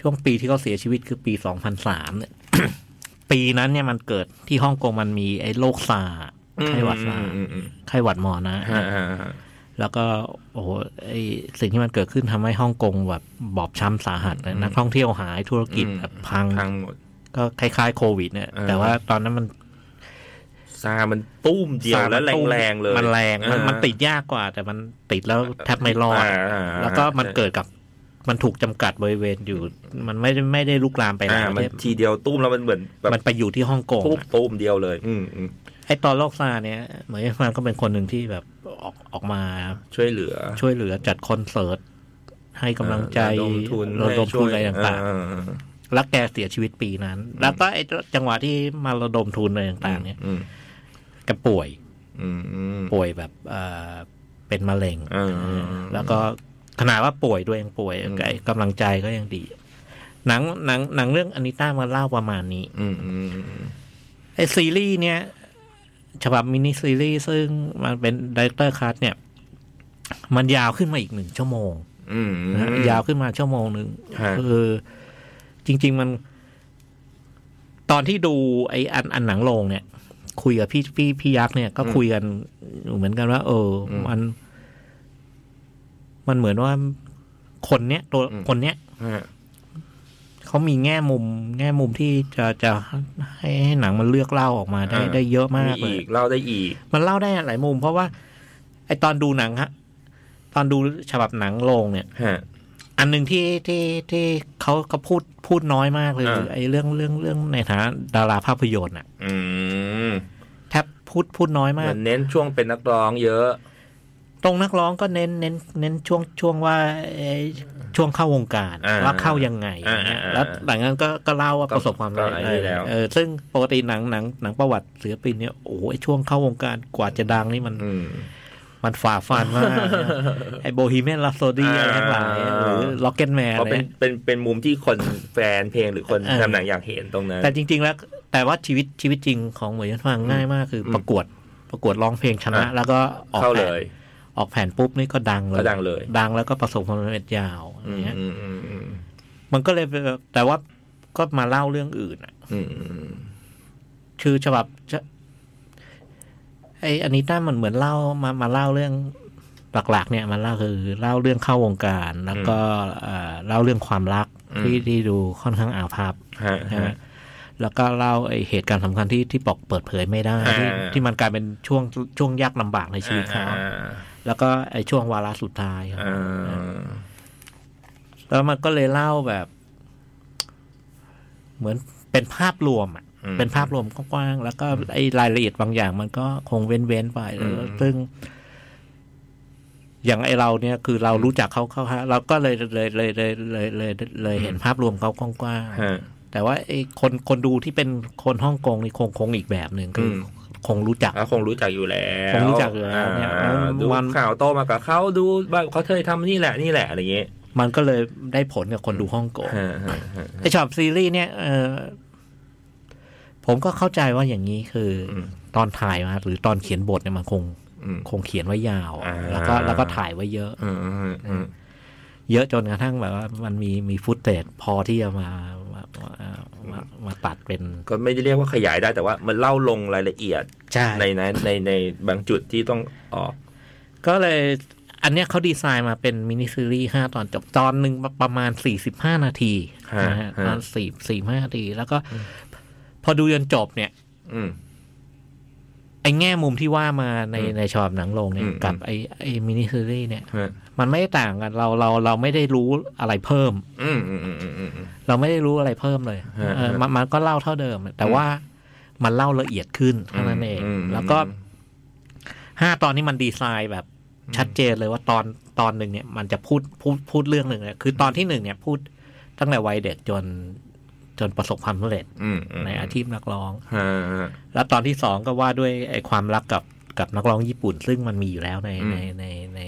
C: ช่วงปีที่เขาเสียชีวิตคือปีสองพันสามเนี่ย *coughs* ปีนั้นเนี่ยมันเกิดที่ฮ่องกงมันมีไอ้โรคซาร์ไข้หวัดซาร์
B: อืมอืม
C: ไข้หวัดหมอนะ
B: อืมฮะฮะฮะ
C: แล้วก็โอ้โหไอสิ่งที่มันเกิดขึ้นทำให้ฮ่องกงแบบบอบช้ำสาหัสเลยนักท่องเที่ยวหายธุรกิจแบบพัง
B: พังหมด
C: ก็คล้ายๆโควิดเนี่ย
B: เออ
C: แต่ว่าตอนนั้นมัน
B: ซามันตุ้มเดียวแล้วแรงแรงๆเลย
C: มันแรงมัน
B: อ่า
C: มันติดยากกว่า แต่มันติดแล้วแทบไม่รอด
B: าอ่า
C: แล้วก็มันเกิดกับมันถูกจำกัดบริเวณอยู่ มันไม่ได้ไม่ได้ลุกลามไปไหน
B: อ่ามันทีเดียวตุ้มแล้วมันเหมือนแบบ
C: มันไปอยู่ที่ฮ่องกง
B: ตุ้ม
C: อะ
B: ตุ้มเดียวเลย อืมอืม
C: ไอตอนโรคซาร์เนี่ยเหมยฟานก็เป็นคนหนึ่งที่แบบออกออกมา
B: ช่วยเหลือ
C: ช่วยเหลือจัดคอนเสิร์ตให้กำลังใจ
B: ระดมทุน
C: ระดมทุนอะไร
B: ให้ช่วย
C: ต่าง
B: อ่
C: แล้วแกเสียชีวิตปีนั้น แล้วก็ไอ้จังหวะที่มาระดมทุนอะไรต่างๆ เนี่ย
B: อืม
C: แกป่วย
B: อืมอืม
C: ป่วยแบบเอ่อเป็นมะเร็ง
B: เออเออเออ
C: แล้วก็ขนาดว่าป่วยด้วยยังป่วย
B: อืม
C: ไอ้กำลังใจก็ยังดี หนังหนังหนังเรื่องอนิต้ามาเล่าประมาณนี้
B: อืมอืมอืม
C: ไอ้ซีรีส์เนี้ยฉบับมินิซีรีส์ซึ่งมันเป็นดีเรคเตอร์คัทเนี่ย มันยาวขึ้นมาอีกหนึ่งชั่วโมง
B: อืมอืม
C: นะฮะยาวขึ้นมาชั่วโมงหนึ่ง
B: ฮะ
C: คือจริง ๆมัน ตอนที่ดูไอ้อันอันหนังโรงเนี่ย คุยกับพี่พี่พี่ยักษ์เนี่ยก็คุยกันอยู่เหมือนกันว่า เอออมัน มันเหมือนว่าคนเนี้ยตัวคนเนี้ย
B: ฮะ
C: เขามีแง่มุม แง่มุมที่จะจะให้ให้หนังมันเลือกเล่าออกมาได้ได้เยอะมากเล
B: อี
C: ย
B: กเล่าได้อีก
C: มันเล่าได้หลายมุม เพราะว่า ไอตอนดูหนังฮะตอนดูฉบับหนังโรงเนี่ย
B: ฮะ
C: อันหนึ่งที่ที่ที่เขาเขาพูดพูดน้อยมากเลย
B: อ่า
C: ไอเรื่องเรื่องเรื่องในฐานะดาราภาพยนตร์อ่ะ
B: อืม
C: แทบพูดพูดน้อยมาก
B: มันเน้นช่วงเป็นนักร้องเยอะ
C: ตรงนักร้องก็เน้นเน้นเน้นช่วงช่วงว่าเอ่อช่วงเข้าวงการ
B: อ่า
C: ว่าเข้ายังไงอะไรเงี้ย
B: อ่าอ่า
C: แล้วหลังนั้นก็ก็เล่าว่า
B: ก็
C: ประสบความสำเร็จ
B: ก็ไอ้นี่แล้ว
C: เออซึ่งปกติหนังหนังหนังประวัติศิลปินเนี่ยโอ้โหไอ้ช่วงเข้าวงการกว่าจะดังนี่มันมันฝ่าฟันมาก
B: *laughs*
C: ไอ้โบฮีเมียนลาโซดีอะไรทั้งหลาย
B: อ่า
C: หรือล็อกเก็ตแมน
B: เพ
C: อะ
B: ราะ
C: ไร
B: เป็น
C: เงี้ย
B: เป็นเป็นมุมที่คนแฟนเพลงหรือคน
C: เออ
B: ทำหนังอยากเห็นตรงนั้น
C: แต่จริง ๆ แล้ว แต่ว่าชีวิตชีวิตจริงของเหมยยันฟังง่ายมากคืออ
B: ม
C: ประกวดประกวดร้องเพลงชนะ
B: อ่ะ
C: แล้วก็ออก
B: เข้า
C: แผ่
B: เล
C: น
B: ย
C: ออกแผ่นปุ๊บนี่ก็ดังเลย
B: ก็ดังเลย
C: ดังแล้วก็ประสบความสำเร็จยาวอะไร
B: อืม
C: เงี้ย
B: อืมอืมอืม
C: มันก็เลยเป็นแบบแต่ว่าก็มาเล่าเรื่องอื่นอะ
B: อืมอืม
C: คือฉบับจะไออันนี้ต้ามันเหมือนเล่ามามาเล่าเรื่องหลักๆ เนี่ยมันเล่าคือเล่าเรื่องเข้าวงการ แล้วก็เอ่อเล่าเรื่องความรักที่ที่ดูค่อนข้างอาภัพ
B: ฮะ
C: ใช่ไหม
B: ฮะ
C: แล้วก็เล่าไอเหตุการณ์สำคัญที่ที่บอกเปิดเผยไม่ได้ที่
B: อ่า
C: ที่มันกลายเป็นช่วงช่วงยากลำบากในชีวิตเขา
B: อ่า
C: แล้วก็ไอช่วงวาระสุดท้ายครับ
B: อ่า
C: แล้วมันก็เลยเล่าแบบ เหมือนเป็นภาพรวมอ่ะ เป็นภาพรวมกว้างๆแล้วก็ไอ้รายละเอียดบางอย่าง มันก็คงเว้นๆไปแล้วซึ่ง อย่างไอเราเนี่ยคือเรารู้จักเขาเขาฮะเราก็เลยเลยเลยเลยเลยเลยเลยเลยเห็นภาพรวมเขากว้าง
B: ฮะ
C: ๆแต่ว่าไอ้คนคนดูที่เป็นคนฮ่องกงนี่คงคงอีกแบบหนึ่งคืออ
B: ม
C: คงรู้จัก
B: อ่ะคงรู้จักอยู่แล้ว
C: คงรู้จักอยู่แล้วเนี่ย
B: อ่าดู
C: มัน
B: ข่าวโตมากับเขาดูว่าเขาเคยทำนี่แหละนี่แหละอะไรอย่างเงี้ย
C: มันก็เลยได้ผลกับคนดูฮ่องกง
B: ฮะฮะฮะ
C: ไอชอบซีรีส์เนี่ยเออผมก็เข้าใจว่าอย่างนี้คืออ
B: ม
C: ตอนถ่ายมาหรือตอนเขียนบทเนี่ยมันคง
B: อืม
C: คงเขียนไว้ยาว
B: อ่า
C: แล้วก็แล้วก็ถ่ายไว้เยอะ
B: อืมอืมอืม
C: เยอะจนกระทั่งแบบว่า มันมีมีฟุตเตจพอที่จะมามามามามาตัดเป็น
B: ก็ไม่ได้เรียกว่าขยายได้แต่ว่ามันเล่าลงรายละเอียด
C: ใช่
B: ในนั้นในในบางจุดที่ต้องออก
C: ก็เลย อันเนี้ยเขาดีไซน์มาเป็นมินิซีรีส์ห้าตอนจบตอนหนึ่งประมาณสี่สิบห้านาที
B: ฮะ
C: นะฮะ
B: ฮะ
C: ตอนสี่สี่ห้านาที แล้วก็ พอดูจนจบเนี่ย
B: อืม
C: ไอ้แง่มุมที่ว่ามาในในฉบับหนังโรงเนี่
B: อื
C: ย
B: ม
C: กับไอ้ไอ้มินิซีรีส์เนี่ย
B: ฮะ
C: มันไม่ได้ต่างกันเราเราเราไม่ได้รู้อะไรเพิ่ม
B: อืมอืมอืมอืมอืมอืม
C: เราไม่ได้รู้อะไรเพิ่มเลย
B: ฮะ
C: เออมันมันก็เล่าเท่าเดิม แต่ว่ามันเล่าละเอียดขึ้นเท่านั้นเอง
B: อืมอืม
C: แล้วก็ห้าตอนนี้มันดีไซน์แบบชัดเจนเลยว่าตอนตอนหนึ่งเนี่ยมันจะพูดพูดพูดเรื่องหนึ่งเลยคือตอนที่หนึ่งเนี่ยพูดตั้งแต่วัยเด็กจนจนประสบความสำเร็จ
B: อืมอืม
C: ในอาชีพนักร้อง
B: ฮะฮะ
C: แล้วตอนที่สองก็ว่าด้วยไอ้ความรักกับกับนักร้องญี่ปุ่น ซึ่งมันมีอยู่แล้วใน
B: อืม
C: ในในใน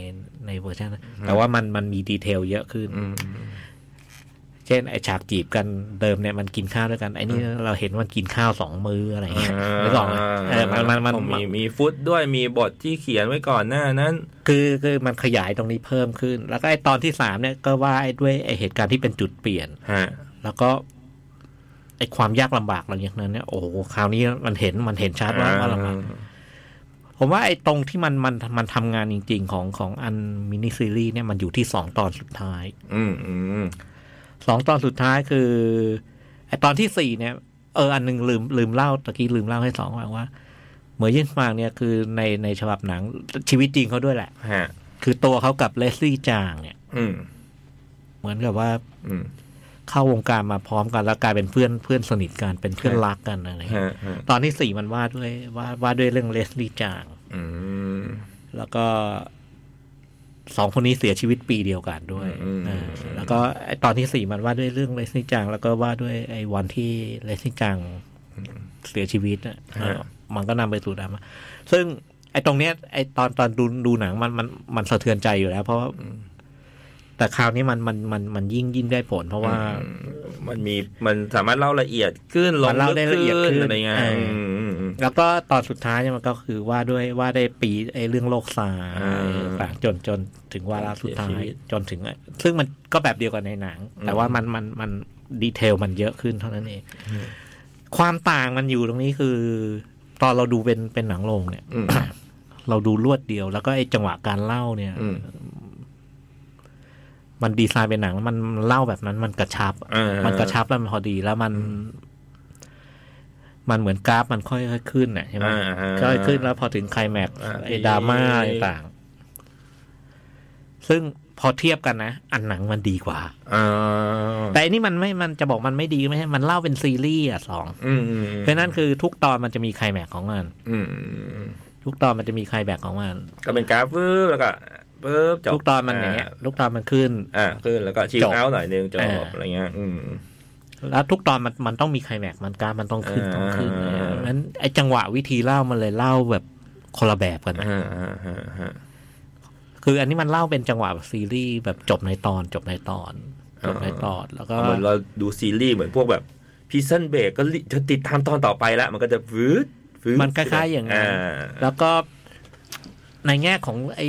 C: ในเวอร์ชันนั้นแต่ว่ามันมันมีดีเทลเยอะขึ้น
B: อืม
C: เช่นไอ้ฉากจีบกันเดิมเนี่ยมันกินข้าวด้วยกันไอ้นี่เราเห็นมันกินข้าวสองมื้ออะไรเงี้ยไม่ก่อนเออมันมันมัน
B: อ๋อ
C: มัน
B: มีมีฟุตด้วยมีบทที่เขียนไว้ก่อนหน้านั้น
C: คือคือมันขยายตรงนี้เพิ่มขึ้น แล้วก็ไอ้ตอนที่สามเนี่ยก็ว่าไอ้ด้วยไอ้เหตุการณ์ที่เป็นจุดเปลี่ยน
B: ฮะ
C: แล้วก็ไอ้ความยากลำบากอะไรอย่างนั้นเนี่ยโอ้โหคราวนี้มันเห็นมันเห็นชัดว่าว่าลำบาก ผมว่าไอ้ตรงที่มันมันมันทำงานจริง ๆ ของของอันมินิซีรีส์เนี่ยมันอยู่ที่สองตอนสุดท้าย
B: อืมอืม
C: สองตอนสุดท้ายคือไอ้ตอนที่สี่เนี่ย เอออันหนึ่งลืมลืมเล่าตะกี้ลืมเล่าให้สองฟังว่า เหมยเยินฟางเนี่ยคือในในฉบับหนังชีวิตจริงเขาด้วยแหละ
B: ฮะ
C: คือตัวเขากับเลสลี่จางเนี่ย
B: อืม
C: เหมือนกับว่า
B: อืม
C: เข้าวงการมาพร้อมกันแล้วกลายเป็นเพื่อนเพื่อนสนิทกันเป็นเพื่อนรักกันอะไรอย่าง
B: ฮะ
C: เงี้ย
B: ฮะ
C: ตอนที่สี่มันว่าด้วยว่าว่าด้วยเรื่องเลสลี่จาง
B: อืม
C: แล้วก็ สองคนนี้เสียชีวิตปีเดียวกันด้วย
B: อืม
C: อ่าแล้วก็ไอ้ตอนที่สี่มันว่าด้วยเรื่องเลสนิจัง แล้วก็ว่าด้วยไอ้วันที่เลสนิจังเสียชีวิตอะอ่ามันก็นำไปสู่ดราม่าซึ่งไอ้ตรงเนี้ยไอ้ตอนตอนดูดูหนังมันมันมันสะเทือนใจอยู่แล้ว เพราะว่าแต่คราวนี้มันมันมันมันยิ่งยิ่งได้ผล เพราะว่า
B: มันมีมันสามารถเล่าละเอียดขึ้นล
C: มั
B: ง
C: นเล่าได้ละเอียดขึ้น
B: อะไรเงี้ย
C: เอออื
B: มอืมอืม
C: แล้วก็ตอนสุดท้ายเนี่ยมันก็คือว่าด้วยว่าได้ปีไอ้เรื่องโลกสา
B: อ่า
C: ต่างจนจนถึงวาระสุดท้า
B: เสียชี
C: ย
B: วิต
C: จนถึงไอ้ซึ่งมันก็แบบเดียวกันในหนัง แต่ว่ามันมันมันดีเทลมันเยอะขึ้นเท่านั้นเอง ความต่างมันอยู่ตรงนี้คือ ตอนเราดูเป็นเป็นหนังโรงเนี่ย
B: อืม
C: เราดูรวดเดียว แล้วก็ไอ้จังหวะการเล่าเนี่ย
B: อืม
C: มันดีไซน์เป็นหนังแล้วมันมันเล่าแบบนั้นมันกระชับ
B: อ่า
C: มันกระชับแล้วมันพอดีแล้วมัน มันเหมือนกราฟมันค่อยๆขึ้นน่ะใช่ไหม
B: อ่าฮะ
C: ก็ขึ้นแล้วพอถึงไคลแม็กซ์
B: อ่า
C: ไอ้ดราม่า
B: ดี
C: อะไรต่าง ซึ่งพอเทียบกันนะ อันหนังมันดีกว่า
B: อ่า
C: แต่อันนี้มันไม่มันจะบอกมันไม่ดีไม่ใช่มันเล่าเป็นซีรีส์อ่ะสอง
B: อืมอืม
C: เพราะฉะนั้นคือทุกตอนมันจะมีไคลแม็กซ์ของมัน
B: อืมอืมอืม
C: ทุกตอนมันจะมีไคลแม็กซ์ของมัน
B: ก็เป็นกราฟปึ๊บแล้วก็ปึ๊บจบ
C: ทุกตอนมันอย่างเงี้ยทุกตอนมันขึ้น
B: อ่าขึ้นแล้วก็ชิล
C: จบ
B: เอาท์หน่อยนึงจ
C: อ่า
B: บอะไรเงี้ยอืม
C: แล้วทุกตอนมันมันต้องมีไคลแม็กซ์มันกล้ารมันต้องขึ้น
B: อ่า
C: ต้องขึ้นอะไรอย่างเงี้ยเพราะฉะนั้นไอ้จังหวะวิธีเล่ามันเลยเล่าแบบคนละแบบกันนะ
B: อ่าอ่าอ่าอ่า
C: คืออันนี้มันเล่าเป็นจังหวะแบบซีรีส์แบบจบในตอนจบในตอน
B: อ่า
C: จบในตอนแล้วก็
B: เหมือนเราดูซีรีส์เหมือนพวกแบบพีซันเบรกก็ลิจะติดตามตอนต่อไปละมันก็จะวืดวืด
C: มันคล้ายๆอย่างนั้น แล้วก็ ในแง่ของไอ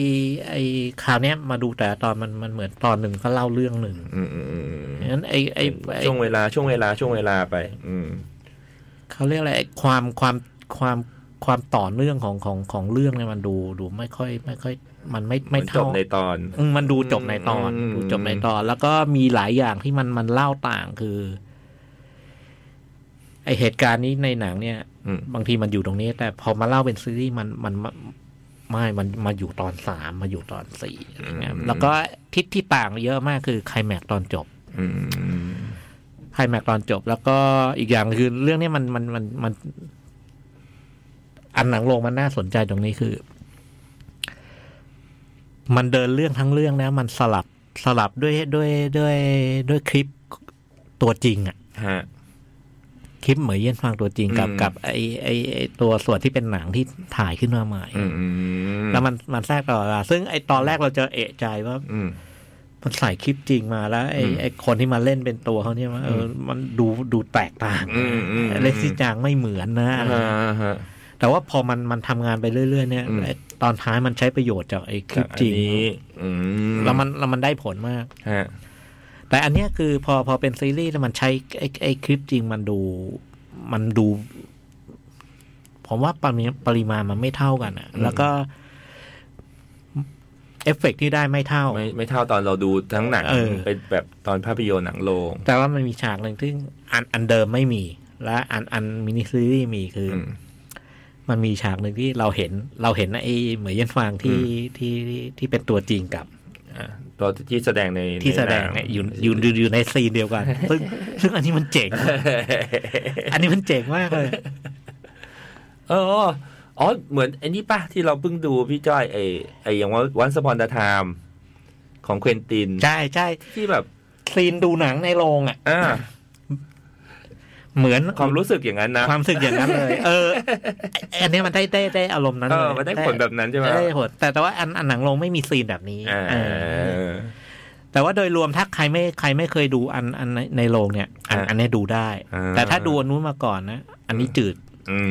C: ไอข่าวเนี้ยมาดูแต่ละตอนมันมันเหมือนตอนหนึ่งก็เล่าเรื่องหนึ่ง
B: อืมอืมอืมอืม
C: งั้นไอไอไอ้
B: ช่วงเวลาช่วงเวลาช่วงเวลาไป อืม
C: เขาเรียกอะไรไอ้ความความความความต่อเนื่องของของของเรื่องเนี่ยมันดูดูไม่ค่อย ไม่ค่อย มันไม่ไม่
B: จ
C: เท่า
B: บในตอน
C: อืมมันดูจบในตอน
B: อืม
C: ดูจบในตอน แล้วก็มีหลายอย่างที่มันมันเล่าต่างคือ ไอเหตุการณ์นี้ในหนังเนี่ย
B: อืม
C: บางทีมันอยู่ตรงนี้ แต่พอมาเล่าเป็นซีรีส์มันมันมันไม่ มันมาอยู่ตอนสามมาอยู่ตอนสี่อะไรเงี้ยแล้วก็ทิศที่ต่างเยอะมากคือไคลแม็กซ์ตอนจบ
B: อืมอืม
C: ไคลแม็กซ์ตอนจบ แล้วก็อีกอย่างคือเรื่องเนี้ยมันมันมันมัน อันหนังลงมันน่าสนใจตรงนี้คือ มันเดินเรื่องทั้งเรื่องนะ มันสลับสลับด้วยด้วยด้วยด้วยคลิปตัวจริงอะ
B: ฮะ
C: คลิปเหมยเยี่ยนฟังตัวจริงกับ
B: อืม
C: กับไอไอไอตัวส่วนที่เป็นหนังที่ถ่ายขึ้นมาใหม่
B: อืมอืม
C: แล้วมันมันแทรกตลอดเวลาซึ่งไอตอนแรกเราจะเอะใจว่า
B: อืม
C: มันใส่คลิปจริงมาแล้วไอ
B: อืม
C: ไอคนที่มาเล่นเป็นตัวเขาเนี่ยว่าเออมันดูดูแตกต่าง
B: อืมอืม
C: เลสซิจางไม่เหมือนนะ
B: อ่าฮะ
C: แต่ว่าพอมันมันทำงานไปเรื่อยๆเนี่ย
B: อืม
C: ไอ้ตอนท้ายมันใช้ประโยชน์จากไอคลิปจริง
B: อันนี้อืม
C: แล้วมันแล้วมันได้ผลมาก
B: ฮะ
C: แต่อันเนี้ยคือพอพอเป็นซีรีส์แล้วมันใช้ไอ้ไอ้คลิปจริงมันดู มันดู ผมว่าปริปริมาณมันไม่เท่ากันอะแล้วก็ เอฟเฟกต์ที่ได้ไม่เท่า
B: ไม่ไม่เท่าตอนเราดูทั้งหนัง
C: เออ
B: เป็นแบบตอนภาพยนตร์หนังโรง
C: แต่ว่ามันมีฉากหนึ่งที่อันอันเดิมไม่มี และอันอันมินิซีรีส์มีคือ
B: อื
C: อ
B: ม
C: มันมีฉากหนึ่งที่เราเห็น เราเห็นไอ้เหมยเยันฟางที่ที่ที่ที่เป็นตัวจริงกับ
B: อ่าตัวที่แสดงใน
C: ที่แสดง
B: ให
C: เนี่ยอยู่อยู่อยู่อยู่ในซีนเดียวกัน ซึ่ง
B: *laughs*
C: ซึ่งอันนี้มันเจ๋ง อันนี้มันเจ๋งมาก
B: *laughs*
C: เลย
B: เอออ๋อเหมือนไอ้นี่ป่ะ ที่เราเพิ่งดูพี่จ้อยไอ้ไอ้อย่างว่าวันสปอนดาไทม์ของเควินติน
C: ใช่ใช่
B: ที่แบบ
C: ซีนดูหนังในโรงอ่ะ
B: อ่า
C: เหมือน
B: ความรู้สึกอย่างนั้นนะ
C: ความรู้สึกอย่างนั้นเลย เอ
B: *laughs*
C: อไอ้อันเนี้ยมันได้ได้ได้อารมณ์นั้น
B: เอ
C: เล
B: อย มันได้ผลแบบนั้นใช่ไหม
C: ได้ผลแต่แต่ว่าอันอันหนังโรงไม่มีซีนแบบนี้
B: อ่า
C: เออแต่ว่าโดยรวมถ้าใครไม่ใครไม่เคยดูอันอันในในโรงเนี่ย อันอันเนี้ยดูได้
B: อ่
C: แต่ถ้าดูอันนู้นมาก่อนนะ อันนี้จืด
B: อื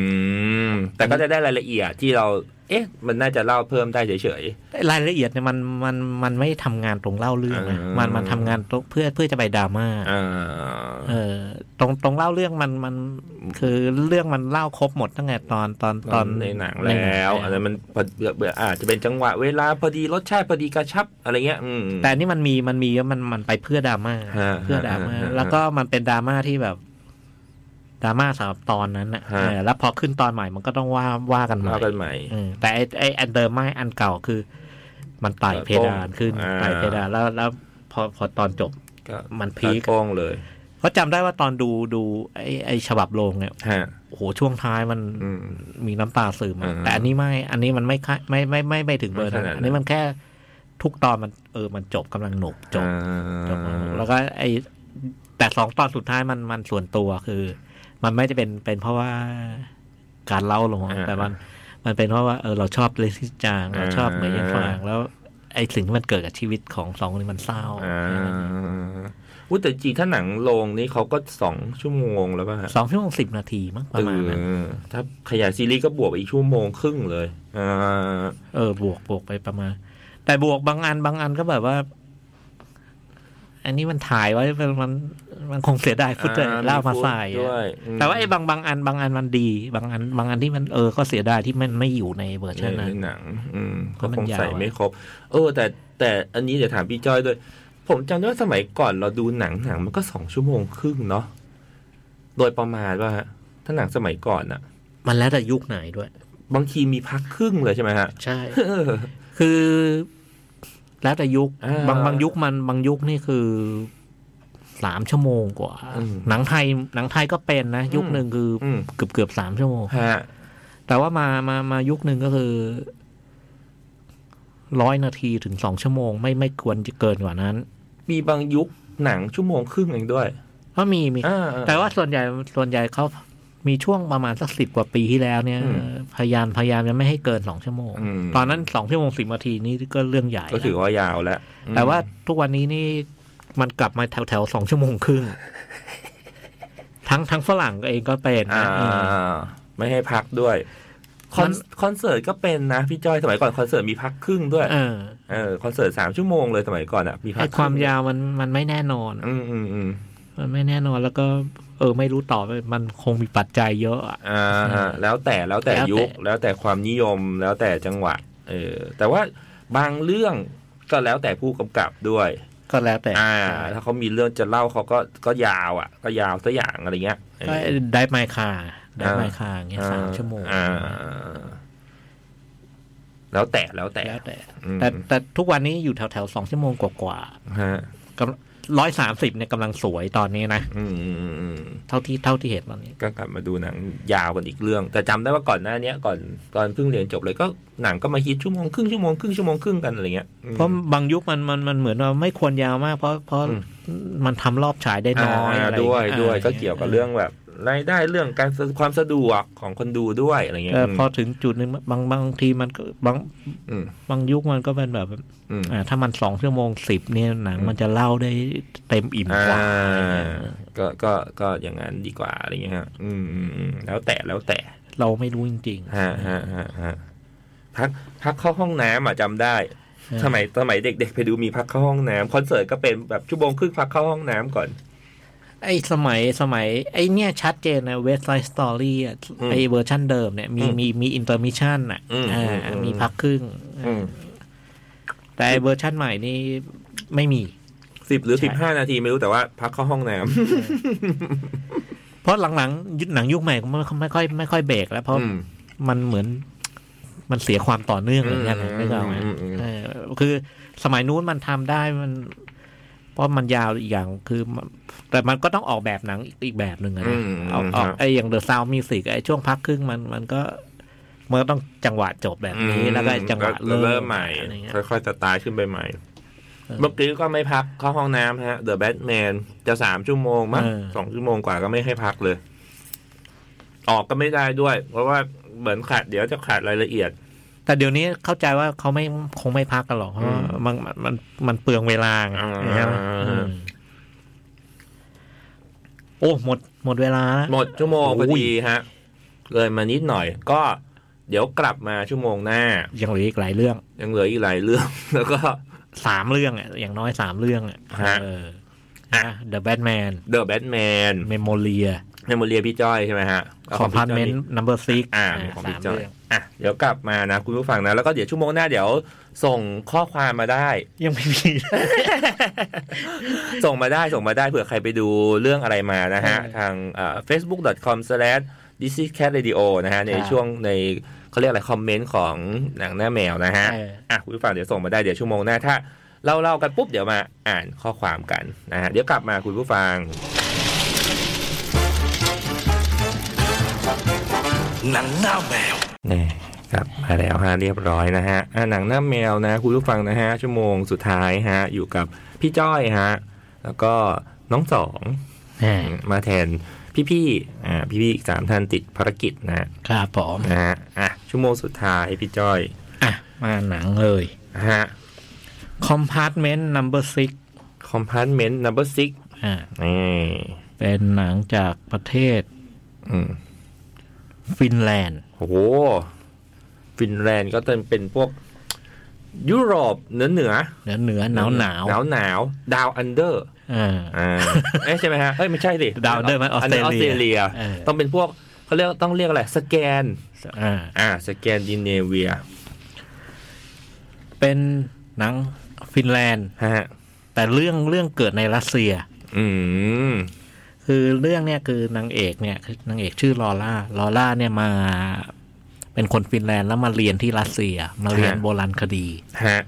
B: ม แต่ก็จะได้รายละเอียดที่เรา เอ๊ะ มันน่าจะเล่าเพิ่มได้เฉย
C: รายละเอียดเนี่ยมันมันมันไม่ทำงานตรงเล่าเรื่องนะ
B: เออ
C: มันมันทำงานตรงเพื่อเพื่อจะไปดราม่า
B: ๆอ่า
C: เออตรงตรงเล่าเรื่องมันมันคือเรื่องมันเล่าครบหมดตั้งแต่ตอนตอน
B: ต
C: ต
B: อ
C: อน น
B: ในหนังแล้วอันนั้นมันพอเบื่อเบื่ออาจจะเป็นจังหวะเวลาพอดีรสชาติพอดีกระชับอะไรเงี้ย อืม
C: แต่อันนี่มันมีมันมีมันมันไปเพื่อดราม่า
B: ฮะ
C: เพื่อดราม่า
B: ฮะฮะฮะ
C: แล้วก็มันเป็นดราม่าที่แบบดราม่าสำหรับตอนนั้นนะ
B: ฮะ
C: เออแล้วพอขึ้นตอนใหม่มันก็ต้องว่าว่ากันใหม่
B: เล่ากันใหม่
C: เออแต่ไอไออันเดิมไม่อันเก่าคือ มันไต่เพดานขึ้น
B: อ่า
C: ไต่เพดานแล้วแล้วพอพอตอนจบ
B: ก็
C: มันพี
B: พี
C: ค
B: กล้องเลย
C: เพราะจำได้ว่าตอนดูดูไอไอฉบับโรงเนี่ย
B: ฮะ
C: โอ้โหช่วงท้ายมัน
B: อืม
C: มีน้ำตาซึมอะ
B: อ่าฮะ
C: แต่อันนี้ไม่ อันนี้มันไม่ค่าไม่ไม่ไม่ไม่ไปถึงเบอร์นั้น
B: ไม่ขนาดนั้น
C: อันนี้มันแค่ ทุกตอนมันเออมันจบกำลังหนุกจบ
B: อ่า
C: จบมาแล้วก็ไอแต่สองตอนสุดท้ายมันมันส่วนตัวคือ มันไม่ได้เป็นเป็นเพราะว่าการเล่าหรอกมั้ง
B: อ่า
C: แต่มันมันเป็นเพราะว่าเออเราชอบเลซิจางเราชอบ
B: อ่า
C: เหมยยันฟางแล้วไอสิ่งที่มันเกิดกับชีวิตของสองคนนี้มันเศร้า
B: อ่าอุ้ยแต่จริงๆถ้าหนังโรงนี่เขาก็สองชั่วโมงแล้วป่ะฮะ
C: สองชั่วโมงสิบนาทีมั้งประมาณนั้น
B: เออถ้าขยายซีรีส์ก็บวกไปอีกชั่วโมงครึ่งเลยอ่า
C: เออบวกบวกไปประมาณ แต่บวกบางอันบางอันก็แบบว่า อันนี้มันถ่ายไว้มันมันมันคงเสียดายฟุตเตจเล่ามาใส่อะ
B: ด้วยอืม
C: แต่ว่าไอ้บางบางอันบางอันมันดี บางอันบางอันที่มันเออก็เสียดายที่มันไม่อยู่ในเวอร์ชัน
B: ใน
C: นั้น
B: หนัง อืม
C: เพ
B: ก็
C: ราะมัน
B: คงใส่
C: ยาวอะ
B: ไม่ครบ เออ แต่แต่อันนี้เดี๋ยวถามพี่จ้อยด้วย ผมจำได้ว่าสมัยก่อนเราดูหนังหนังมันก็สองชั่วโมงครึ่งเนาะโดยประมาณว่าฮะถ้าหนังสมัยก่อนอะ
C: มันแล้วแต่ยุคไหนด้วย
B: บางทีมีพักครึ่งเลยใช่ไหมฮะ *laughs*
C: ใช่ คือ แล้วแต่ยุค
B: อ่า
C: บางบางยุคมันบางยุคนี่คือสามชั่วโมงกว่า
B: อืม
C: หนังไทยหนังไทยก็เป็นนะ ยุคหนึ่งคืออ
B: ม
C: เกือบเกือบสามชั่วโมง
B: ฮะ
C: แต่ว่ามามามายุคหนึ่งก็คือร้อยนาทีถึงสองชั่วโมง ไม่ไม่ควรจะเกินกว่านั้น
B: มีบางยุคหนังชั่วโมงครึ่งเองด้วย
C: ก็มีมี
B: อ่า
C: แต่ว่าส่วนใหญ่ส่วนใหญ่เขามีช่วงประมาณสักสิบกว่าปีที่แล้วเนี่ย
B: อืม
C: พยายามพยายามจะไม่ให้เกินสองชั่วโมง
B: อืม
C: ตอนนั้นสองชั่วโมงสิบนาทีนี่ก็เรื่องใหญ่
B: ก็ถือ
C: นะ
B: ว่ายาวแล้ว
C: แต่ว่าทุกวันนี้นี่มันกลับมาแถวแถวสองชั่วโมง
B: *laughs*
C: ครึ่ง ทั้งทั้งฝรั่งเองก็เป็น
B: อ่า
C: นะเออ
B: ไม่ให้พักด้วย คอน
C: มัน
B: คอนเสิร์ตก็เป็นนะพี่จ้อยสมัยก่อนคอนเสิร์ตมีพักครึ่งด้วย
C: เออ
B: เออคอนเสิร์ตสามชั่วโมงเลยสมัยก่อนอ่ะมีพั
C: ไอก ความ
B: รึ่ง
C: ยาวมันมันไม่แน่นอน
B: อืมอืมอืม
C: มันไม่แน่นอนแล้วก็ เออ ไม่รู้ต่อไปมันคงมีปัจจัยเยอะอะ
B: อ่าอ่าแล้วแต่แล้วแต่
C: แล้วแต่
B: ยุค แล้วแต่ความนิยมแล้วแต่จังหวะ เออ แต่ว่าบางเรื่องก็แล้วแต่ผู้กำกับด้วย
C: ก็แล้วแต่
B: อ่า ถ้าเขามีเรื่องจะเล่าเขาก็ก็ยาวอ่ะ ก็ยาวสักอย่างอะไรเงี้ยเออ
C: ก็ได้ไมค์คาได้ไมค์คาเงี้ย
B: อ่
C: สามชั่วโมง
B: อ่าแล้วแต่แล้วแต่
C: แล้วแต่
B: อืม
C: แต่แต่ทุกวันนี้อยู่แถวแถวๆสองชั่วโมงกว่ากว่า
B: ฮะ
C: ร้อยสามสิบเนี่ยกำลังสวยตอนนี้นะ
B: อืมอืมอืมอืม
C: เท่าที่เท่าที่เห็นตอนนี้
B: ก็กลับมาดูหนังยาวกันอีกเรื่อง แต่จำได้ว่าก่อนหน้าเนี้ยก่อนก่อนเพิ่งเรียนจบเลยก็หนังก็มาฮิตชั่วโมงครึ่งชั่วโมงครึ่งชั่วโมงครึ่งกันอะไรเงี้ยอืม
C: เพราะบางยุคมันมันมันเหมือนว่าไม่ควรยาวมาก เพราะเพราะ
B: อืม
C: มันทำรอบฉายได้น้อย
B: า
C: อะไรอาง
B: ด้วย
C: เงี้
B: ด้วย
C: า
B: ก็เกี่ยวกับเรื่องแบบรายได้เรื่องการสความสะดวกของคนดูด้วยอะไรเงี้ย
C: เออ
B: ม
C: พอถึงจุดหนึ่งบางบางทีมันก็บาง
B: อืม
C: บางยุคมันก็เป็นแบบ
B: อืม
C: อ่าถ้ามันสองชั่วโมงสิบเนี่ยหนังมันจะเล่าได้เต็มอิ่มกว่าอะไร
B: อ่า
C: เงี้ย
B: ก็ก็ก็อย่างนั้นดีกว่าอะไรเงี้ยฮะอืมอืมอืมแล้วแต่แล้วแต่
C: เราไม่รู้จริง
B: ฮะฮะฮะฮะพักพักเข้าห้องน้ำอ่ะจำได้
C: เออ
B: สมัยสมัยเด็ก ๆ ไปดูมีพักเข้าห้องน้ำคอนเสิร์ตก็เป็นแบบชั่วโมงครึ่งพักเข้าห้องน้ำก่อน
C: ไอ้สมัยสมัย ไอ้เนี่ยชัดเจนนะเวสไซส์สตอรี่
B: อืม
C: ไอ้เวอร์ชั่นเดิมเนี่ยมี
B: อืม
C: มีมีอินเตอร์มิชันอ่ะ
B: อืม
C: อ่า
B: อืมอืม
C: มีพักครึ่ง
B: อืม
C: แต่ไอ้เวอร์ชั่นใหม่นี่ไม่มี
B: สิบหรือ
C: ใช่
B: สิบห้านาทีไม่รู้แต่ว่าพักเข้าห้องน้ำ
C: เพราะหลังๆยุคหนังยุคใหม่มันไม่ไม่ค่อยไม่ค่อยเบรกแล้ว เพราะ
B: อืม
C: มันเหมือนมันเสียความต่อเนื่องเหมือนกันนะ
B: อืม
C: ไม่ใช่ไหม
B: อืมอืม
C: เออคือสมัยนู้นมันทำได้มันเพราะมันยาวอีกอย่างคือมันแต่มันก็ต้องออกแบบหนังอีกอีกแบบหนึ่งอะ
B: อื
C: นะ
B: ม
C: ออกออกไออย่างเดอะซาวมิวสิกไอช่วงพักครึ่งมันมันก็มันก็ต้องจังหวะจบแบบ
B: อืม
C: นี้ แล้วก็จังหวะ
B: ก็
C: เริ่
B: เริ่มใหม่
C: อะไรเงี้ย
B: ค่อยๆสไตล์ขึ้นไปใหม่
C: เออ
B: เมื่อกี้ก็ไม่พักเข้าห้องน้ำฮะเดอะแบทแมนจะสามชั่วโมงมั้ง
C: เออ
B: สองชั่วโมงกว่าก็ไม่ให้พักเลย ออกก็ไม่ได้ด้วย เพราะว่าเหมือนขาดเดี๋ยวจะขาดรายละเอียด
C: แต่เดี๋ยวนี้เข้าใจว่าเขาไม่คงไม่พักกันหรอกเพราะว่า
B: อืม
C: มันมันมันมันเปลืองเวลาไง
B: อ่า
C: ใช่ไหมอืมโอ้หมดหมดเวลาแล้ว
B: หมดชั่วโมงพอ
C: โอ้ย
B: ดีฮะ เลยมานิดหน่อย ก็เดี๋ยวกลับมาชั่วโมงหน้า
C: ยังเหลืออีกหลายเรื่อง
B: ยังเหลืออีกหลายเรื่อง *laughs* แล้วก็
C: สามเรื่องอ่ะอย่างน้อยสามเรื่องอ่ะ
B: ฮะ
C: เอออ่ะ The Batman
B: The Batman
C: Memoria
B: Memoria พี่จ้อยใช่ไหมฮะแล้วขงพี่จ้ย
C: Compartment Number Six
B: อ่าของพี่
C: สาม
B: จ้อย
C: เรื่อง
B: อ่ะเดี๋ยวกลับมานะ คุณผู้ฟังนะ แล้วก็เดี๋ยวชั่วโมงหน้าเดี๋ยวส่งข้อความมาได้
C: ยังไม่มี
B: ส่งมาได้ส่งมาได้เผื่อใครไปดูเรื่องอะไรมานะฮะ
C: เออ
B: ทาง facebook.com s l a s h d i s i c a t radio นะฮะ ใน
C: ครับ
B: ช่วงในเขาเรียกอะไร คอมเมนต์ของหนังหน้าแมวนะฮะ
C: เออ
B: อ่ะคุณผู้ฟังเดี๋ยวส่งมาได้เดี๋ยวชั่วโมงหน้า ถ้าเล่าเล่ากันปุ๊บ เดี๋ยวมาอ่านข้อความกันนะฮะ เดี๋ยวกลับมาคุณผู้ฟัง
A: หนังหน้าแมว
B: แน่ ครับมาแล้วฮะเรียบร้อยนะฮะอ่ะหนังหน้าแมวนะคุณผู้ฟังนะฮะชั่วโมงสุดท้ายฮะ อยู่กับพี่จ้อยฮะ แล้วก็น้องสอง
C: แหม่
B: มาแทนพี่ๆอ่าพี่ๆอีกสามท่านติดภารกิจนะฮะ
C: ครับผม
B: นะฮะอ่ะชั่วโมงสุดท้ายพี่จ้อย
C: อ่ะ มาหนังเลย
B: นะฮะ
C: Compartment Number Six
B: Compartment Number Six
C: อ่า
B: นี่
C: เป็นหนังจากประเทศ
B: อืม
C: ฟินแลนด์
B: โอ้โหฟินแลนด์ก็จะเป็นพวก ยุโรปเหนือเหนือ
C: เหนือเหนือหนาวหนาว
B: หนาวหนาวดาวอันเดอร์
C: อ่า
B: อ่าเอ๊ะใช่ไหมฮะเอ้ยไม่ใช่ดิ
C: ดาวเดิมไหมออสเตรเลี
B: นนั้น
C: ย
B: ออสเตรเลีย
C: เออ
B: ต้องเป็นพวกเขาเรียกต้องเรียกอะไร สแกน
C: อ่า
B: อ่า สแกนดิเนเวีย
C: เป็นหนังฟินแลนด์
B: ฮะ
C: แต่เรื่องเรื่องเกิดในรัสเซีย
B: อืม
C: คือเรื่องเนี่ยคือนางเอกเนี่ยคือนางเอกชื่อลอร่าลอร่าเนี่ยมา เป็นคนฟินแลนด์แล้วมาเรียนที่รัสเซีย มาเรียน
B: ฮะ
C: โบราณคดี
B: ฮะ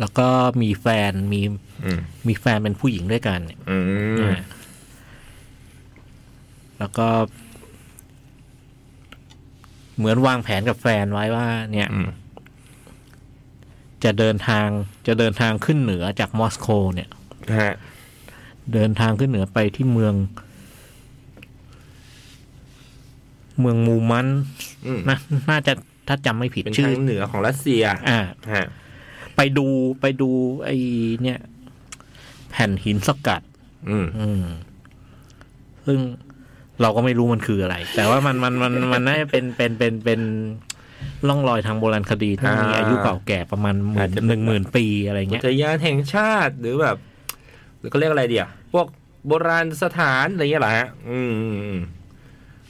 C: แล้วก็มีแฟนมี
B: อืม
C: มีแฟนเป็นผู้หญิงด้วยกันเนี่ย
B: อืม
C: แล้วก็ เหมือนวางแผนกับแฟนไว้ว่า เนี่ย
B: อืม
C: จะเดินทางจะเดินทางขึ้นเหนือจากมอสโกเนี่ย
B: ฮะ
C: เดินทางขึ้นเหนือไปที่เมือง เมืองมูมัน
B: อืม
C: นะน่าจะถ้าจำไม่ผิด
B: เป็น
C: ชื่
B: ทา
C: อ
B: งเหนือของรัสเซีย
C: อ่า
B: ฮะ
C: ไปดูไปดูไอเนี่ย แผ่นหินสกัด
B: อืม
C: อืม ซึ่งเราก็ไม่รู้มันคืออะไร แต่ว่ามันมันมันมันน่าจะเป็นเป็นเป็นเป็นล่องรอยทางโบราณคดีที่มี
B: อ่า
C: อายุเก่าแก่ประมาณหมื่
B: อาน จจะ
C: ห
B: เป็น
C: นึ่งหมื่นปีอะไร
B: อุ
C: เงี้ย
B: ทยานแห่งชาติหรือแบบหรือเขาเรียกอะไรเดียวพวกโบราณสถานอะไรเงี้ยเหรอฮะ อืมอืมอืม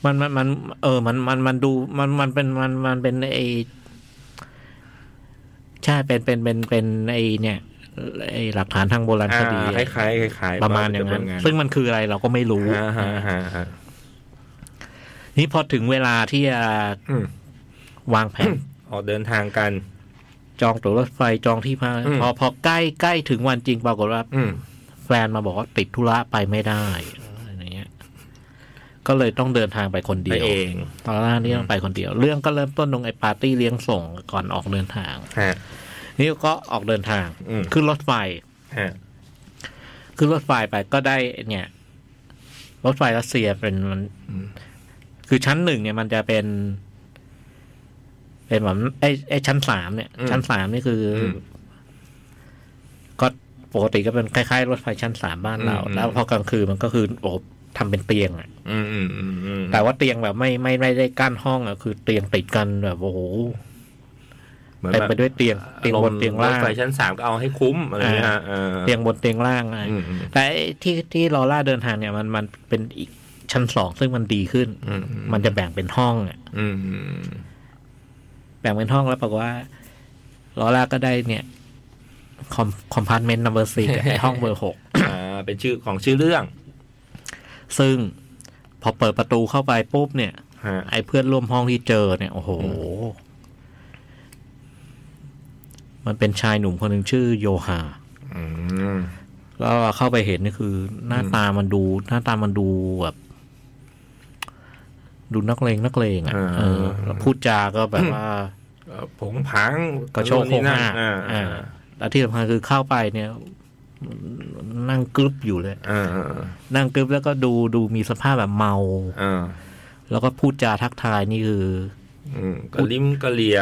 C: มันมันมันเออ มันมันมันดูมันมันเป็นมันมันเป็นไอใช่เป็นเป็นเป็นเป็นไอเนี่ยไอหลักฐานทางโบราณ
B: อ่า
C: คดี
B: คล้ายๆคล้ายๆ
C: ประมาณอย่างนั้น ซึ่งมันคืออะไรเราก็ไม่รู้
B: ฮะฮะฮะฮะ
C: นี่พอถึงเวลาที่จะ
B: อืม
C: วางแผน
B: *coughs*
C: *coughs*
B: ออกเดินทางกัน
C: จองตั๋วรถไฟจองที่พัก
B: อืม
C: พอพอใกล้ใกล้ถึงวันจริงปรากฏว่า
B: อืม
C: แฟนมาบอกว่าติดธุระไปไม่ได้อะไรอย่างเงี้ย ก็เลยต้องเดินทางไปคนเดียว
B: ไปเอง
C: ตอนแรกนี่ต้องไปคนเดียว เรื่องก็เริ่มต้นตรงไอ้ปาร์ตี้เลี้ยงส่งก่อนออกเดินทาง
B: ฮะ
C: นี่ก็ออกเดินทาง
B: อืม
C: ขึ้นรถไฟ
B: ฮะ
C: ขึ้นรถไฟไปก็ได้เนี่ย รถไฟรัสเซียเป็นมัน
B: อืม
C: คือชั้นหนึ่งเนี่ยมันจะเป็น เป็นแบบไอ้ไอ้ชั้นสามเนี่ย ชั้นสามนี่คืออ
B: อืม
C: ก็ปกติก็เป็นคล้ายๆ รถไฟชั้นสามบ้านเรา
B: อืม
C: แล้วพอกลางคืนมันก็คือโอบทำเป็นเตียงอะ
B: อืมอืมอืมอืม
C: แต่ว่าเตียงแบบไม่ไม่ไม่ได้กั้นห้องอะคือเตียงติดกันแบบโอ้โห
B: เหมือน
C: เต็ม
B: แบบ
C: ไปด้วยเตียงเตียงบนเตียง
B: รถ
C: ล่าง
B: ไฟชั้นสามก็เอาให้คุ้มอะไรเงี้ย
C: อ่า
B: ฮะเออ
C: เตียงบนเตียงล่างอะไร
B: อืมอืม
C: แต่ไอ้ที่ที่ลอร่าเดินทางเนี่ยมันมันเป็นอีกชั้นสองซึ่งมันดีขึ้น
B: อืมอืม
C: มันจะแบ่งเป็นห้องอะ
B: อืมอืม
C: แบ่งเป็นห้องแล้วปรากฏว่าลอร่าก็ได้เนี่ยคอมคอมพาร์ตเมนต์นัมเบอร์สี่ไอ้ *laughs* ห้องเบอร์หก
B: อ่าเป็นชื่อของชื่อเรื่อง
C: ซึ่งพอเปิดประตูเข้าไปปุ๊บเนี่ย
B: ฮะ
C: ไอ้เพื่อนร่วมห้องที่เจอเนี่ยโอ้โห มันเป็นชายหนุ่มคนหนึ่งชื่อโยฮา
B: อืม
C: แล้วเข้าไปเห็นนี่คือ หน้าตามันดู หน้าตามันดูแบบ ดูนักเลงนักเลงอ่ะเออแล้วพูดจาก็แบบว่า
B: เอ่อผงผัง
C: ก็โชว์โค
B: นู่น
C: ง
B: นี่นั่น
C: ห้า
B: อ่า
C: อ่า
B: อ่า
C: แล้วที่สำคัญคือเข้าไปเนี่ย นั่งกรึบอยู่เลย
B: อ่าอ่า
C: นั่งกรึบแล้วก็ดูดูมีสภาพแบบเมา
B: อ่า
C: แล้วก็พูดจาทักทายนี่คือ
B: อืมกะลิมกะเลีย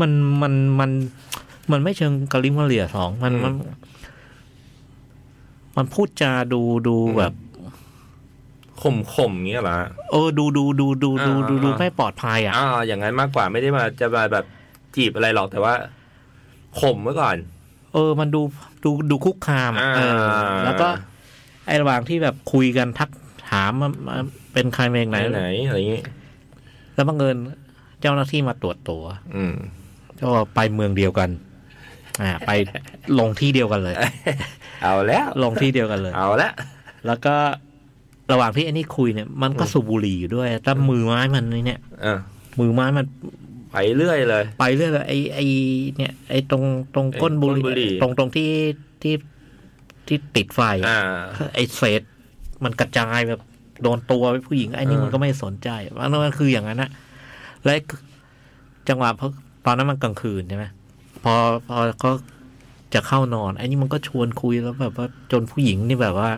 C: มันมันมันมันไม่เชิงกะลิมกะเหลี่ยสองมันมัน มันพูดจาดูดู
B: อืม
C: แบบ
B: ข่มข่มๆเงี้ยเหรอฮะ
C: เออดูดูดูดูดู
B: อ่า
C: ดูดู
B: อ่า
C: ไม่ปลอดภัยอ่ะ
B: อ่าอย่างนั้นมากกว่าไม่ได้มาจะมาแบบจีบอะไรหรอกแต่ว่าข่มไว้ก่อน
C: เออ มันดูดูดูคุกคามอะ
B: อ่า
C: เออ แล้วก็ไอระหว่างที่แบบคุยกันทักถามว่าว่าเป็นใครมาจาก
B: ไห
C: ไห
B: น
C: น
B: ไหนๆอะไรอย่างงี้
C: แล้วบังเอิญเจ้าหน้าที่มาตรวจตัว
B: อืม
C: ก็ไปเมืองเดียวกัน อ่า ไปลงที่เดียวกัน
B: *laughs*
C: เลย
B: เอาแล้ว
C: ลงที่เดียวกันเลย
B: เอาแล้ว
C: แล้วก็ระหว่างที่ไอ้นี่คุยเนี่ย มันก็สูบบุหรี่อยู่ด้วยแล้วมือไม้มันเนี่ย
B: เออ
C: มือไม้มัน
B: ไปเรื่อยเลย
C: ไปเรื่อยเลยไอ้ไอ้เนี่ย ไอ้ตรงตรงก้นบุห
B: ไอ้ก้นบุหรี่
C: รี่ตรงตรงที่ที่ที่ติดไฟอะ
B: อ่า
C: ไอ้เศษมันกระจายแบบโดนตัวผู้หญิงไอ้นี่
B: เออ
C: มันก็ไม่สนใจว่านั่นมันคืออย่างนั้นนะ และจังหวะเพราะตอนนั้นมันกลางคืนใช่ไหมพอพอก็จะเข้านอนไอ้นี่มันก็ชวนคุยแล้วแบบว่าจนผู้หญิงนี่แบบว่า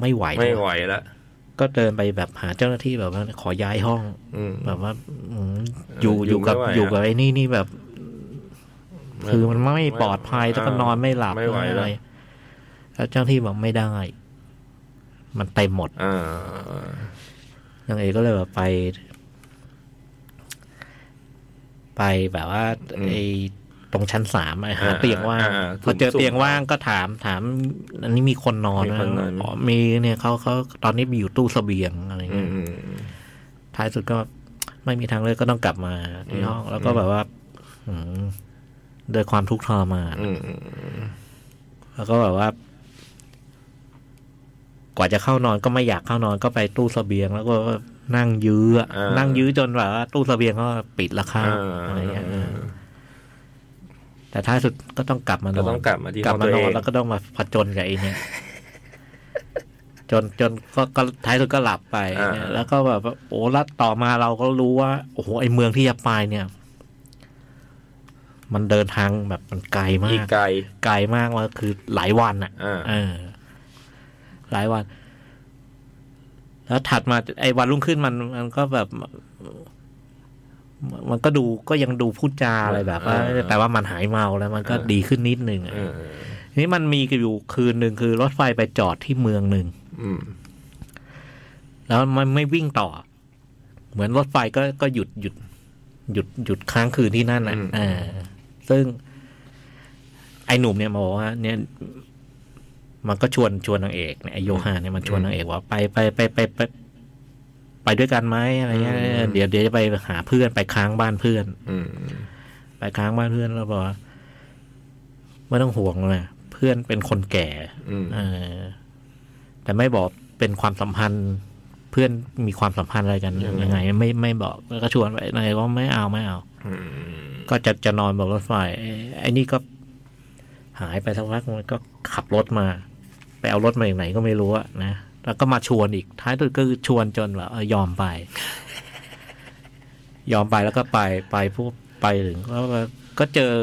C: ไม่ไหว
B: ไม่ไหวแล้ว
C: ก็เดินไปแบบหาเจ้าหน้าที่แบบว่าขอย้ายห้อง
B: อืม
C: แบบว่าอืมอยู่
B: อยู่
C: อยู่กับ
B: ไม่ไหวอะ
C: อยู่กับไอ้นี่นี่แบบ คือมันไม่ปลอดภัยแล้วก็นอนไม่หลับ
B: ไม่ไหว
C: อะ
B: แล้
C: ไร
B: ว
C: แล้วเจ้าหน้าที่บอกไม่ได้ มันเต็มหมด
B: อ่าน
C: างเอกก็เลยแบบไป ไปแบบว่าไอ้ตรงชั้นสามไอ้หาเตียงว่าง
B: อ่า
C: พอเจอ
B: สุ่มๆ
C: เตียงว่างก็ถามถาม อันนี้มีคนนอน
B: มี
C: นะ
B: คนนอนไหม
C: อ๋อมีเนี่ยเขาเขาตอนนี้มีอยู่ตู้เสบียงอะไร
B: อื
C: เงี้
B: ม
C: ย
B: อืม
C: ท้ายสุดก็ไม่มีทางเลือกก็ต้องกลับมาที่ห้อง แล้วก็แบบว่า อืมโดวยความทุกข์ทรมาน
B: อืม
C: แล้วก็แบบว่า กว่าจะเข้านอนก็ไม่อยากเข้านอนก็ไปตู้เสบียง แล้วก็นั่งยื้ออะ
B: อ่านั่
C: นั่งยื้อจนแบบว่าตู้เสบียงก็ปิดราคา
B: อ่า
C: อะไรอย่างเงี้ยแต่ท้ายสุดก็ต้องกลับมาน
B: ก็
C: อน
B: ต้องกลับมาที่
C: กลั
B: ห้
C: บ
B: อง
C: มา
B: ตัวนเอ
C: อน
B: ง
C: แล้วก็ต้องมาผจญกับไอ้
B: *laughs*
C: เนี่ยจนจนก็ก็ท้ายสุดก็หลับไปเนี่ยแล้วก็แบบว่าโอ้แล้วต่อมาเราก็รู้ว่า โอ้โหไอ้เมืองที่จะไปเนี่ย มันเดินทางแบบมันไกลมา
B: อีก
C: ก
B: ไกล
C: ไกลมากว่าคือหลายวันอ่ะ
B: อ่า
C: เออ หลายวัน แล้วถัดมาไอ้วันรุ่งขึ้นมันมันก็แบบ มันก็ดูก็ยังดูพูดจาอะไรแบบว่า
B: เออ
C: แต่ว่ามันหายเมาแล้วมันก็ดีขึ้นนิดนึงอะ
B: เออ
C: ทีนี่มันมีอยู่คืนหนึ่งคือรถไฟไปจอดที่เมืองหนึ่ง
B: อืม
C: แล้วมันไม่วิ่งต่อ เหมือนรถไฟก็ก็หยุดหยุด หยุดหยุดค้างคืนที่นั่นนะ
B: อืม
C: อ่าซึ่ง ไอ้หนุ่มเนี่ยมาบอกว่า เนี่ย มันก็ชวนชวนนางเอกเนี่ยไอโยฮานเนี่ยมันชวนนางเอกว่าไปไปไปไปไปไปด้วยกันไหมอะไรเงี้ยเดี๋ยวเดี๋ยวจะไปหาเพื่อนไปค้างบ้านเพื่อน
B: อืม
C: ไปค้างบ้านเพื่อนแล้วบอกว่าไม่ต้องห่วงนะเพื่อนเป็นคนแก่
B: อืม
C: เออแต่ไม่บอกเป็นความสัมพันธ์ เพื่อนมีความสัมพันธ์อะไรกันยังไง ไม่ไม่บอกแล้วก็ชวนไปนายก็ไม่เอาไม่เอา
B: อืม
C: ก็จะจะนอนบนรถไฟไอ้ไอ้นี่ก็หายไปสักพักมันก็ขับรถมา ไปเอารถมาจากไหนก็ไม่รู้อะนะแล้วก็มาชวนอีกท้ายสุดก็คือชวนจนแบบเออยอมไป ยอมไปแล้วก็ไปไปผู้ไปถึงก็ก็เจอ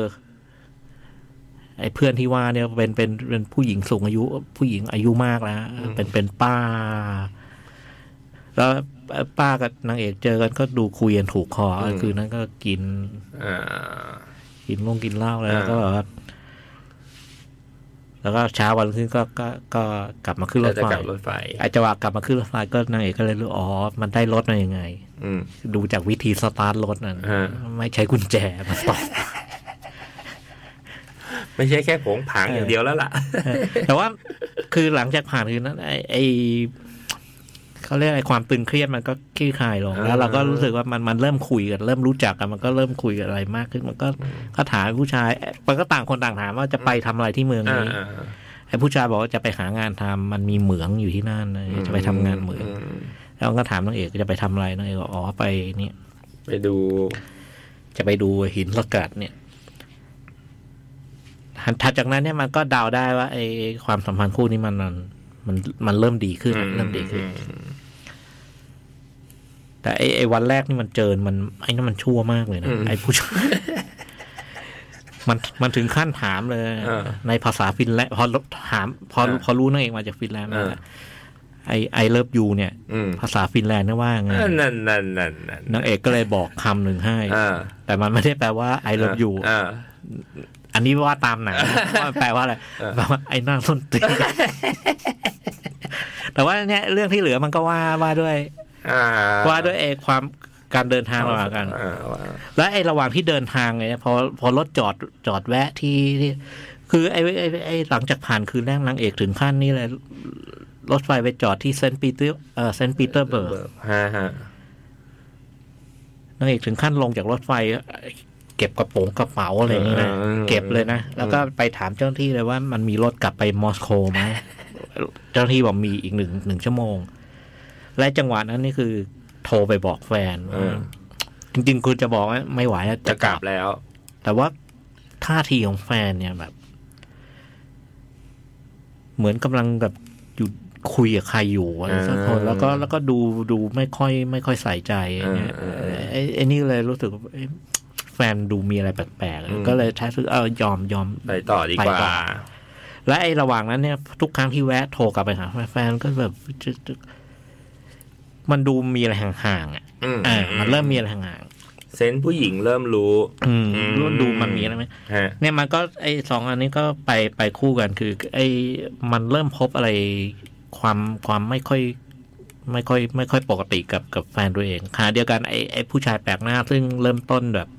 C: ไอ้เพื่อนที่ว่าเนี่ยเป็นเป็นเป็นผู้หญิงสูงอายุ ผู้หญิงอายุมากแล้วเป็นเป็นป้า แล้วป้ากับนางเอกเจอกันก็ดูคุยกันถูกคออ
B: ม
C: คืนนั้นก็กิน
B: อ่า
C: กินลงกินเหล้าแล้ว
B: อ่า
C: ก็แบบว่าแล้วก็เช้าวันรุ่งขึ้นก็ก็ก็กลับมาขึ้นร
B: เรา
C: ถ
B: จะ
C: ไฟ
B: กลับรถไฟ
C: ไอ้จังหวะกลับมาขึ้นรถไฟก็นางเอกก็เลยรู้อ๋อมันได้รถมายังไง
B: อืม
C: ดูจากวิธีสตาร์ทรถนั่น
B: อ่า
C: ไม่ใช้กุญแจมาสตาร์ท *laughs*
B: ไม่ใช่แค่ผงผางอย่างเดียวแล้วล่ะ
C: แต่ว่าคือหลังจากผ่านคืนนั้น ไอ้ไอ้เขาเรียกอะไรความตึงเครียดมันก็คลี่คลายลง
B: อ่า
C: แล้วเราก็รู้สึกว่ามันมันเริ่มคุยกันเริ่มรู้จักกันมันก็เริ่มคุยกันอะไรมากขึ้น มันก็ก็ถามผู้ชายมันก็ต่างคนต่างถามว่าจะไปทำอะไรที่เมือง
B: อ่า
C: นี้
B: อ่า
C: ไอ้ผู้ชายบอกว่าจะไปหางานทำมันมีเหมืองอยู่ที่นั่นนะจะไปทำงานเหมือง แล้วก็ถามนางเอกจะไปทำอะไรนางเอกบอกอ๋อไปเนี่ย
B: ไปดู
C: จะไปดูหินระกัดเนี่ยถัดจากนั้นเนี่ยมันก็เดาได้ว่าไอ้ความสัมพันธ์คู่นี้มันมันมันมันเริ่มดีขึ้นอะเริ่มดีขึ้น แต่ไอ้ไอ้วันแรกนี่มันเจอมันไอ้นั่นมันชั่วมากเลยนะ
B: อืม
C: ไอ้ผู้ช *laughs* ายมันมันถึงขั้นถามเลย
B: เออ
C: ในภาษาฟินแลนด์พอถาม พอ
B: เออ
C: พอรู้นั่นเองมาจากฟินแลนด์นั่นแหละ
B: เออ
C: ไอไอเลิฟยูเนี่ย
B: อืม
C: ภาษาฟินแลนด์นี่ว่าไง
B: อ่านั่นนั่นนั่นนั่น
C: นางเอกก็เลยบอกคำหนึ่งให้
B: อ่า
C: แต่มันไม่ได้แปลว่า I love you
B: อ่า
C: อันนี้ว่าตามหนังว่าแปลว่าอะไรแปลว่าไอ้หน้าส้น *laughs* ตีนแต่ว่าเนี่ยเรื่องที่เหลือมันก็ว่าว่าด้วย
B: อ่า
C: ว่าด้วยไอ้ความการเดินทางระหว่างกัน
B: อ่าว่า
C: แล้วไอ้ระหว่างที่เดินทางเนี่ยพอพอรถจอดจอดแวะที่ที่คือไอ้ไอ้ไอ้หลังจากผ่านคืนแรกนางเอกถึงขั้นนี้เลย รถไฟไปจอดที่เซนต์ปีเตอร์เออเซนต์ปีเตอร์เบิร์ก
B: ฮะฮะ
C: นางเอกถึงขั้นลงจากรถไฟ เก็บกระโปรงกระเป๋าอะไรอย่างนี้นะเก็บเลยนะ แล้วก็ไปถามเจ้าหน้าที่เลยว่ามันมีรถกลับไปมอสโกไห
B: *laughs*
C: มเจ้าหน้าที่บอกมีอีกหนึ่งหนึ่งชั่วโมง และจังหวะนั้นนี่คือโทรไปบอกแฟน
B: เออ
C: จริงๆคุณจะบอกว่าไม่ไหวแล้ว
B: จะ
C: จะ
B: ก
C: ก
B: ลั
C: ลั
B: บบ แล้ว
C: แต่ว่าท่าทีของแฟนเนี่ยแบบ เหมือนกำลังแบบอยู่ คุยกับใครอยู่อะไรสักคน
B: อ่า
C: แล้วก็แล้วก็ดูดูไม่ค่อยไม่ค่อยใส่ใจอย่างเงี้ย
B: อ่าอ่าอ่า
C: ไอ้ไอ้นี่เลยรู้สึกว่าเอ๊ะแฟนดูมีอะไรแปลก
B: อืม
C: ๆก็เลยท้ายสุดเออยอมยอม
B: ไปต่อดีกว่า
C: ไปต่อ และไอ้ระหว่างนั้นเนี่ยทุกครั้งที่แวะโทรกลับไปหาแฟนก็แบบจะจะมันดูมีอะไรห่างๆอ่ะ
B: อืม
C: อ่ามันเริ่มมีอะไรห่าง
B: เซนส์ผู้หญิงเริ่มรู้
C: ๆอืม
B: อืม
C: รู้ดูมันมีอะไรไหม
B: ฮะ
C: เนี่ยมันก็ไอสองอันนี้ก็ไปไปคู่กันคือ ไอมันเริ่มพบอะไรความความไม่ค่อย ไม่ค่อย ไม่ค่อยปกติกับกับแฟนตัวเองค่ะเดียวกันไอไอผู้ชายแปลกหน้าซึ่งเริ่มต้นแบบ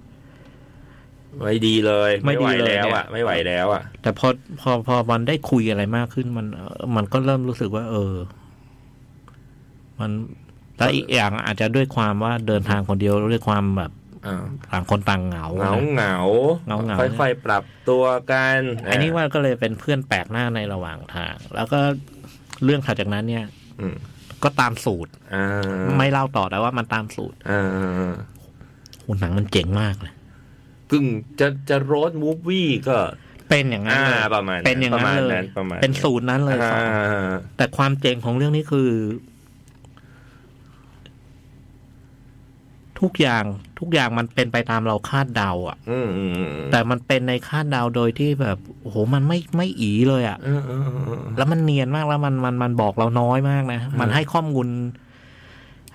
B: ไม่ดีเลย
C: ไม่
B: ไม่
C: ดี
B: ไหว
C: เลย
B: แล้ว
C: เนี่ย
B: อ่ะ ไม่ไหวแล้วอ่ะ
C: แต่พอพอพอมันได้คุยอะไรมากขึ้น มันเอ่อมันก็เริ่มรู้สึกว่า เออ มันแล้วอีกอย่างอาจจะด้วยความว่าเดินทางคนเดียวด้วยความแบบ
B: อ้าว
C: ต่างคนต่างเหงา
B: เหงา
C: นะ
B: เหงา
C: เหงาๆ
B: ค่อยๆปรับตัวกัน
C: อันนี้ว่าก็เลยเป็นเพื่อนแปลกหน้าในระหว่างทาง แล้วก็เรื่องถัดจากนั้นเนี่ย
B: อืม
C: ก็ตามสูตร
B: อ่า
C: ไม่เล่าต่อแต่ว่ามันตามสูตร
B: อ่า
C: โหหนังมันเจ๋งมากเลย
B: กึ่งจะจะโรดมูฟวี่ก็
C: เป็นอย่างนั้น
B: อ่า
C: เลย
B: ประมาณ
C: เป็นอย่างนั้นเลย
B: ประมาณนั้นประมาณนั้น
C: เป็นสูตรนั้นเลย
B: อ่า
C: แต่ความเจ๋งของเรื่องนี้คือ ทุกอย่างทุกอย่างมันเป็นไปตามเราคาดเดาอ่ะ
B: อืมอืมอืม
C: แต่มันเป็นในคาดเดาโดยที่แบบโอ้โหมันไม่ไม่อีเลยอ่ะ
B: เออเออเออ
C: แล้วมันเนียนมากแล้วมันมันมันบอกเราน้อยมากนะ มัน
B: อืม
C: ให้ข้อมูล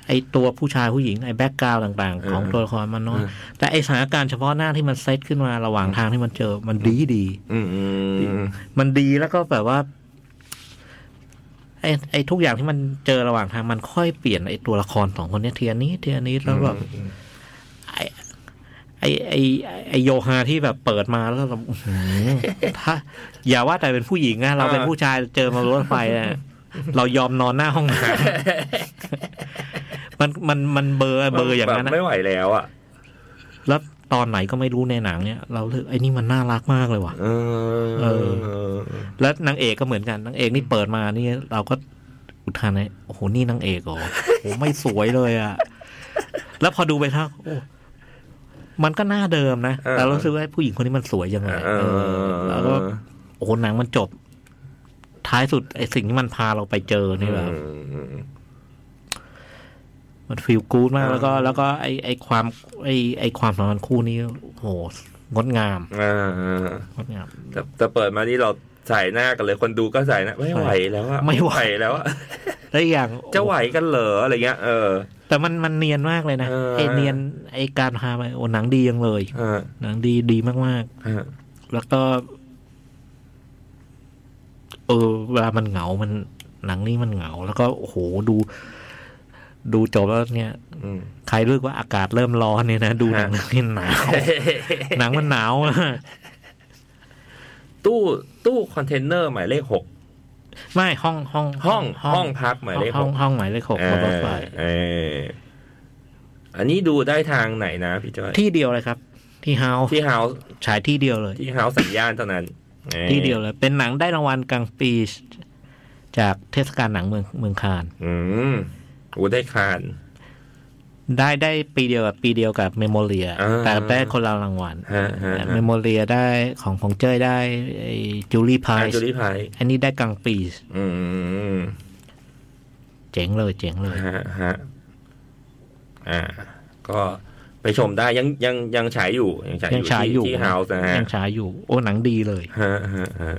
C: ไอตัวผู้ชายผู้หญิงไอแบ็กกราวต่าง ๆ ของ
B: อืม
C: ตัวละครมันน้อย
B: อืม
C: แต่ไอสถานการณ์เฉพาะหน้าที่มันเซตขึ้นมาระหว่างทางที่มันเจอมันดีดี
B: อืมอืม
C: มันดีแล้วก็แบบว่าไอไอทุกอย่างที่มันเจอระหว่างทางมันค่อยเปลี่ยนไอตัวละครสองคนเนี้ยเทียนี้เทียนี้แล้วแบบไอไอไอไอ้ไอโยฮาที่แบบเปิดมาแล้วเราอื้อหือถ้า อย่าว่าแต่เป็นผู้หญิงนะเราเป็นผู้ชายเจอมารถไฟเนี่ยเรายอมนอนหน้าห้องน้ำมันมันมันเบอร์เบอร์อย่างนั้น
B: แบบ
C: นะ
B: ไม่ไหวแล้วอ่ะ
C: แล้วตอนไหนก็ไม่รู้ในหนังเนี่ย เราเลยไอ้นี่มันน่ารักมากเลยว่ะ
B: เออ
C: เอ แล้วนางเอกก็เหมือนกันนางเอกนี่เปิดมานี่เราก็อุทานเลยโอ้โหนี่นางเอกเหรอโอ้ไม่สวยเลยอะแล้วพอดูไปทักโอ้มันก็หน้าเดิมนะแต่เรารู้สึกว่าผู้หญิงคนนี้มันสวยยังไง
B: เอ
C: เออ
B: อ
C: แล้วก็โอ้โหหนังมันจบ ท้ายสุดไอ้สิ่งที่มันพาเราไปเจอนี่แบบ
B: อืม
C: มันฟีลกู๊ดมากแล้วก็
B: เออ
C: แล้วก็ไอ้ไอ้ความ ไอ้ไอ้ความสัมพันธ์คู่นี้โอ้โหงดงาม
B: อ่าอ่าง
C: ดงาม
B: แต่แต่เปิดมาที่เราใส่หน้ากันเลยคนดูก็ใส่หนะไม่ไหวแล้วอ่ะ
C: ไม่ไหว
B: แล้วอ่ะ
C: แล้วอีกอย่าง
B: จะไหวกันเหรออะไรเงี้ยเออ
C: แต่มันมันเนียนมากเลยนะ
B: เออ
C: ไอเนียนไอการพาไปโอ้หนังดียังเลย
B: เออ
C: หนังดีดีมาก
B: เออ
C: ๆ แล้วก็เออเวลามันเหงามันหนังนี่มันเหงา แล้วก็โอ้โหดู ดูจบแล้วเนี่ย
B: อืม
C: ใครรู้ว่าอากาศเริ่มร้อนเนี่ยนะดูหนัง
B: ฮะ
C: นี่หนาว
B: *laughs*
C: หนังมันหนาวอะ
B: ตู้ตู้คอนเทนเนอร์หมายเลขหก
C: ไม่ห้องห้อง
B: ห้องห้องพักหมายเลข
C: ห้
B: ห
C: อง
B: ก
C: ห้องหมายเลขหกของรถไฟ
B: เอออันนี้ดูได้ทางไหนนะพี่จ้อย
C: ที่เดียวเลยครับ ที่เฮาส์
B: ที่เฮาส์
C: ฉายที่เดียวเลย
B: ที่เฮาส์สัญญาณเท่านั้นออ
C: ที่เดียวเลย เป็นหนังได้รางวัลกลางปีจากเทศกาลหนังเมืองเมืองคาน
B: อืมโอ้ได้คาน
C: ได้ได้ปีเดียวกับปีเดียวกับเมโมเรีย
B: อ่า
C: แต่ได้คนละรางวัล
B: ฮะฮะฮะ
C: เมโมเรียได้ของของเจ้ยได้จูลี่พา
B: อ่าย จูลี่ไพาย
C: อันนี้ได้กลางปี
B: อืม
C: เจ๋งเลยเจ๋งเลย
B: ฮะฮะอ่า ก็ไปชมได้ยังยังยังฉายอยู่ ยังฉายอ
C: ยั
B: ยู่
C: งฉาย
B: ที่
C: อยู่
B: ที่เฮาส์นะฮะ
C: ยังฉายอยู่ โอ้หนังดีเลย
B: ฮะฮะฮะ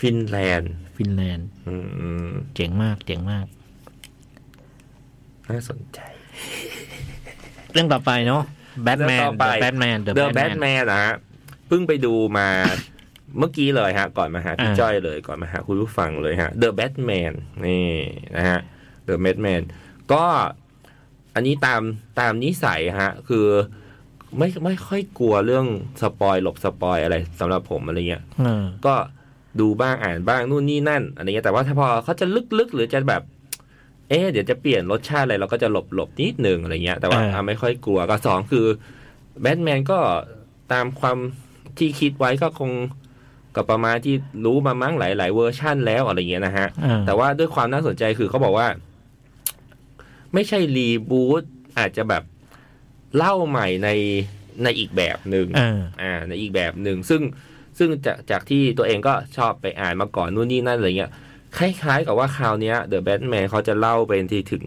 B: ฟินแลนด์
C: ฟินแลนด์
B: อืมอืม
C: เจ๋งมากเจ๋งมาก
B: น่าสนใจ
C: เรื่องต่อไปเนาะแบทแม
B: เรื่
C: น
B: องต่อไป
C: แบทแมน
B: The Batman นะฮะเพิ่งไปดูมา *laughs* เมื่อกี้เลยฮะ ก่อนมาหาพี่
C: อ่า
B: จ้อยเลยก่อนมาหาคุณผู้ฟังเลยฮะ The Batman นี่นะฮะ The Batman ก็อันนี้ตามตามนิสัยฮะ คือไม่ไม่ค่อยกลัวเรื่องสปอยหลบสปอยอะไรสำหรับผมอะไรเงี้ย
C: เออ
B: ก็ดูบ้างอ่านบ้างนู่นนี่นั่นอะไรเงี้ยแต่ว่าถ้าพอเขาจะลึกๆ หรือจะแบบ เอ๊ะเดี๋ยวจะเปลี่ยนรสชาติอะไรเราก็จะหลบหลบนิดนึงอะไรเงี้ย แต่ว่าอ่ะไม่ค่อยกลัวก็สองคือแบทแมนก็ตามความที่คิดไว้ก็คงกับประมาณที่รู้มามั้งหลาย ๆ เวอร์ชั่นแล้วอะไรเงี้ยนะฮะ
C: เออ
B: แต่ว่าด้วยความน่าสนใจคือเขาบอกว่า ไม่ใช่รีบูตอาจจะแบบเล่าใหม่ในในอีกแบบหนึ่ง
C: เออ
B: อ่าในอีกแบบหนึ่งซึ่งซึ่งจากจากที่ตัวเองก็ชอบไปอ่านมาก่อนนู่นนี่นั่นอะไรเงี้ย คล้าย ๆ กับว่าคราวเนี้ยเดอะแบทแมนเขาจะเล่าเป็นที่ถึง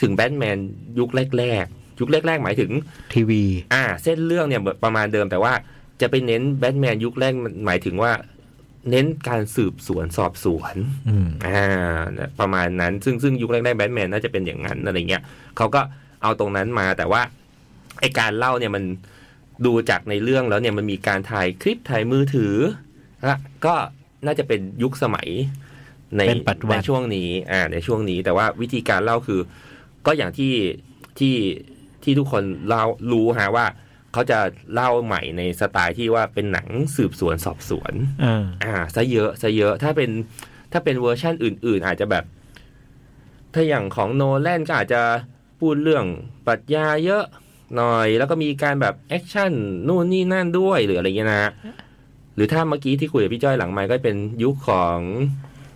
B: ถึงแบทแมนยุคแรกๆ ยุคแรก ๆ หมายถึง
C: ทีวี
B: อ่า เส้นเรื่องเนี่ยประมาณเดิมแต่ว่าจะไปเน้นแบทแมนยุคแรกหมายถึงว่า เน้นการสืบสวนสอบสวน
C: อืม
B: อ่าประมาณนั้นซึ่งซึ่งยุคแรกๆแบทแมนน่าจะเป็นอย่างนั้นอะไรเงี้ยเขาก็เอาตรงนั้นมาแต่ว่าไอการเล่าเนี่ยมันดูจากในเรื่องแล้วเนี่ยมันมีการถ่ายคลิปถ่ายมือถือและก็น่าจะเป็นยุคสมัยใน
C: เป็นปัจจุบัน
B: ในช่วงนี้อ่าในช่วงนี้ แต่ว่าวิธีการเล่าคือ ก็อย่างที่ที่ที่ทุกคนเล่ารู้ฮะว่าเขาจะเล่าใหม่ในสไตล์ที่ว่าเป็นหนังสืบสวนสอบสวน
C: อ่า
B: อ่าซะเยอะซะเยอะถ้าเป็นถ้าเป็นเวอร์ชั่นอื่น ๆ อาจจะแบบ ถ้าอย่างของโนแลนก็อาจจะพูดเรื่องปรัชญาเยอะหน่อย แล้วก็มีการแบบแอคชั่นนู่นนี่นั่นด้วยหรืออะไรเงี้ยนะฮะหรือถ้าเมื่อกี้ที่คุยกับพี่จ้อยหลังไมค์ก็เป็นยุคของ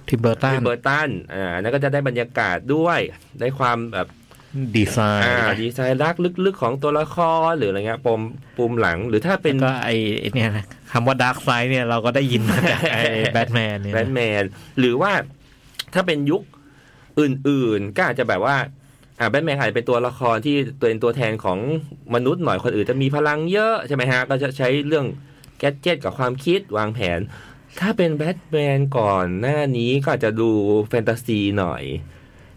C: ทิมเบอร์ตัน
B: พี่เบอร์ตันอ่าอันนั่นก็จะได้บรรยากาศด้วยได้ความแบบ
C: ดีไซน์
B: อ่าดีไซน์รักลึกๆ ของตัวละครหรืออะไรเงี้ยปมปมหลังหรือถ้าเป็
C: เป็น นก็ไอไอ้เนี่ยนะคำว่าดาร์ i ไ e เนี่ยเราก็ได้ยินมา
B: *laughs*
C: จากไอ้แบทแมนเนี่ย
B: แบทแมนหรือว่าถ้าเป็นยุคอื่นๆ ก็อาจจะแบบว่าอ่าแบทแมนอาจจะเป็นตัวละครที่ตัวเป็นตัวแทนของมนุษย์หน่อยคนอื่นจะมีพลังเยอะใช่ไหมฮะ ก็จะใช้เรื่องแกดเจิตกับความคิดวางแผน ถ้าเป็นแบทแมนก่อนหน้านี้ก็อาจจะดูแฟนตาซีหน่อย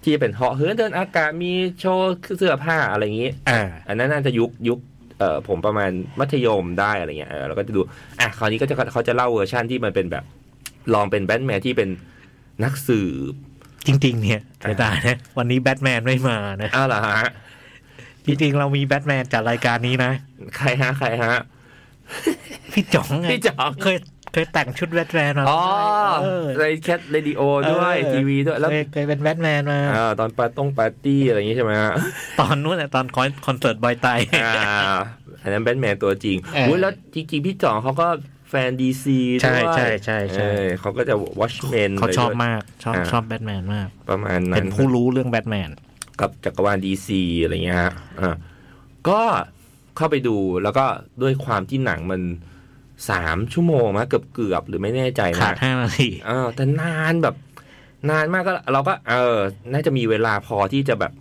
B: ที่เป็นเหาะเหินเดินอากาศมีโชว์เสื้อผ้าอะไรอย่างนี้
C: อ่า
B: อันนั้นน่าจะยุคยุคเอ่อผมประมาณมัธยมได้อะไรเงี้ยเออเราก็จะดู อ่ะคราวนี้ก็จะเขาจะเล่าเวอร์ชั่นที่มันเป็นแบบ ลองเป็นแบทแมนที่เป็นนักสืบ
C: จริง ๆ เนี่ยเสียดายนะวันนี้แบทแมนไม่มานะ
B: อ้าวเหรอฮะ
C: จริง ๆ เรามีแบทแมนจัดรายการนี้นะ
B: ใครฮะ ใครฮะ
C: พี่จ๋องไง
B: พี่จ๋อง
C: เคยเคยแต่งชุดแบทแมนมา
B: อ๋อ
C: เออ
B: ในแคทเรดิโอด้วย
C: เออ
B: ทีวีด้วยแล้ว
C: เคยเคยเป็นแบทแมนมา
B: อ่าตอนปาร์ตงปาร์ตี้อะไรอย่างงี้ใช่ไหมฮะ
C: ตอนนู้นแหละตอนคอนคอนเสิร์ตบอยไต
B: อ่าอันนั้นแบทแมนตัวจริง
C: เอออุ๊
B: อุ้ยแล้วจริงๆพี่จ๋องเขาก็แฟนดีซี
C: ใช่
B: ด้วย
C: ใช่ใช่ใช่
B: เออเขาก็จะวอชแมน
C: เขาชอบมากชอบ
B: า
C: ชอบแบทแมนมาก
B: ประมาณนั้น
C: เป็นผู้รู้เรื่องแบทแมน
B: กับจักรวาลดีซีอะไรเงี้ยฮะอ่าก็เข้าไปดูแล้วก็ด้วยความที่หนังมันสามชั่วโมงมะเกือบเกือบๆหรือไม่แน่ใจ
C: ขาด
B: นะ
C: ห้านาที
B: เออแต่นานแบบ นานมากก็เราก็ เออ น่าจะมีเวลาพอที่จะแบบ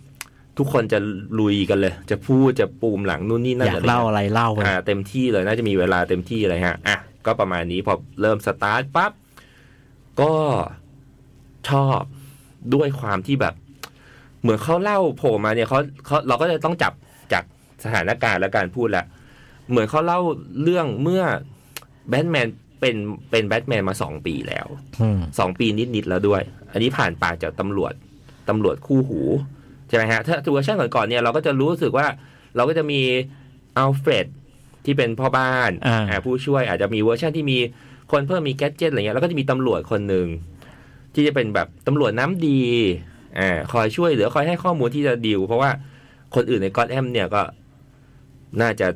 B: ทุกคนจะลุยกันเลย จะพูดจะปูมหลังนู่นนี่นั่น
C: อยากเล่า
B: ะไรงี้ย
C: อะไรเล่าไป
B: อ่าเต็มที่เลยน่าจะมีเวลาเต็มที่เลยฮะอ่ะก็ประมาณนี้พอเริ่มสตาร์ทปั๊บก็ชอบด้วยความที่แบบ เหมือนเขาเล่าโผล่มาเนี่ยเขาเขาเราก็จะต้องจับจากสถานการณ์และการพูดแหละ เหมือนเขาเล่าเรื่องเมื่อแบทแมนเป็นเป็นแบทแมนมาสองปีแล้ว
C: อืม
B: สองปีนิด ๆ แล้วด้วย อันนี้ผ่านปากจากตำรวจ ตำรวจคู่หู ใช่ไหมฮะ ถ้าเวอร์ชันก่อนๆเนี่ยเราก็จะรู้สึกว่าเราก็จะมีอัลเฟรดที่เป็นพ่อบ้าน
C: อ่า
B: อ่าผู้ช่วยอาจจะมีเวอร์ชันที่มีคนเพิ่มมีแกดเจิตอะไรเงี้ยแล้วก็จะมีตำรวจคนหนึ่ง ที่จะเป็นแบบตำรวจน้ำดีอ่าคอยช่วยเหลือคอยให้ข้อมูลที่จะดิวเพราะว่าคนอื่นในกอตแอมเนี่ยก็น่าจะ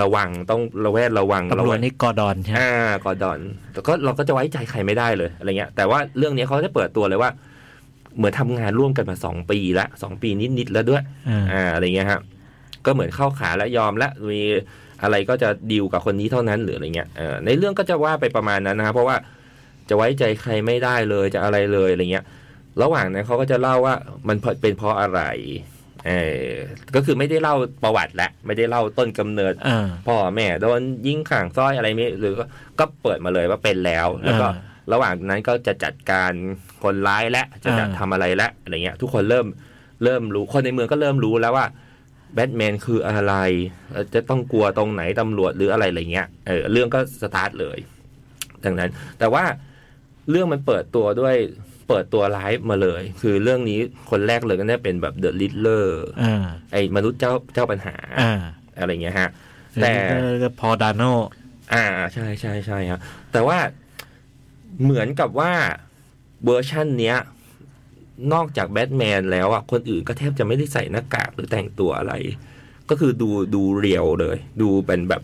B: ระวังต้องระแวดระวังะ
C: ตำรว
B: แา
C: จนี่กอร์ดอนใช่ไหม
B: อ่ากอร์ดอนแต่ก็เราก็จะไว้ใจใครไม่ได้เลยอะไรเงี้ย แต่ว่าเรื่องนี้เขาจะเปิดตัวเลยว่า เหมือนทำงานร่วมกันมาสองปีละสองปีนิดๆแล้วด้วย
C: อ่า
B: อ่าอะไรเงี้ยฮะก็เหมือนเข้าขาและยอมและมีอะไรก็จะดีลกับคนนี้เท่านั้นหรืออะไรเงี้ยเออในเรื่องก็จะว่าไปประมาณนั้นนะฮะเพราะว่าจะไว้ใจใครไม่ได้เลยจะอะไรเลยอะไรเงี้ย ระหว่างนั้นเขาก็จะเล่าว่ามันเป็นเพราะอะไรเออก็คือไม่ได้เล่าประวัติและไม่ได้เล่าต้นกำเนิด
C: อ่า
B: พ่อแม่โดนยิงข่างซ้อยอะไรไม่หรือก็ก็เปิดมาเลยว่าเป็นแล้ว แล้วก็
C: อ่า
B: ระหว่างนั้นก็จะจัดการคนร้ายและจะจะ
C: อ่า
B: ทำอะไรและอะไรเงี้ย ทุกคนเริ่มเริ่มรู้คนในเมืองก็เริ่มรู้แล้วว่าแบทแมนคืออะไรเอ่อจะต้องกลัวตรงไหนตำรวจหรืออะไรอะไรเงี้ยเออเรื่องก็สตาร์ทเลยดังนั้น แต่ว่าเรื่องมันเปิดตัวด้วยเปิดตัวร้ายมาเลย คือเรื่องนี้คนแรกเลยก็น่าเป็นแบบเดอะลิทเลอร์
C: อ่า
B: ไอ้มนุษย์เจ้าเจ้าปัญหา
C: อ่า
B: อะไรเงี้ยฮะ แต่
C: แต่พอดานโน
B: อ่าใช่ใช่ใช่ครับแต่ว่าเหมือนกับว่าเวอร์ชั่นเนี้ย นอกจากแบทแมนแล้วอ่ะคนอื่นก็แทบจะไม่ได้ใส่หน้ากากหรือแต่งตัวอะไร ก็คือดูดูเรียวเลย ดูเป็นแบบ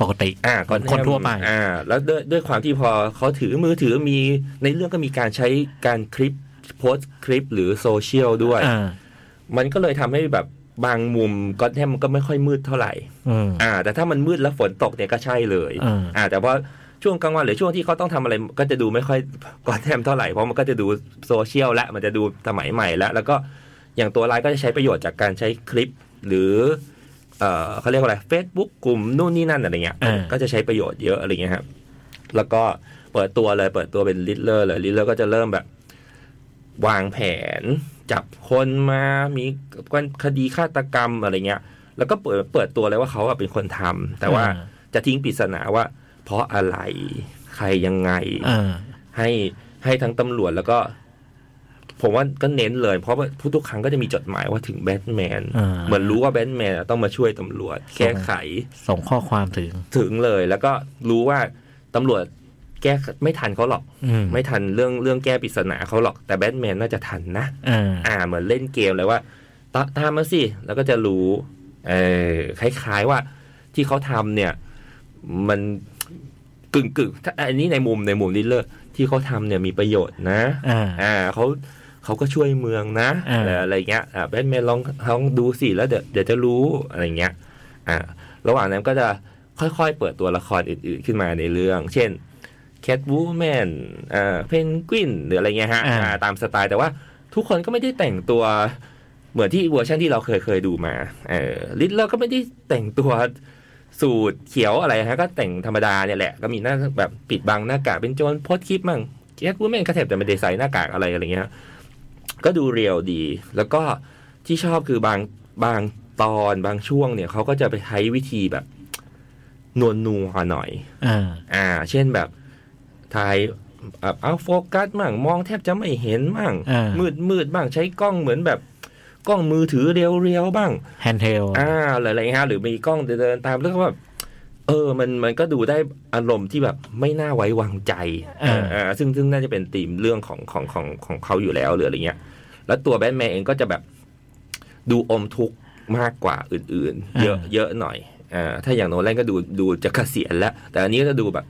C: ปกติ
B: อ่า
C: เหมือนคนทั่วไป
B: อ่า แล้วด้วยด้วยความที่พอเขาถือมือถือมีในเรื่องก็มีการใช้การคลิปโพสต์คลิปหรือโซเชียลด้วย
C: อ่า
B: มันก็เลยทำให้แบบบางมุมก็แทบมันก็ไม่ค่อยมืดเท่าไหร่
C: อืม
B: อ่าแต่ถ้ามันมืดแล้วฝนตกเนี่ยก็ใช่เลย
C: อ่า
B: แต่ว่า ช่วงกลางวันหรือช่วงที่เขาต้องทำอะไร ก็จะดูไม่ค่อย *laughs* กอดแทมเท่าไหร่เพราะมันก็จะดูโซเชียลและมันจะดูสมัยใหม่แล้ว แล้วก็อย่างตัวไลน์ก็จะใช้ประโยชน์จากการใช้คลิป หรือ เอ่อเขาเรียกว่าอะไร Facebook กลุ่มนู่นนี่นั่นอะไรเงี้ย
C: อ่า
B: ก็จะใช้ประโยชน์เยอะอะไรเงี้ยครับแล้วก็เปิดตัวเลยเปิดตัวเป็นลิ t เลอร์เลยลิ t เลอร์ก็จะเริ่มแบบ วางแผน จับคนมามีคดีฆาตกรรมอะไรเงี้ย แล้วก็เปิดเปิดตัวเลยว่าเขาอะเป็นคนทำแต่ว่า จะทิ้งปริศนาว่า เพราะอะไรใครยังไง
C: อ่า
B: ให้ให้ทั้งตำรวจแล้วก็ ผมว่าก็เน้นเลย เพราะว่าทุกครั้งก็จะมีจดหมายว่าถึงแบทแมน
C: อ่า
B: เหมือนรู้ว่าแบทแมนต้องมาช่วยตำรวจ แก้ไข
C: ส่งข้อความถึง
B: ถึงเลย แล้วก็รู้ว่าตำรวจแก้ไม่ทันเขาหรอก
C: อืม
B: ไม่ทันเรื่องเรื่องแก้ปริศนาเขาหรอกแต่แบทแมนน่าจะทันนะ
C: อ่า
B: อ่าเหมือนเล่นเกมเลยว่าตาตามมาสิ แล้วก็จะรู้เออคล้าย ๆว่าที่เขาทำเนี่ย มันกึ่งกึ่งถ้าอันนี้ในมุมในมุมลิเลอร์ที่เขาทำเนี่ยมีประโยชน์นะ
C: อ่า
B: อ่าเขาเขาก็ช่วยเมืองนะ
C: อ่า
B: เอะไรเงี้ยอ่าแบทแมนลองลองดูสิแล้วเดี๋ยวเดี๋ยวจะรู้อะไรเงี้ยอ่าระหว่างนั้นก็จะค่อยๆ เปิดตัวละครอื่น ๆขึ้นมาในเรื่อง เช่น แคทวูแมนอ่าเพนกวินหรืออะไรเงี้ยฮะ
C: อ่า
B: อ่าตามสไตล์แต่ว่าทุกคนก็ไม่ได้แต่งตัว เหมือนที่เวอร์ชันที่เราเคยเคยดูมาเออลิทเลอร์ก็ไม่ได้แต่งตัวสูทเขียวอะไรฮะ ก็แต่งธรรมดาเนี่ยแหละ ก็มีหน้าแบบปิดบังหน้ากากเป็นโจรโพสต์คลิปมั่งแคทวูแมนก็แทบจะไม่ได้ใส่หน้ากากอะไรอะไรเงี้ย ก็ดูเรียวดี แล้วก็ที่ชอบคือบางบางตอนบางช่วงเนี่ยเขาก็จะไปใช้วิธีแบบนวลนัวๆหน่อย
C: อ่า
B: อ่า เช่นแบบถ่ายแบบเอาโฟกัสมั่งมองแทบจะไม่เห็นมั่ง
C: อ่ามื
B: มืดมืดๆบ้างใช้กล้องเหมือนแบบ กล้องมือถือเรียวๆบ้าง
C: แฮนด์เทล
B: อ่าอะไรๆฮะหรือมีกล้องเดินๆตามแล้วก็แบบเออมันมันก็ดูได้อารมณ์ที่แบบไม่น่าไว้วางใจ
C: อ่า
B: เออซึ่งซึ่งน่าจะเป็นธีมเรื่องของของของของเขาอยู่แล้วหรืออะไรเงี้ย แล้วตัวแบทแมนเองก็จะแบบดูอมทุกข์มากกว่าอื่นๆ เยอะเยอะหน่อยอ่าถ้าอย่างโนแลนก็ดูดูจะเกษียณแล้ว แต่อันนี้ก็จะดูแบบ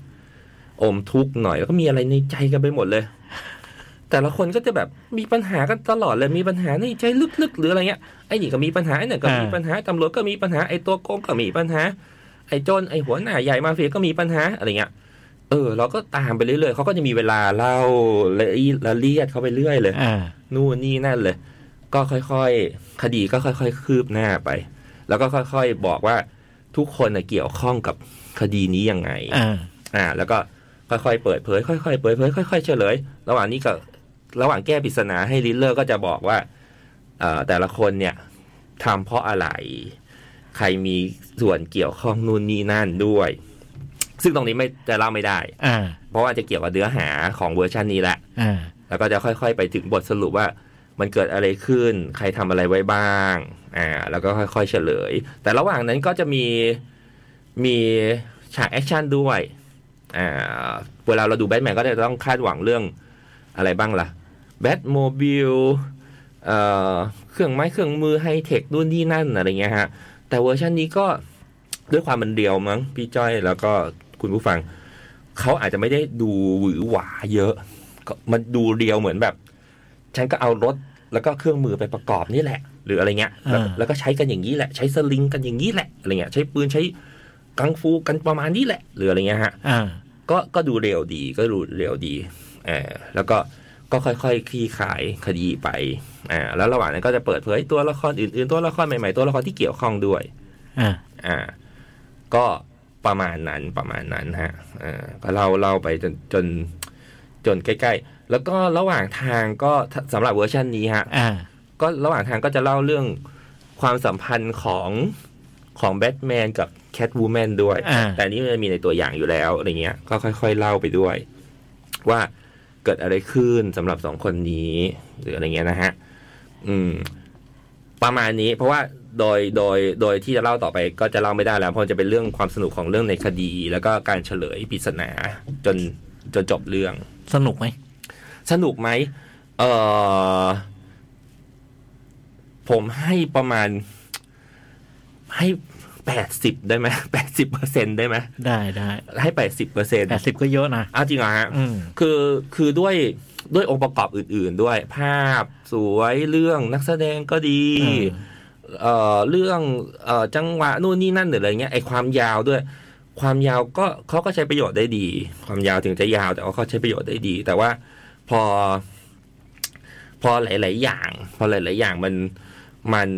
B: อมทุกข์หน่อยแล้วก็มีอะไรในใจกันไปหมดเลย แต่ละคนก็จะแบบมีปัญหากันตลอดเลยมีปัญหาในใจลึกๆหรืออะไรเงี้ยไอ้นี่ก็มีปัญหาไอ้นั่นก็มี
C: อ่า
B: ปัญหาตำรวจก็มีปัญหาไอ้ตัวโกงก็มีปัญหา ไอ้โจนไอ้หัวหน้าใหญ่มาเฟียก็มีปัญหาอะไรเงี้ยเออ เราก็ตามไปเรื่อยๆเขาก็จะมีเวลาเล่าละเอียดละเลียดเขาไปเรื่อยเลย
C: อ่า
B: นู่นนี่นั่นเลย ก็ค่อยๆ คดีก็ค่อย ๆ คืบหน้าไป แล้วก็ค่อยๆ บอกว่าทุกคนน่ะเกี่ยวข้องกับคดีนี้ยังไง
C: อ่า
B: อ่า แล้วก็ค่อยๆ เปิดเผย ค่อยๆ เปิดเผย ค่อย ๆ เฉลย ระหว่างนี้ก็ระหว่างแก้ปริศนาให้ลิลเลอร์ก็จะบอกว่าเอ่อแต่ละคนเนี่ยทำเพราะอะไร ใครมีส่วนเกี่ยวข้องนู่นนี่นั่นด้วย ซึ่งตรงนี้ไม่จะเล่าไม่ได้
C: อ่า
B: เพราะว่าจะเกี่ยวกับเนื้อหาของเวอร์ชันนี้แหละ
C: อ่า
B: แล้วก็จะค่อยๆ ไปถึงบทสรุปว่ามันเกิดอะไรขึ้น ใครทำอะไรไว้บ้าง อ่า แล้วก็ค่อยๆ เฉลย แต่ระหว่างนั้นก็จะมีมีฉากแอคชั่นด้วย อ่า เวลาเราดูแบทแมนก็จะต้องคาดหวังเรื่องอะไรบ้างล่ะ แบทโมบิล เอ่อ เครื่องไม้เครื่องมือไฮเทคนู่นนี่นั่นอะไรเงี้ยฮะ แต่เวอร์ชันนี้ก็ด้วยความมันเดียวมั้งพี่จ้อยแล้วก็คุณผู้ฟัง เขาอาจจะไม่ได้ดูหวือหวาเยอะ ก็มันดูเรียวเหมือนแบบ ฉันก็เอารถแล้วก็เครื่องมือไปประกอบนี่แหละ หรืออะไรเงี้ยแล้ว
C: อ่า
B: แล้วก็ใช้กันอย่างนี้แหละใช้สลิงกันอย่างนี้แหละอะไรเงี้ยใช้ปืนใช้กังฟูกันประมาณนี้แหละ หรืออะไรเงี้ยฮะ
C: อ่า
B: ก็ก็ดูเร็วดีก็ดูเร็วดีเออแล้วก็ก็ค่อยๆคลี่ขายคดีไปอ่าแล้วระหว่างนั้นก็จะเปิดเผยตัวละครอื่นๆ ตัวละครใหม่ๆ ตัวละครที่เกี่ยวข้องด้วย
C: อ่า
B: อ่าก็ประมาณนั้นประมาณนั้นฮะเอ่าก็เล่าเล่าไปจนจนจนใกล้ๆ แล้วก็ระหว่างทางก็สำหรับเวอร์ชันนี้ฮะ
C: อ่า
B: ก็ระหว่างทางก็จะเล่าเรื่องความสัมพันธ์ของของแบทแมนกับแคทวูแมนด้วย
C: อ่า
B: แต่อันนี้มันมีในตัวอย่างอยู่แล้วอะไรเงี้ย ก็ค่อยๆเล่าไปด้วย ว่าเกิดอะไรขึ้นสำหรับสองคนนี้ หรืออะไรเงี้ยนะฮะ อืม ประมาณนี้ เพราะว่าโดยโดยโดยที่จะเล่าต่อไปก็จะเล่าไม่ได้แล้ว เพราะมันจะเป็นเรื่องความสนุกของเรื่องในคดี แล้วก็การเฉลยปริศนาจนจนจบเรื่อง
C: สนุกไหม
B: สนุกไหม เออผมให้ประมาณ ให้แปดสิบได้ไหมแปดสิบเปอร์เซ็นได้ไหม
C: ได้ได้
B: ให้แปดสิบเปอร์เซ็น
C: แปดสิบก็เยอะนะ
B: อ้าวจริงเหรอฮะ
C: อืม
B: คือคือด้วยด้วยองค์ประกอบอื่น ๆ ด้วย ภาพสวยเรื่องนักแสดงก็ดี
C: อืม
B: เอ่อเรื่องเอ่อจังหวะนู่นนี่นั่นหรืออะไรเงี้ยไอความยาวด้วย ความยาวก็เขาก็ใช้ประโยชน์ได้ดี ความยาวถึงจะยาวแต่ว่าเขาใช้ประโยชน์ได้ดี แต่ว่าพอ พอหลาย ๆ อย่าง พอหลาย ๆ อย่างมันมัน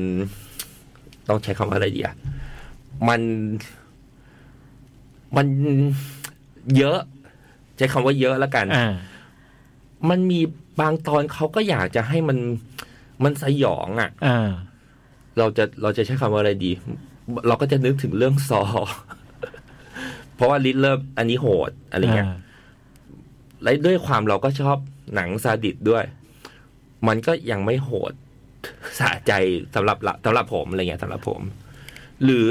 B: ต้องใช้คำว่าอะไรดีอะมันมันเยอะ ใช้คำว่าเยอะแล้วกัน
C: อ่า
B: มันมีบางตอนเขาก็อยากจะให้มันมันสยองอะ่ะ
C: อ่า
B: เราจะเราจะใช้คำว่าอะไรดี เราก็จะนึกถึงเรื่องซอ *laughs* เพราะว่าลิทเลิฟอันนี้โหดอะไรเงี้ยและด้วยความเราก็ชอบหนังซาดิสด้วย มันก็ยังไม่โหด สะใจสำหรับเราสำหรับผมอะไรเงี้ยสำหรับผม หรือ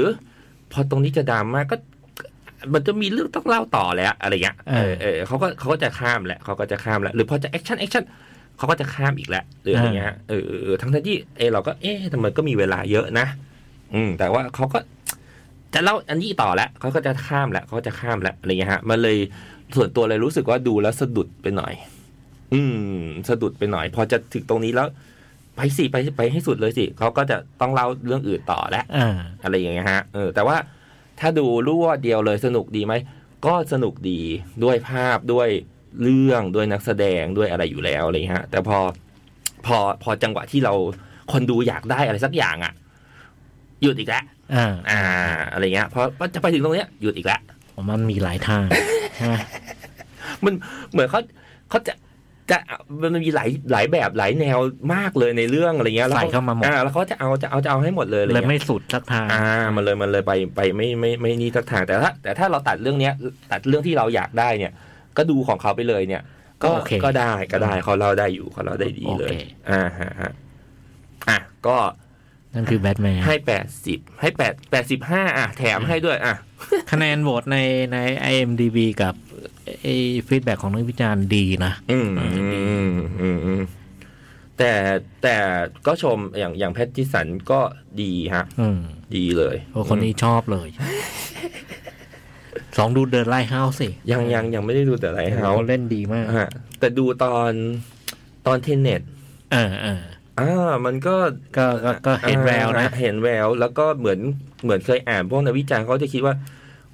B: พอตรงนี้จะดราม่าก็ มันจะมีเรื่องต้องเล่าต่อแล้วอะไรเงี้ยเออเออเขาก็เขาก็จะข้ามแหละเขาก็จะข้ามแล้วหรือพอจะแอคชั่นแอคชั่นเขาก็จะข้ามอีกแล้วหรืออะไรเงี้ยเออเออเออทั้งๆที่เออเราก็เอ๊ะแต่มันก็มีเวลาเยอะนะ อืม แต่ว่าเขาก็ จะเล่าอันนี้ต่อแล้วเขาก็จะข้ามแล้วเขาก็จะข้ามแล้วอะไรเงี้ยฮะมันเลยส่วนตัวเลยรู้สึกว่าดูแล้วสะดุดไปหน่อย อืม สะดุดไปหน่อย พอจะถึงตรงนี้แล้ว ไปสิไปไปให้สุดเลยสิเขาก็จะต้องเล่าเรื่องอื่นต่อแล้ว
C: อ่า
B: อะไรอย่างเงี้ยฮะ เออ แต่ว่าถ้าดูรวดเดียวเลยสนุกดีไหม ก็สนุกดีด้วยภาพด้วยเรื่องด้วยนักแสดงด้วยอะไรอยู่แล้วอะไรอย่างเงี้ยฮะ แต่พอพอพอจังหวะที่เราคนดูอยากได้อะไรสักอย่างอะ่ะ หยุดอีกแล้ว
C: อ่า
B: อ่า อะไรเงี้ยพอพอจะไปถึงตรงเนี้ยหยุดอีกแล้ว
C: มันมีหลายทางใช่ไหม
B: มันเหมือนเขาเขาจะจะมันมีหลายหลายแบบหลายแนวมากเลยในเรื่องอะไรเงี้ยแล้ว
C: ใส่
B: เขา
C: เข้ามาหมด
B: อ่าแล้วเขาจะเอาจะเอาจะเอาให้หมดเลยอะไร
C: เล
B: เงี้
C: ย
B: ย
C: ไม่สุดสักทาง
B: อ่ามันเลยมันเลยไปไปไม่ไม่ไม่นี่ทักทางแต่ถ้าแต่ถ้าเราตัดเรื่องเนี้ยตัดเรื่องที่เราอยากได้เนี่ย ก็ดูของเขาไปเลยเนี่ย ก็
C: โอเค
B: ก็ได้ก็ได้เขาเล่าได้อยู่เขาเล่าได้ดีเลย
C: โอเค
B: อ่าฮะฮะอ่ะก็
C: นั่นคือแบทแมน
B: ให้แปดสิบให้แปดแปดสิบห้าอ่ะแถมให้ด้วยอ่ะ
C: คะแนนโหวตในใน IMDB กับไอ้ฟีดแบ็ของนักวิจารณ์ดีนะ
B: อืมอืมอืมอืมอืมแต่แต่ก็ชมอย่างอย่างแพทติสันก็ดีฮะ
C: อืม
B: ดีเลย
C: โอ้คนนี้ชอบเลย สองดูเดินไล่เฮาสิ
B: ยังยังยังไม่ได้ดูแต่ไร
C: เขา
B: เฮา
C: เล่นดีมาก
B: ฮะแต่ดูตอนตอนเทนเน็ต
C: เออเออ
B: อ่ามันก็
C: ก็ก็ก็เห็นแววนะ
B: อ่าเห็นแวว แล้วก็เหมือนเหมือนเคยอ่านพวกนักวิจารณ์เขาจะคิดว่า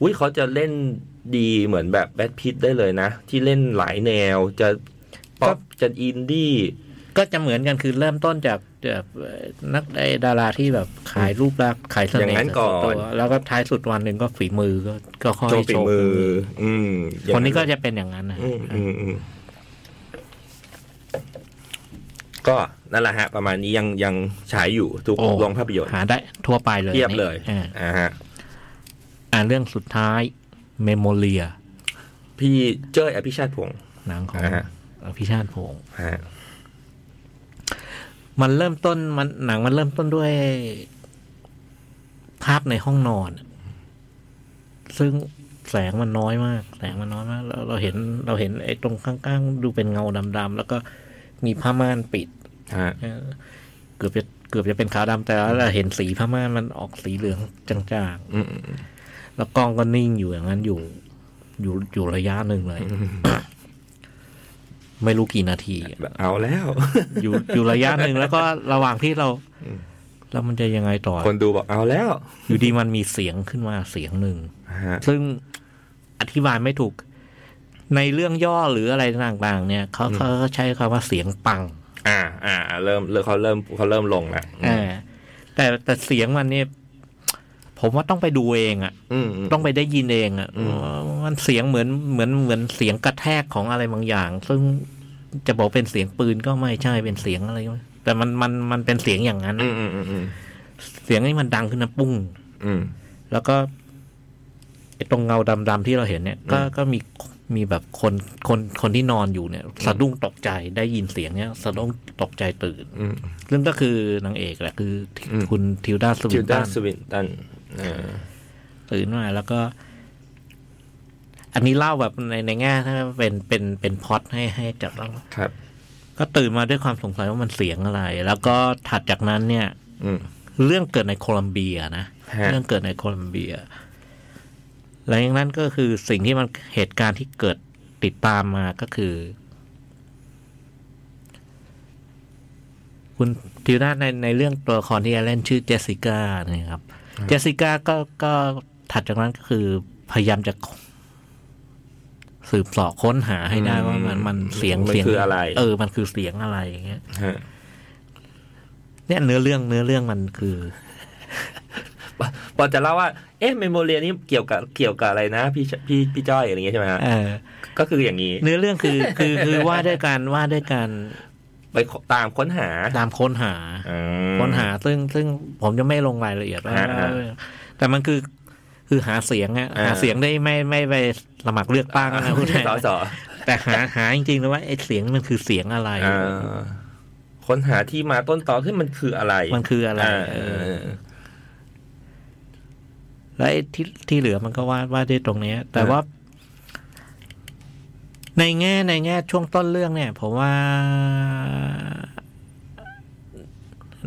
B: อุ้ยเขาจะเล่นดีเหมือนแบบแบทพิทได้เลยนะ ที่เล่นหลายแนวจะป๊อปจะอินดี้
C: ก็จะเหมือนกันคือเริ่มต้นจากแบบเอ่อนักไอ้ดาราที่แบบขายรูปลักษณ์ขายเส
B: อ
C: น่
B: ย่างนั้
C: ห์
B: นก่อน
C: ตัวแล้วก็ท้ายสุดวันหนึ่งก็ฝีมือก็ก็ค่อย
B: โชว์ฝีมือ อืมอย่า
C: ค
B: ง
C: นนี้ก็จะเป็นอย่างนั้นนะ
B: อืมอืมอืมก็นั่นแหละฮะ ประมาณนี้ยังยังฉายอยู่ทุก
C: โอ้
B: โรงภาพยนตร์
C: หาได้ทั่วไปเลย
B: เทียบ
C: นี่
B: เลย
C: อ่า
B: อ่าฮะ
C: อ่าเรื่องสุดท้ายเมโมเรีย
B: พี่เจ้ยอภิชาติพงศ์
C: หนังของ
B: อ่าฮะ
C: พิชาติพงศ์
B: ฮะ
C: มันเริ่มต้นมันหนังมันเริ่มต้นด้วย ภาพในห้องนอน ซึ่งแสงมันน้อยมาก แสงมันน้อยมากเราเราเห็นเราเห็นไอ้ตรงข้างๆ ดูเป็นเงาดำๆแล้วก็มีผ้าม่านปิด
B: ฮะ
C: เออเกือบจะเกือบจะเป็นขาวดำแต่ว่าเราเห็นสีผ้าม่านมันออกสีเหลืองจาง
B: อืมอืม
C: ๆ แล้วกล้องก็นิ่งอยู่อย่างนั้นอยู่ อยู่อยู่ระยะหนึ่งเลย ไม่รู้กี่นาทีอะ
B: เอาแล้ว
C: อยู่ *laughs* อยู่ระยะหนึ่งแล้วก็ระหว่างที่เรา แล้วมันจะยังไงต่อ
B: คนดูบอกเอาแล้ว
C: อยู่ดีมันมีเสียงขึ้นมาเสียงหนึ่ง
B: ฮะ
C: ซึ่งอธิบายไม่ถูก ในเรื่องย่อหรืออะไรต่างๆ เนี่ยเขาเขาเขาใช้คำว่าเสียงปัง
B: อ่าอ่าเริ่มเริ่มเขาเริ่มเขาเริ่มลงแล้ว
C: เออแต่แต่เสียงมันเนี่ยผมว่าต้องไปดูเองอะ
B: อืมอืม
C: ต้องไปได้ยินเองอะ
B: อืม
C: มันเสียงเหมือนเหมือนเหมือนเสียงกระแทกของอะไรบางอย่าง ซึ่งจะบอกเป็นเสียงปืนก็ไม่ใช่เป็นเสียงอะไรก็ไม่แต่มันมันมันเป็นเสียงอย่างนั้น
B: อืมอืมอืมอืม
C: เสียงนี้มันดังขึ้นนะปุ้ง
B: อืม
C: แล้วก็ไอ้ตรงเงาดำๆที่เราเห็นเนี่ย ก็
B: อืม
C: ก็มีมีแบบคนคนคนที่นอนอยู่เนี่ย สะดุ้งตกใจได้ยินเสียงเนี่ยสะดุ้งตกใจตื่น
B: อืม
C: ซึ่งก็คือนางเอกแหละคือที่
B: อืม
C: คุณทิวดาสวิ
B: จิ
C: น
B: ว
C: ตั
B: ดาน สวินตันเออ
C: ตื่นมาแล้วก็ อันนี้เล่าแบบในในแง่ถ้าเป็นเป็นเป็นพล็อดให้ให้จับแล้ว
B: ครับ
C: ก็ตื่นมาด้วยความสงสัยว่ามันเสียงอะไร แล้วก็ถัดจากนั้นเนี่ย
B: อืม
C: เรื่องเกิดในโคลัมเบียนะ
B: ฮะ
C: เรื่องเกิดในโคลัมเบีย หลังจากนั้นก็คือสิ่งที่มันเหตุการณ์ที่เกิดติดตามมาก็คือ คุณทิวด้าในในเรื่องตัวละครที่เล่นชื่อเจสสิก้าเนี่ยครับ เจสสิก้าก็ก็ถัดจากนั้นก็คือ พยายามจะสืบเสอบค้นหาให้ได้ว่ามันมันเสียง
B: มัน
C: เสียง
B: คืออะไร
C: เออ มันคือเสียงอะไรอย่างเงี้ย
B: ฮะ
C: เนี่ยเนื้อเรื่องเนื้อเรื่องมันคือ
B: ปอจะเล่าว่า เอ๊ะเมโมเรียนี่เกี่ยวกับเกี่ยวกับอะไรนะพี่ชพี่พี่จ้อยอะไรอย่างเงี้ยใช่ไหมฮะ
C: เออ
B: ก็คืออย่างนี้
C: เนื้อเรื่องคือคือคือว่าด้วยการว่าด้วยการ
B: ไปตามค้นหา
C: ตามค้นหา
B: อืม
C: ค้นหาซึ่งซึ่งผมจะไม่ลงรายละเอียดว่า
B: อ่าอ่า
C: แต่มันคือคือหาเสียงอะ
B: อ่า
C: หาเสียงได้ไม่ไม่ไปสมัครเลือกตั้งนะคุณ *laughs*
B: สอสอ
C: แต่หาหาจริงๆแล้วว่าไอ้เสียงนี่มันคือเสียงอะไร
B: อ่าค้นหาที่มาต้นตอขึ้นมันคืออะไร
C: มันคืออะไร
B: า
C: เออ แล้วไอ้ที่ที่เหลือมันก็วาดวาดได้ตรงเนี้ย แต่ว่า ในแง่ในแง่ช่วงต้นเรื่องเนี่ยผมว่า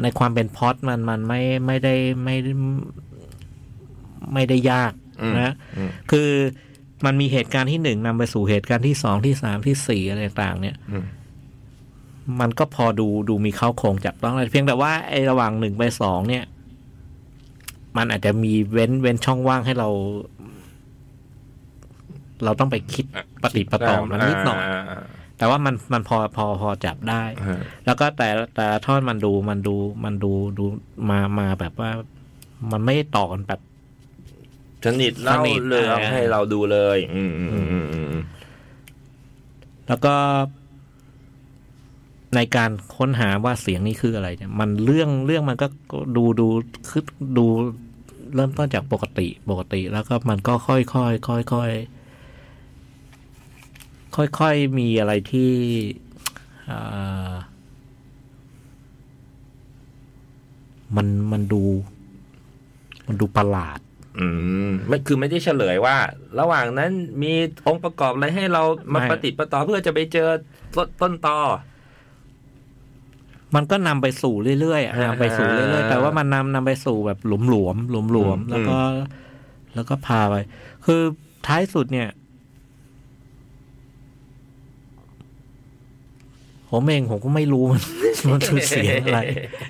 C: ในความเป็นพล็อดมันมันไม่ไม่ได้ไม่ได้ไม่ได้ยาก
B: อืม
C: นะ
B: อืม
C: คือมันมีเหตุการณ์ที่หนึ่งนำไปสู่เหตุการณ์ที่สองที่สามที่สี่อะไรต่างๆเนี่ย
B: อืม
C: มันก็พอดูดูมีเข้าโครงจับต้องอะไรเพียงแต่ว่าไอ้ระหว่างหนึ่งไปสองเนี่ย มันอาจจะมีเว้นเว้นช่องว่างให้เรา เราต้องไปคิดปฏิปต่อมันนิดหน่อย
B: าา
C: แต่ว่ามันมันพอพอพอจับได้
B: อ่า
C: แล้วก็แต่ละแต่ละท่อนมันดูมันดูมันดูดูมามาแบบว่า มันไม่ได้ต่อกันแบบ
B: สนิทเล่า
C: สนิท
B: เรื่อง
C: อ่า
B: ให้เราดูเลย อืมอืมอืมอืม
C: แล้วก็ในการค้นหาว่าเสียงนี้คืออะไรเนี่ย มันเรื่องเรื่องมันก็ดูดูคือดูเริ่มต้นจากปกติปกติ แล้วก็มันก็ค่อยค่อยค่อยค่อยค่อยค่อยๆมีอะไรที่เอ่อมันมันดู มันดูประหลาด
B: อืมไม่คือไม่ได้เฉลยว่า ระหว่างนั้นมีองค์ประกอบอะไรให้เรามา
C: ไม่
B: ปฏิดประต่อเพื่อจะไปเจอต้นต้นตอ
C: มันก็นำไปสู่เรื่อยๆอะ
B: อ่าน
C: ำไปสู่เรื่อยๆ แต่ว่ามันนำนำไปสู่แบบหลวมหลวมหลวมหลวม
B: อืม
C: ๆแล้วก็ แล้วก็พาไป คือท้ายสุดเนี่ย ผมเองผมก็ไม่รู้มัน *laughs* มันคือเสียงอะไร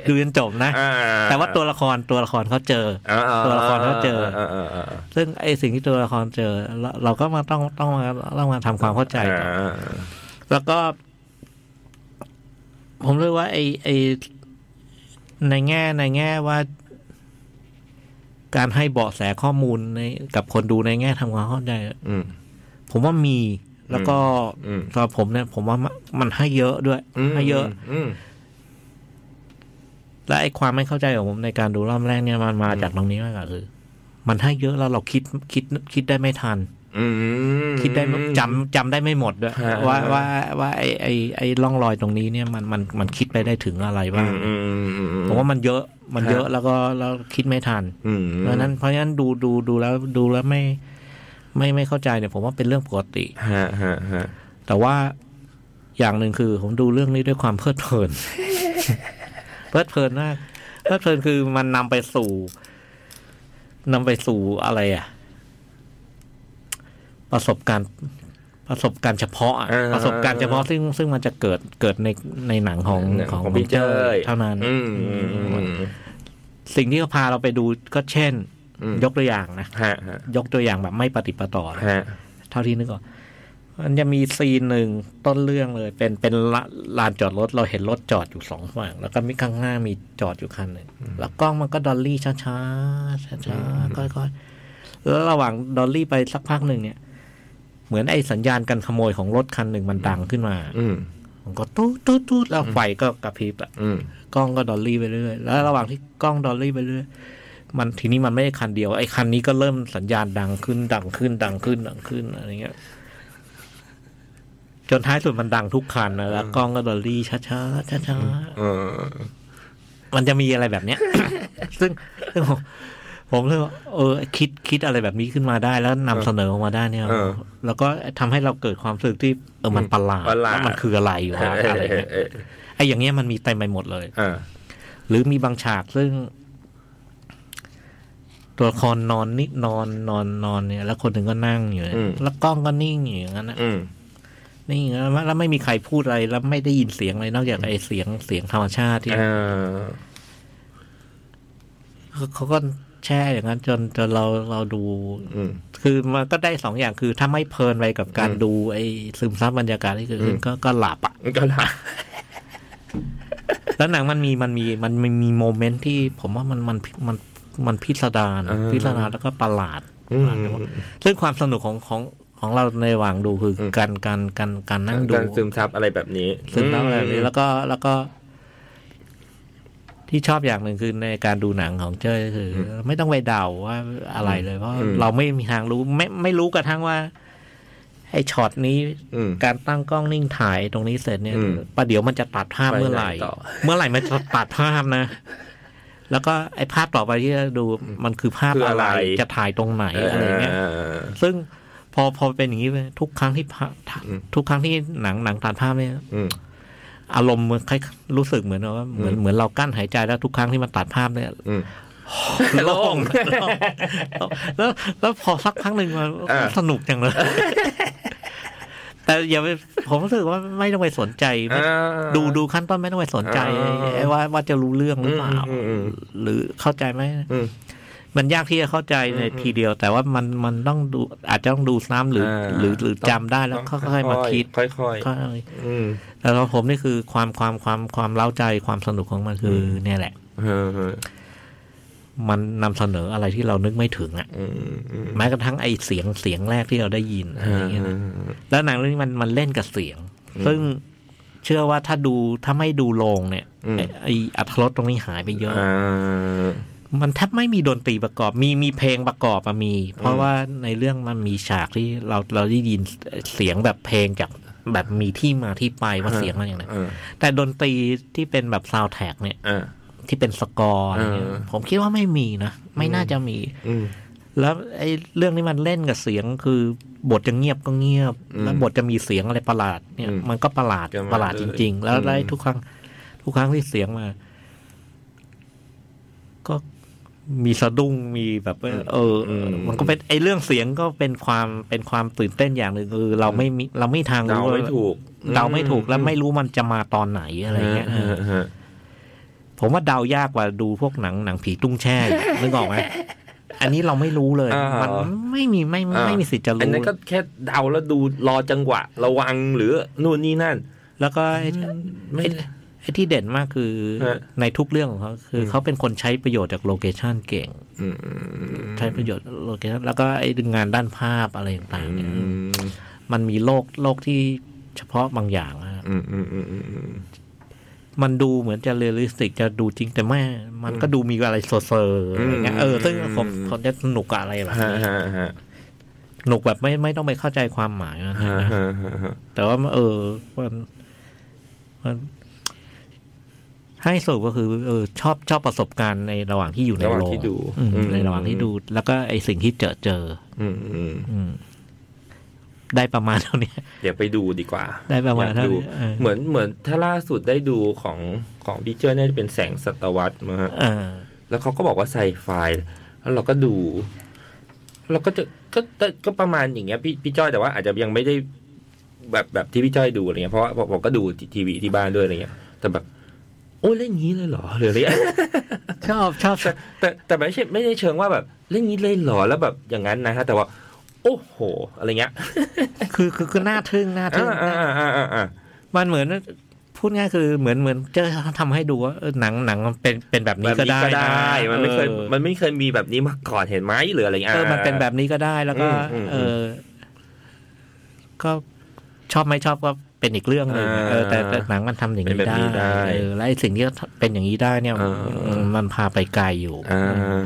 C: ดูจนจบนะ
B: อ่
C: แต่ว่าตัวละครตัวละครเขาเจอ
B: อ่าอ่า
C: ตัวละครเขาเจอ
B: าาอ่า
C: ซึ่งไอสิ่งที่ตัวละครเจอเราเราก็มาต้องต้องมาต้องมาทำความเข้าใจต่อ
B: อ่า
C: แล้วก็ ผมเลยว่า ไอไอในแง่ในแง่ว่า การให้เบาะแสข้อมูลในกับคนดูในแง่ทำความเข้าใจ
B: อืม
C: ผมว่ามี แล้วก็
B: อืม
C: สำหรับผมเนี่ย ผมว่ามันมันให้เยอะด้วย
B: ม
C: ให้เยอะ
B: อืม
C: และไอ้ความไม่เข้าใจของผมในการดูรอบแรกเนี่ยมันมาจากตรงนี้มากกว่าคือ มันให้เยอะแล้วเราคิดคิดคิดได้ไม่ทัน
B: อืม
C: คิดได้ไม่จำจำได้ไม่หมดด้วย
B: ฮะ
C: ว่าว่าว่าไอ้ไอ้ไอ้ร่องรอยตรงนี้เนี่ยมันมันมันคิดไปได้ถึงอะไร
B: อื
C: บ้าง
B: มอืมอืมอืม
C: ผมว่ามันเยอะ มัน
B: ฮะ
C: เยอะแล้วก็แล้วคิดไม่ทัน
B: อืม
C: เพราะฉะนั้นเพราะฉะนั้นดูดูดูแล้วดูแล้วไม่ ไม่ไม่เข้าใจเนี่ย ผมว่าเป็นเรื่องปกติ
B: ฮะฮะฮะ
C: แต่ว่าอย่างหนึ่งคือ ผมดูเรื่องนี้ด้วยความเพลิดเพลิน *laughs* เพลิดเพลินมากเพลิดเพลินคือมันนำไปสู่นำไปสู่อะไรอะประสบการณ์ประสบการณ์เฉพาะอะประสบการณ์เฉพาะซึ่งซึ่งมันจะเกิดเกิดในในหนังของของ
B: พี่เจ้ย
C: เท่านั้น
B: อืมอืมอืม
C: สิ่งที่เขาพาเราไปดูก็เช่น
B: อืม
C: ยกตัวอย่างนะ
B: ฮะฮะ
C: ยกตัวอย่างแบบไม่ปฏิปต่อนะ
B: ฮะ
C: เท่าที่นึกออกมันจะมีซีนหนึ่งต้นเรื่องเลย เป็นเป็นละลานจอดรถเราเห็นรถจอดอยู่สองฝั่งแล้วก็มีข้างหน้ามีจอดอยู่คันหนึ่งแล้วกล้องมันก็ดอลลี่ช้าๆช้าๆค่อยๆแล้วระหว่างดอลลี่ไปสักพักหนึ่งเนี่ย เหมือนไอ้สัญญาณกันขโมยของรถคันหนึ่งมันดังขึ้นมา
B: อืม
C: มันก็ตุ๊ดตุ๊ดตุ๊ดแล้วไฟก็กระพริบอะ
B: อืม
C: กล้องก็ดอลลี่ไปเรื่อยแล้ว ระหว่างที่กล้องดอลลี่ไปเรื่อยมันทีนี้มันไม่ได้คันเดียวไอ้คันนี้ก็เริ่มสัญญาณดังขึ้นดังขึ้นดังขึ้นดังขึ้นอะไรเงี้ย จนท้ายสุดมันดังทุกคันนะแล้วกล้องก็ดอลลี่ช้าช้าช้าช้า
B: เออ
C: ๆมันจะมีอะไรแบบเนี้ย *coughs* ซึ่งซึ่งผมผมเลยว่าเออ คิดคิดอะไรแบบนี้ขึ้นมาได้แล้วนำเสนอออกมาได้เนี่ย
B: เออ
C: แล้วก็ทำให้เราเกิดความรู้สึกที่เออมันประหลาด
B: ประหลาด
C: ว่ามันคืออะไรอยู่
B: เอ
C: นะ
B: อ
C: อะไรเงี้ย
B: เออ
C: ไอ้อย่างเงี้ยมันมีเต็มไปหมดเลย
B: เออ
C: หรือมีบางฉากซึ่ง ตัวละครนอนนิดนอนนอนนอนเนี่ย แล้วคนหนึ่งก็นั่งอยู่เนี่ย
B: อืม
C: แล้วกล้องก็นิ่งอยู่อย่างนั้นนะ
B: อืม
C: นิ่งอยู่แล้วแล้วไม่มีใครพูดอะไร แล้วไม่ได้ยินเสียงอะไรนอกจากไอ้เสียงเสียงธรรมชาติที่
B: เออ
C: เขาก็ แช่ อย่างนั้นจนจนเราเราดู
B: อืม
C: คือมันก็ได้สองอย่างคือถ้าไม่เพลินไปกับการ
B: อืม
C: ดูไอ้ซึมซับบรรยากาศที่เกิดขึ้
B: อื
C: น
B: ม
C: ก็ก็หลับอ่ะ
B: มันก็หลับ
C: แล้วหนังมันมีมันมีมันมีมีโมเมนต์ที่ผมว่ามันมันมันมันพิสดาร
B: เออ
C: พิสดารแล้วก็ประหลาด
B: อืม
C: ซึ่งความสนุกของของของเราในระหว่างดูคืออ
B: ม
C: การการการการนั่งดู
B: การซึมซับอะไรแบบนี้
C: ซึมซับอะไรแบบนี้แล้วก็แล้วก็ ที่ชอบอย่างหนึ่งคือในการดูหนังของเจ้ยก็คือ ไม่ต้องไปเดาว่าอะไรเลย เพราะเราไม่มีทางรู้ ไม่ไม่รู้กระทั่งว่า ไอ้ช็อตนี้
B: อืม
C: การตั้งกล้องนิ่งถ่ายตรงนี้เสร็จเนี่ย
B: อืม
C: ประเดี๋ยวมันจะตัดภาพ
B: ไปไหน
C: เมื่อไหร่
B: ต่อ
C: เมื่อไหร่มันจะตัดภาพนะ แล้วก็ไอ้ภาพต่อไปที่จะดูมันคือภาพ
B: คือ
C: อะ
B: อะไร
C: ไร จะถ่ายตรงไหนอะไรเงี้ย
B: อ
C: ซึ่งพอพอเป็นอย่างนี้ไปทุกครั้งที่ภาพทุกครั้งที่หนังหนังตัดภาพเนี่ย
B: อืม
C: อารมณ์เหมือนคล้ายรู้สึกเหมือนว่าเหมือนเหมือนเรากั้นหายใจแล้วทุกครั้งที่มันตัดภาพเนี่ย
B: อืม
C: โล่ง *laughs* แล้วแล้วพอสักพักหนึ่งมัน
B: อ่า
C: สนุกจังเลย *laughs* แต่อย่าไปผมรู้สึกว่าไม่ต้องไปสนใจไม่
B: อ่า
C: ดูดูขั้นต้นไม่ต้องไปสนใจ
B: อ่า
C: ไอ้ว่าว่าจะรู้เรื่องหรือเปล่า
B: อืมอืมอืม
C: หรือเข้าใจไหม
B: อืม
C: มันยากที่จะเข้าใจในทีเดียว แต่ว่ามันมันต้องดูอาจจะต้องดูซ้ำหรือ
B: อ่า
C: หรือหรือจำได้แล้วค่อยๆมาคิด
B: ค่อย
C: ค่อย
B: ๆอืม
C: ๆแต่สำหรับผมนี่คือความความความความเล้าใจความสนุกของมันคืออเนี่ยแหละ
B: เออเออ
C: มันนำเสนออะไรที่เรานึกไม่ถึงอ่ะ
B: อืมอืม
C: แม้กระทั่งไอเสียงเสียงแรกที่เราได้ยินอะ
B: เอ
C: ไร
B: อ
C: เงี้ย
B: เอ
C: นะ
B: อ
C: แล้วหนังเรื่องนี้มันมันเล่นกับเสียง ซึ่งเชื่อว่าถ้าดูถ้าไม่ดูโรงเนี่ยไอ้ไออัตรสตรงนี้หายไปเยอะ
B: อ่า
C: มันแทบไม่มีดนตรีประกอบ มีมีเพลงประกอบอะมี เพราะว่าในเรื่องมันมีฉากที่เราเราได้ยินเสียงแบบเพลงจากแบบมีที่มาที่ไปว่าเสียงมันอย่างไร
B: เออ
C: แต่ดนตรีที่เป็นแบบซาวแท็กเนี่ย
B: อ่า
C: ที่เป็นสกอร์อะไรเงี้ย
B: เออ
C: ผมคิดว่าไม่มีนะ ไม่น่าจะมี
B: อืม
C: แล้วไอ้เรื่องนี้มันเล่นกับเสียงคือบทจะเงียบก็เงียบ แล้วบทจะมีเสียงอะไรประหลาดเนี่ย
B: อืม
C: มันก็ประหลาด
B: ก็มา
C: ประหลาดจริง ๆ แล้ว
B: อืม
C: ได้ทุกครั้ง ทุกครั้งที่เสียงมา ก็มีสะดุ้งมีแบบว่าเอออมันก็เป็นไอ้เรื่องเสียงก็เป็นความเป็นความตื่นเต้นอย่างหนึ่งเออเราไม่มีเราไม่ทาง
B: เดา
C: รู้
B: ไม่ถูก
C: เดาไม่ถูกแล้วไม่รู้มันจะมาตอนไหนอะไรเงี้ย
B: เอ
C: เอ
B: อ
C: อ
B: เออ
C: ผมว่าเดายากกว่าดูพวกหนังหนังผีตุ้งแช่อี
B: *laughs*
C: กนึกออกไหมอันนี้เราไม่รู้เลย
B: อ่ามั
C: มันไม่มีไม่ไม่ไม่มีสิทธิ์จะ
B: อัน
C: รู้
B: นั้นก็แค่เดาแล้วดูรอจังหวะ ระวังหรือนู่นนี่นั่น
C: แล้วก็ไอ้
B: ไม่
C: ไอ้ไอ้ที่เด่นมากคือ
B: ฮะ
C: ในทุกเรื่องของเขาคือเขาเป็นคนใช้ประโยชน์จากโลเคชันเก่ง
B: อืม
C: ใช้ประโยชน์โลเคชันแล้วก็ไอ้งานด้านภาพอะไรต่างๆเนี่ย
B: อืม
C: มันมีโลกโลกที่เฉพาะบางอย่างอะ
B: อืมอืมอืมอืมอืม
C: มันดูเหมือนจะเรียลลิสติกจะดูจริงแต่แม่มันก็ดูมีอะไรเซอร์ๆอะไรเงี้ย
B: อืม
C: เออซึ่งผม
B: อืม
C: ผมจะสนุกกับอะไรแบบ
B: ฮะ
C: นี้
B: ฮะฮะ
C: สนุกแบบไม่ไม่ต้องไปเข้าใจความหมายนะ
B: ฮะฮะฮะฮะ
C: แต่ว่าเออมันมัน ให้สรุปก็คือเออชอบชอบประสบการณ์ในระหว่างที่อยู่ใน
B: ระหว่าง
C: โรง
B: ที่ดู
C: อืม
B: อืม
C: ในระหว่างที่ดู แล้วก็ไอสิ่งที่เจอเจอ
B: อืมอืม
C: อืม ได้ประมาณเท่านี้
B: เดี๋ยวไปดูดีกว่า
C: ได้ประมาณ
B: อยก
C: เท่า
B: ดู
C: นี้เออ
B: เหมือนเหมือนถ้าล่าสุดได้ดูของของพี่เจอร์น่าจะเป็นแสงสัตวรรษมาฮะ
C: เออ
B: แล้วเขาก็บอกว่าไซไฟแล้วเราก็ดู เราก็จะก็ก็ก็ประมาณอย่างเงี้ยพี่พี่จ้อยแต่ว่าอาจจะยังไม่ได้แบบแบบที่พี่จ้อยดูอะไรเงี้ยเพราะว่าผมก็ดูทีวีที่บ้านด้วยอะไรเงี้ย แต่แบบ โอ้ยเล่นงี้เลยเหรอหรืออะไรเงี้ย *laughs*
C: ชอบชอบ
B: แต่แต่แต่ไม่ใช่ไม่ได้เชิงว่าแบบ เล่นงี้เลยเหรอแล้วแบบอย่างนั้นนะฮะแต่ว่า โอ้โห อะไรเงี้ย
C: คือคือคือหน้าทึ่งหน้าทึ่ง
B: อ่าอ่าอ่าอ่าอ่า
C: มันเหมือนพูดง่ายคือเหมือนเหมือนจะทำให้ดูว่าเออหนังหนังมันเป็นเป็นแบบนี้
B: แบบนี้ก็
C: นะ
B: ได้มันไม่เคย
C: ออ
B: มันไม่เคยมีแบบนี้มาก่อนเห็นไหมหรืออะไรเงี้ย
C: เออมันเป็นแบบนี้ก็ได้แล้วก็
B: อืมอืม
C: เออ ก็ชอบไม่ชอบก็เป็นอีกเรื่องหนึ่ง
B: อ่า
C: เออแต่แต่หนังมันทำอย่าง
B: เป็นแบบนี้
C: นี้
B: ได้
C: ได้เออและไอ้สิ่งที่เป็นอย่างนี้ได้เนี่ย
B: เออ
C: เออมันพาไปไกลอยู่
B: อ่า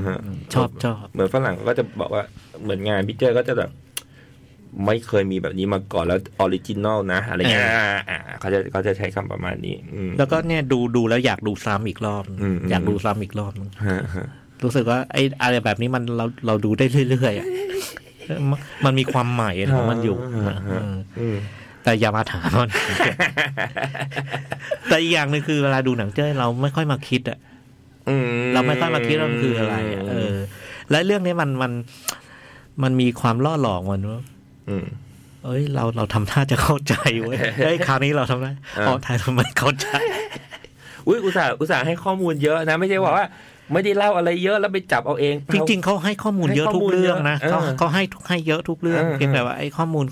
B: ฮะ
C: ชอบชอบ
B: เหมือนฝรั่งก็จะบอกว่าเหมือนงานพิเจอร์ก็จะแบบ ไม่เคยมีแบบนี้มาก่อนแล้วออริจินอลนะ อะไรเงี้ยอ่าอ่าเขาจะเขาจะใช้คำประมาณนี้ อืม
C: แล้วก็เนี่ยดูดูแล้วอยากดูซ้ำอีกรอบ
B: อืมอืม
C: อยากดูซ้ำอีกรอบนึง
B: ฮะฮะ
C: รู้สึกว่าไอ้อะไรแบบนี้มันเราเราดูได้เรื่อยๆอะ *laughs* มมันมีความใหม่ของมันอยู่เออ
B: อืม
C: แต่อย่ามาถาม
B: *laughs*
C: มัน แต่อีกอย่างหนึงคือเวลาดูหนังเจ้ยเราไม่ค่อยมาคิดอะ
B: อื
C: เราไม่ค่อยมาคิดว่ามันคืออะไรอะเออ และเรื่องนี้มันมันมันมีความล่อหลอกมันว่า
B: ม
C: เอ้ยเราเราทำท่าจะเข้าใจเว้ย
B: *laughs*
C: เอ้ยคราวนี้เราทำได้
B: เอออ๋
C: อ๋อทายทำไมเข้าใจ
B: อุ้ยอุตส่าห์อุตส่าห์ให้ข้อมูลเยอะนะ ไม่ใช่ว่าว่า ไม่ได้เล่าอะไรเยอะแล้วไปจับเอาเอง
C: จริง ๆเขาให้ข้อมูลเยอะ
B: ให้ข้
C: ทุ
B: อก มูล
C: เรื่องนะ
B: เยอะ
C: เขา
B: เออ
C: เขาให้ทุกให้เยอะทุกเรื่อง
B: เออ
C: เพียงแต่ว่าไอ้ข้อมูล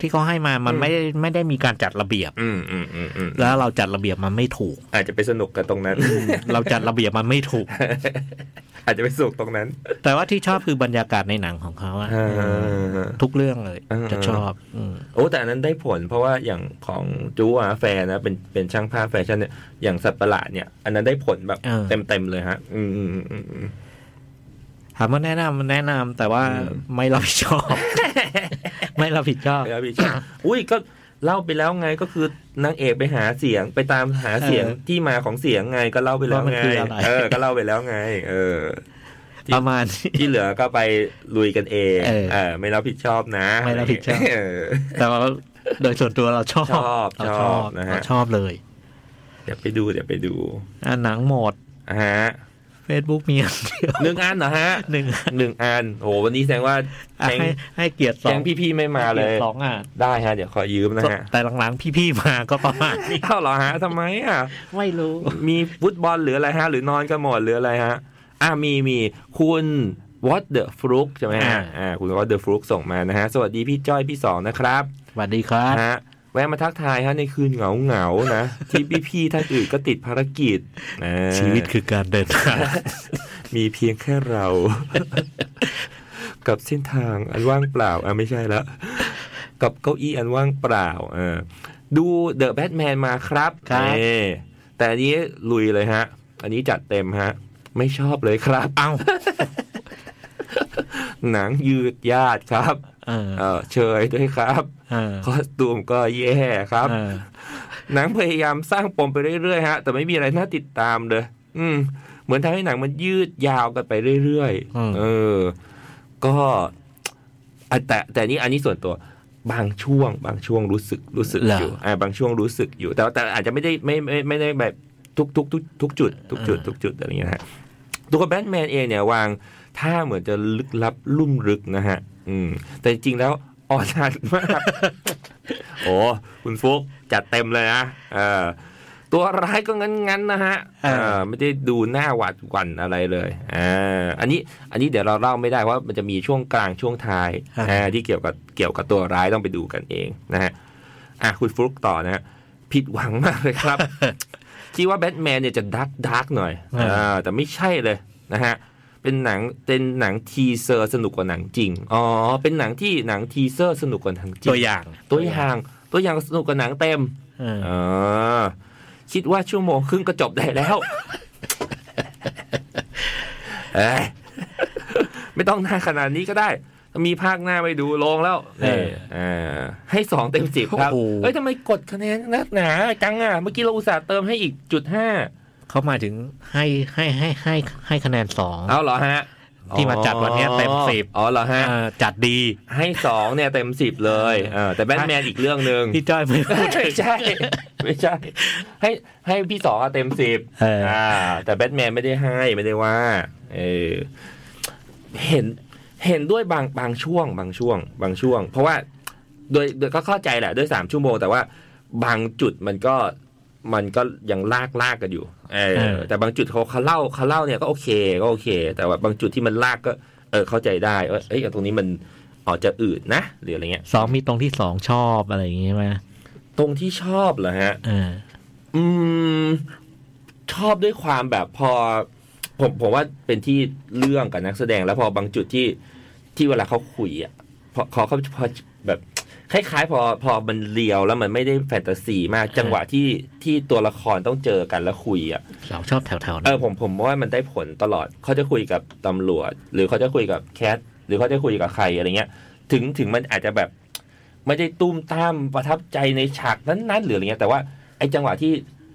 C: ที่เขาให้มามัน
B: อืม
C: ไม่ได้ไม่ได้มีการจัดระเบียบ
B: อืมอืมอืมอืม
C: แล้วเราจัดระเบียบมันไม่
B: *laughs*
C: ถูก
B: อาจจะไปสนุกกับตรงนั้น
C: เราจัดระเบียบมันไม่ถูก
B: อาจจะไปสนุกตรงนั้น
C: แต่ว่าที่ชอบคือบรรยากาศในหนังของเขาอะ
B: เออ
C: ทุกเรื่องเลย
B: เออ
C: จะชอบอืม
B: โอ้แต่อันนั้นได้ผลเพราะว่าอย่างของจูอาแฟร์นะเป็นเป็นช่างภาพแฟชั่นเนี่ยอย่างสัตว์ประหลาดเนี่ย อันนั้นได้ผลแบบ
C: เออ
B: เต็มเต็มๆเลยฮะ อืมอืมอืมอืมอืม
C: ถามว่าแนะนำมันแนะนำแต่ว่า
B: อืม
C: ไม่รับผิดชอบ ไม่รับผิดชอบ
B: แล้ว
C: *coughs*
B: พี่ชายอุ้ยก็เล่าไปแล้วไงก็คือนางเอกไปหาเสียงไปตามหาเสียง
C: เออ
B: ที่มาของเสียงไงก็เล่าไปแล้ว
C: ว่ามัน
B: ไง
C: คืออะไร
B: เออ ก็เล่าไปแล้วไง เออ
C: ประมาณนี้
B: ที่เหลือก็ไปลุยกันเอง
C: เออ
B: เออไม่รับผิดชอบนะ
C: ไม่รับผิดชอบ
B: เอ
C: แต่ว่าโดยส่วนตัวเราชอบ
B: ชอบ
C: เรา
B: ช
C: ช
B: อ
C: อ
B: บบ นะฮะ
C: เราชอบเลย
B: เดี๋ยวไปดูเดี๋ยวไปดู
C: อ่ะหนังหมด
B: อ่ะฮะ
C: Facebook มีอันเดียว
B: หนึ่งอันเหรอฮะ
C: หนึ่ง
B: หนึ่งอันโอ้วันนี้แสดงว่า
C: อ่ะ
B: แกง
C: ให้ให้เกียรติส
B: แก
C: อง
B: งพี่ๆไม่มาเล
C: กีร
B: ย
C: ติสองอ่ะ
B: ได้ฮะ เดี๋ยวขอยืมนะฮะ
C: แต่หลังๆพี่ๆมาก็ประมาณนี้
B: เท่าเหรอฮะทำไมอ่ะ
C: ไม่รู้
B: มีฟุตบอลหรืออะไรฮะ หรือนอนกันหมดหรืออะไรฮะ อ่ามีมีคุณ What the Fruit ใช่ไหมฮะอ่าคุณ What the Fruit ส่งมานะฮะ สวัสดีพี่จ้อยพี่สองนะครับ
C: สวัสดีครับ
B: ฮะแวะมาทักทายฮะในคืนเหงาเหงาๆนะ ที่พี่พี่ๆท่านอื่นก็ติดภารกิจนะ
C: ชีวิตคือการเดินทาง
B: มีเพียงแค่เรา *laughs* กับเส้นทางอันว่างเปล่าอ่ะไม่ใช่ละกับเก้าอี้อันว่างเปล่าเออดูเดอะแบทแมนมาครับ
C: ครับ
B: เออแต่อันนี้ลุยเลยฮะ อันนี้จัดเต็มฮะ ไม่ชอบเลยครับ
C: เอ้า
B: หนังยืดยาดครับ
C: เออ
B: เออเชยด้วยครับ
C: เออ
B: คอสตูมก็แย่ครับ
C: เออ
B: หนังพยายามสร้างปมไปเรื่อยๆฮะ แต่ไม่มีอะไรน่าติดตามเลย อืม เหมือนทำให้หนังมันยืดยาวกันไปเรื่อยๆ เออ ก็อ่ะแต่แต่นี่อันนี้ส่วนตัว บางช่วง บางช่วงรู้สึกรู้สึกอยู่อ่าบางช่วงรู้สึกอยู่ แต่แต่อาจจะไม่ได้ไม่ไม่ไม่ได้แบบทุกทุกทุกทุกจุดทุกจุดทุกจุดอะไรอย่างเงี้ยนะฮะตัวแบทแมนเองเนี่ยวางท่าเหมือนจะลึกลับลุ่มลึกนะฮะ อืม แต่จริงๆแล้วอ่อนหัดมาก *laughs* โอ้คุณฟุกจัดเต็มเลยนะเออตัวร้ายก็งั้นๆนะฮะเออไม่ได้ดูหน้าหวาดหวั่นอะไรเลยอ่าอันนี้อันนี้เดี๋ยวเราเล่าไม่ได้ว่ามันจะมีช่วงกลางช่วงท้ายอ่าที่เกี่ยวกับเกี่ยวกับตัวร้ายต้องไปดูกันเองนะฮะอ่ะคุณฟลุกต่อนะฮะผิดหวังมากเลย *laughs* ครับ ที่ว่าแบทแมนเนี่ยจะดักดักหน่อยอ่าแต่ไม่ใช่เลยนะฮะ เป็นหนังเป็นหนังทีเซอร์สนุกกว่าหนังจริง อ๋อ เป็นหนังที่หนังทีเซอร์สนุกกว่าหนังจริง
C: ตัวอย่าง
B: ตัวอย่าง ตัวอย่างสนุกกับหนังเต็ม
C: เออ
B: เออคิดว่าชั่วโมงครึ่งก็จบได้
C: *laughs*
B: แล้วเอ้ยไม่ต้องหน้าขนาดนี้ก็ได้ มีภาคหน้าไปดูลงแล้วนี่เออให้สองเต็มสิบครับ เอ้ยทำไมกดคะแนนนักหนาจังอ่ะ เมื่อกี้เราอุตส่าห์เติมให้อีกจุดห้า
C: เขาหมายถึงให้ให้ให้ให้ให้คะแนนสอง
B: เอาเหรอฮะ
C: ที่มาจัดวันเนี้ยเต็มสิบ
B: อ๋อเหรอฮะ
C: เออจัดดี
B: ให้สองเนี่ยเต็มสิบเลยเออแต่แบทแมนอีกเรื่องหนึ่ง *laughs*
C: พี่จ้อยไม่พูดถึ
B: ไม่
C: ง
B: ใช่ ไม่ใช่ ให้ให้พี่สองอะเต็มสิบ
C: เอออ่
B: ่า แต่แบทแมนไม่ได้ให้ไม่ได้ว่า เออเห็นเห็นด้วยบางบางช่วง บางช่วง บางช่วง เพราะว่าโดยโดยก็เข้าใจแหละด้วยสามชั่วโมง แต่ว่าบางจุดมันก็มันก็ยังลากลากกันอยู่เออ
C: เออ
B: แต่บางจุดเขาเขาเล่าเขาเล่าเนี่ยก็โอเคก็โอเค แต่ว่าบางจุดที่มันลากก็ เออเข้าใจได้ว่าเอ้ยตรงนี้มันอาจจะอืดนะหรืออะไรเงี้ย
C: สองมีตรงที่สองชอบอะไรอย่างงี้ไหม
B: ตรงที่ชอบเหรอฮะ
C: เออ
B: อืม ชอบด้วยความแบบพอ ผมผมว่าเป็นที่เรื่องกับนักแสดงแล้วพอบางจุดที่ที่เวลาเขาคุยอ่ะพอพอเขาพอแบบคล้ายๆ พอพอมันเรียวแล้วมันไม่ได้แฟนตาซีมากจังหวะที่ที่ตัวละครต้องเจอกันแล้วคุยอ่ะ
C: เราชอบแถวๆ
B: เอ
C: นั้น
B: อผมผมว่ามันได้ผลตลอดเขาจะคุยกับตำรวจ หรือเขาจะคุยกับแคทหรือเขาจะคุยกับใครอะไรเงี้ย ถึงถึงมันอาจจะแบบ ไม่ได้ตุ้มตามประทับใจในฉากนั้นๆหรืออะไรเงี้ยแต่ว่าไอ้จังหวะที่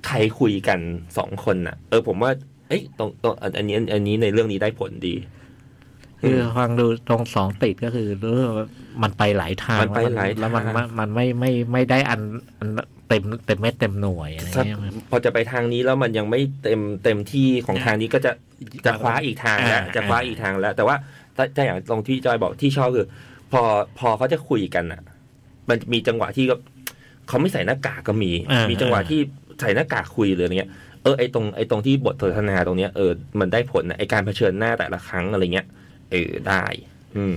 B: ใครคุยกันสองคนน่ะ เออผมว่าเอ้ยตรงตรงอันอันนี้อันนี้ในเรื่องนี้ได้ผลดี
C: คือฟังดูตรงสองติดก็คือรู้สึกว่ามันไปหลายทาง
B: มันไปหลาย
C: แล้วมัน
B: ทาง
C: มันมันไม่ไม่ไม่ได้อันอันเต็มเต็มเม็ดเต็มหน่วยอะไร
B: ถ้า
C: เงี้ย
B: พอจะไปทางนี้แล้วมันยังไม่เต็มเต็มที่ของทางนี้ก็จะจะคว้าอีกทางแล้ว
C: อ่า
B: จะคว้าอีกทางแล้ว แต่ว่าถ้าถ้าอย่างตรงที่จอยบอกที่ชอบคือ พอพอเขาจะคุยกันอ่ะ มันมีจังหวะที่ก็เขาไม่ใส่หน้ากากก็มี
C: อ่ามี
B: มีจังหวะ
C: อ่า
B: ที่ใส่หน้ากากคุยเลยอะไรเงี้ยเอ อไอตรงไอตรงที่บทสนทนาตรงเนี้ยเออมันได้ผลนะไอการเผชิญหน้าแต่ละครั้งอะไรเงี้ยเออได้ อืม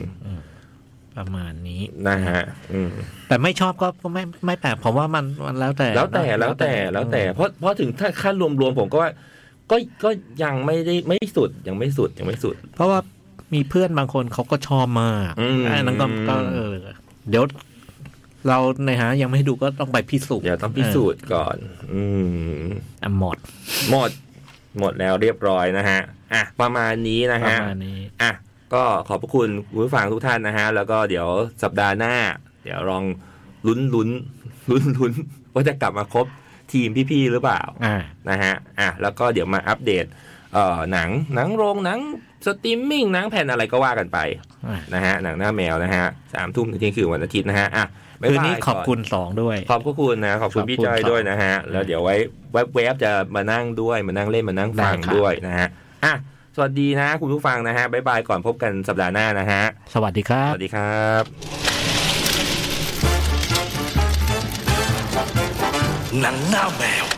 C: ประมาณนี้
B: นะฮะ อืม
C: แต่ไม่ชอบก็ก็ไม่ไม่แปลกผมว่ามันมันแล้วแต่
B: แล้วแต่
C: นะ
B: แล้วแต่แล้วแต่เพราะเพราะถึงถ้าขั้นรวมๆผมก็ว่า ก็ก็ยังไม่ได้ไม่สุดยังไม่สุดยังไม่สุด
C: เพราะว่ามีเพื่อนบางคนเขาก็ชอบมาก
B: อืม
C: นนั้นก็ก็เออเดี๋ยว เราในหายังไม่ให้ดูก็ต้องไปพิสูจน์
B: เดี๋ยวต้องพิสูจน์ก่อน อืม
C: เอออ่ะหมด
B: หมด หมดแล้วเรียบร้อยนะฮะ อ่ะ ประมาณนี้นะ
C: ประ
B: ฮะ
C: มาณนี้
B: อ่ะ ก็ขอบพระคุณคุณผู้ฟังทุกท่านนะฮะ แล้วก็เดี๋ยวสัปดาห์หน้า เดี๋ยวลองลุ้นลุ้นลุ้นลุ้นว่าจะกลับมาครบทีมพี่ๆหรือเปล่า
C: อ่า
B: นะฮะ อ่ะ แล้วก็เดี๋ยวมาอัปเดต เอ่อ หนัง หนังโรง หนังสตรีมมิ่ง หนังแผ่นอะไรก็ว่ากันไป
C: อ่า
B: นะฮะ หนังหน้าแมวนะฮะสามทุ่มถึงเที่ยงคืนวันอาทิตย์นะฮะ อ่ะบ๊าย
C: คืน
B: บาย
C: นี้ขอบ
B: ก่น
C: คุณสองด้วย
B: ขอบคุณนะ ขอบคุณพี่
C: ขอบคุณ
B: จ้อย
C: ครับ
B: ด้วยนะฮะ แล้วเดี๋ยวไว้แวบๆจะมานั่งด้วย มานั่งเล่นมานั่งฟัง
C: ได้ครับ
B: ด้วยนะฮะอ่ะสวัสดีนะ คุณผู้ฟังนะฮะ บ๊ายบายก่อนพบกันสัปดาห์หน้านะฮะ
C: สวัสดีครั
B: ส
C: บ
B: วัสดีครับ
A: หนังหน้าแมว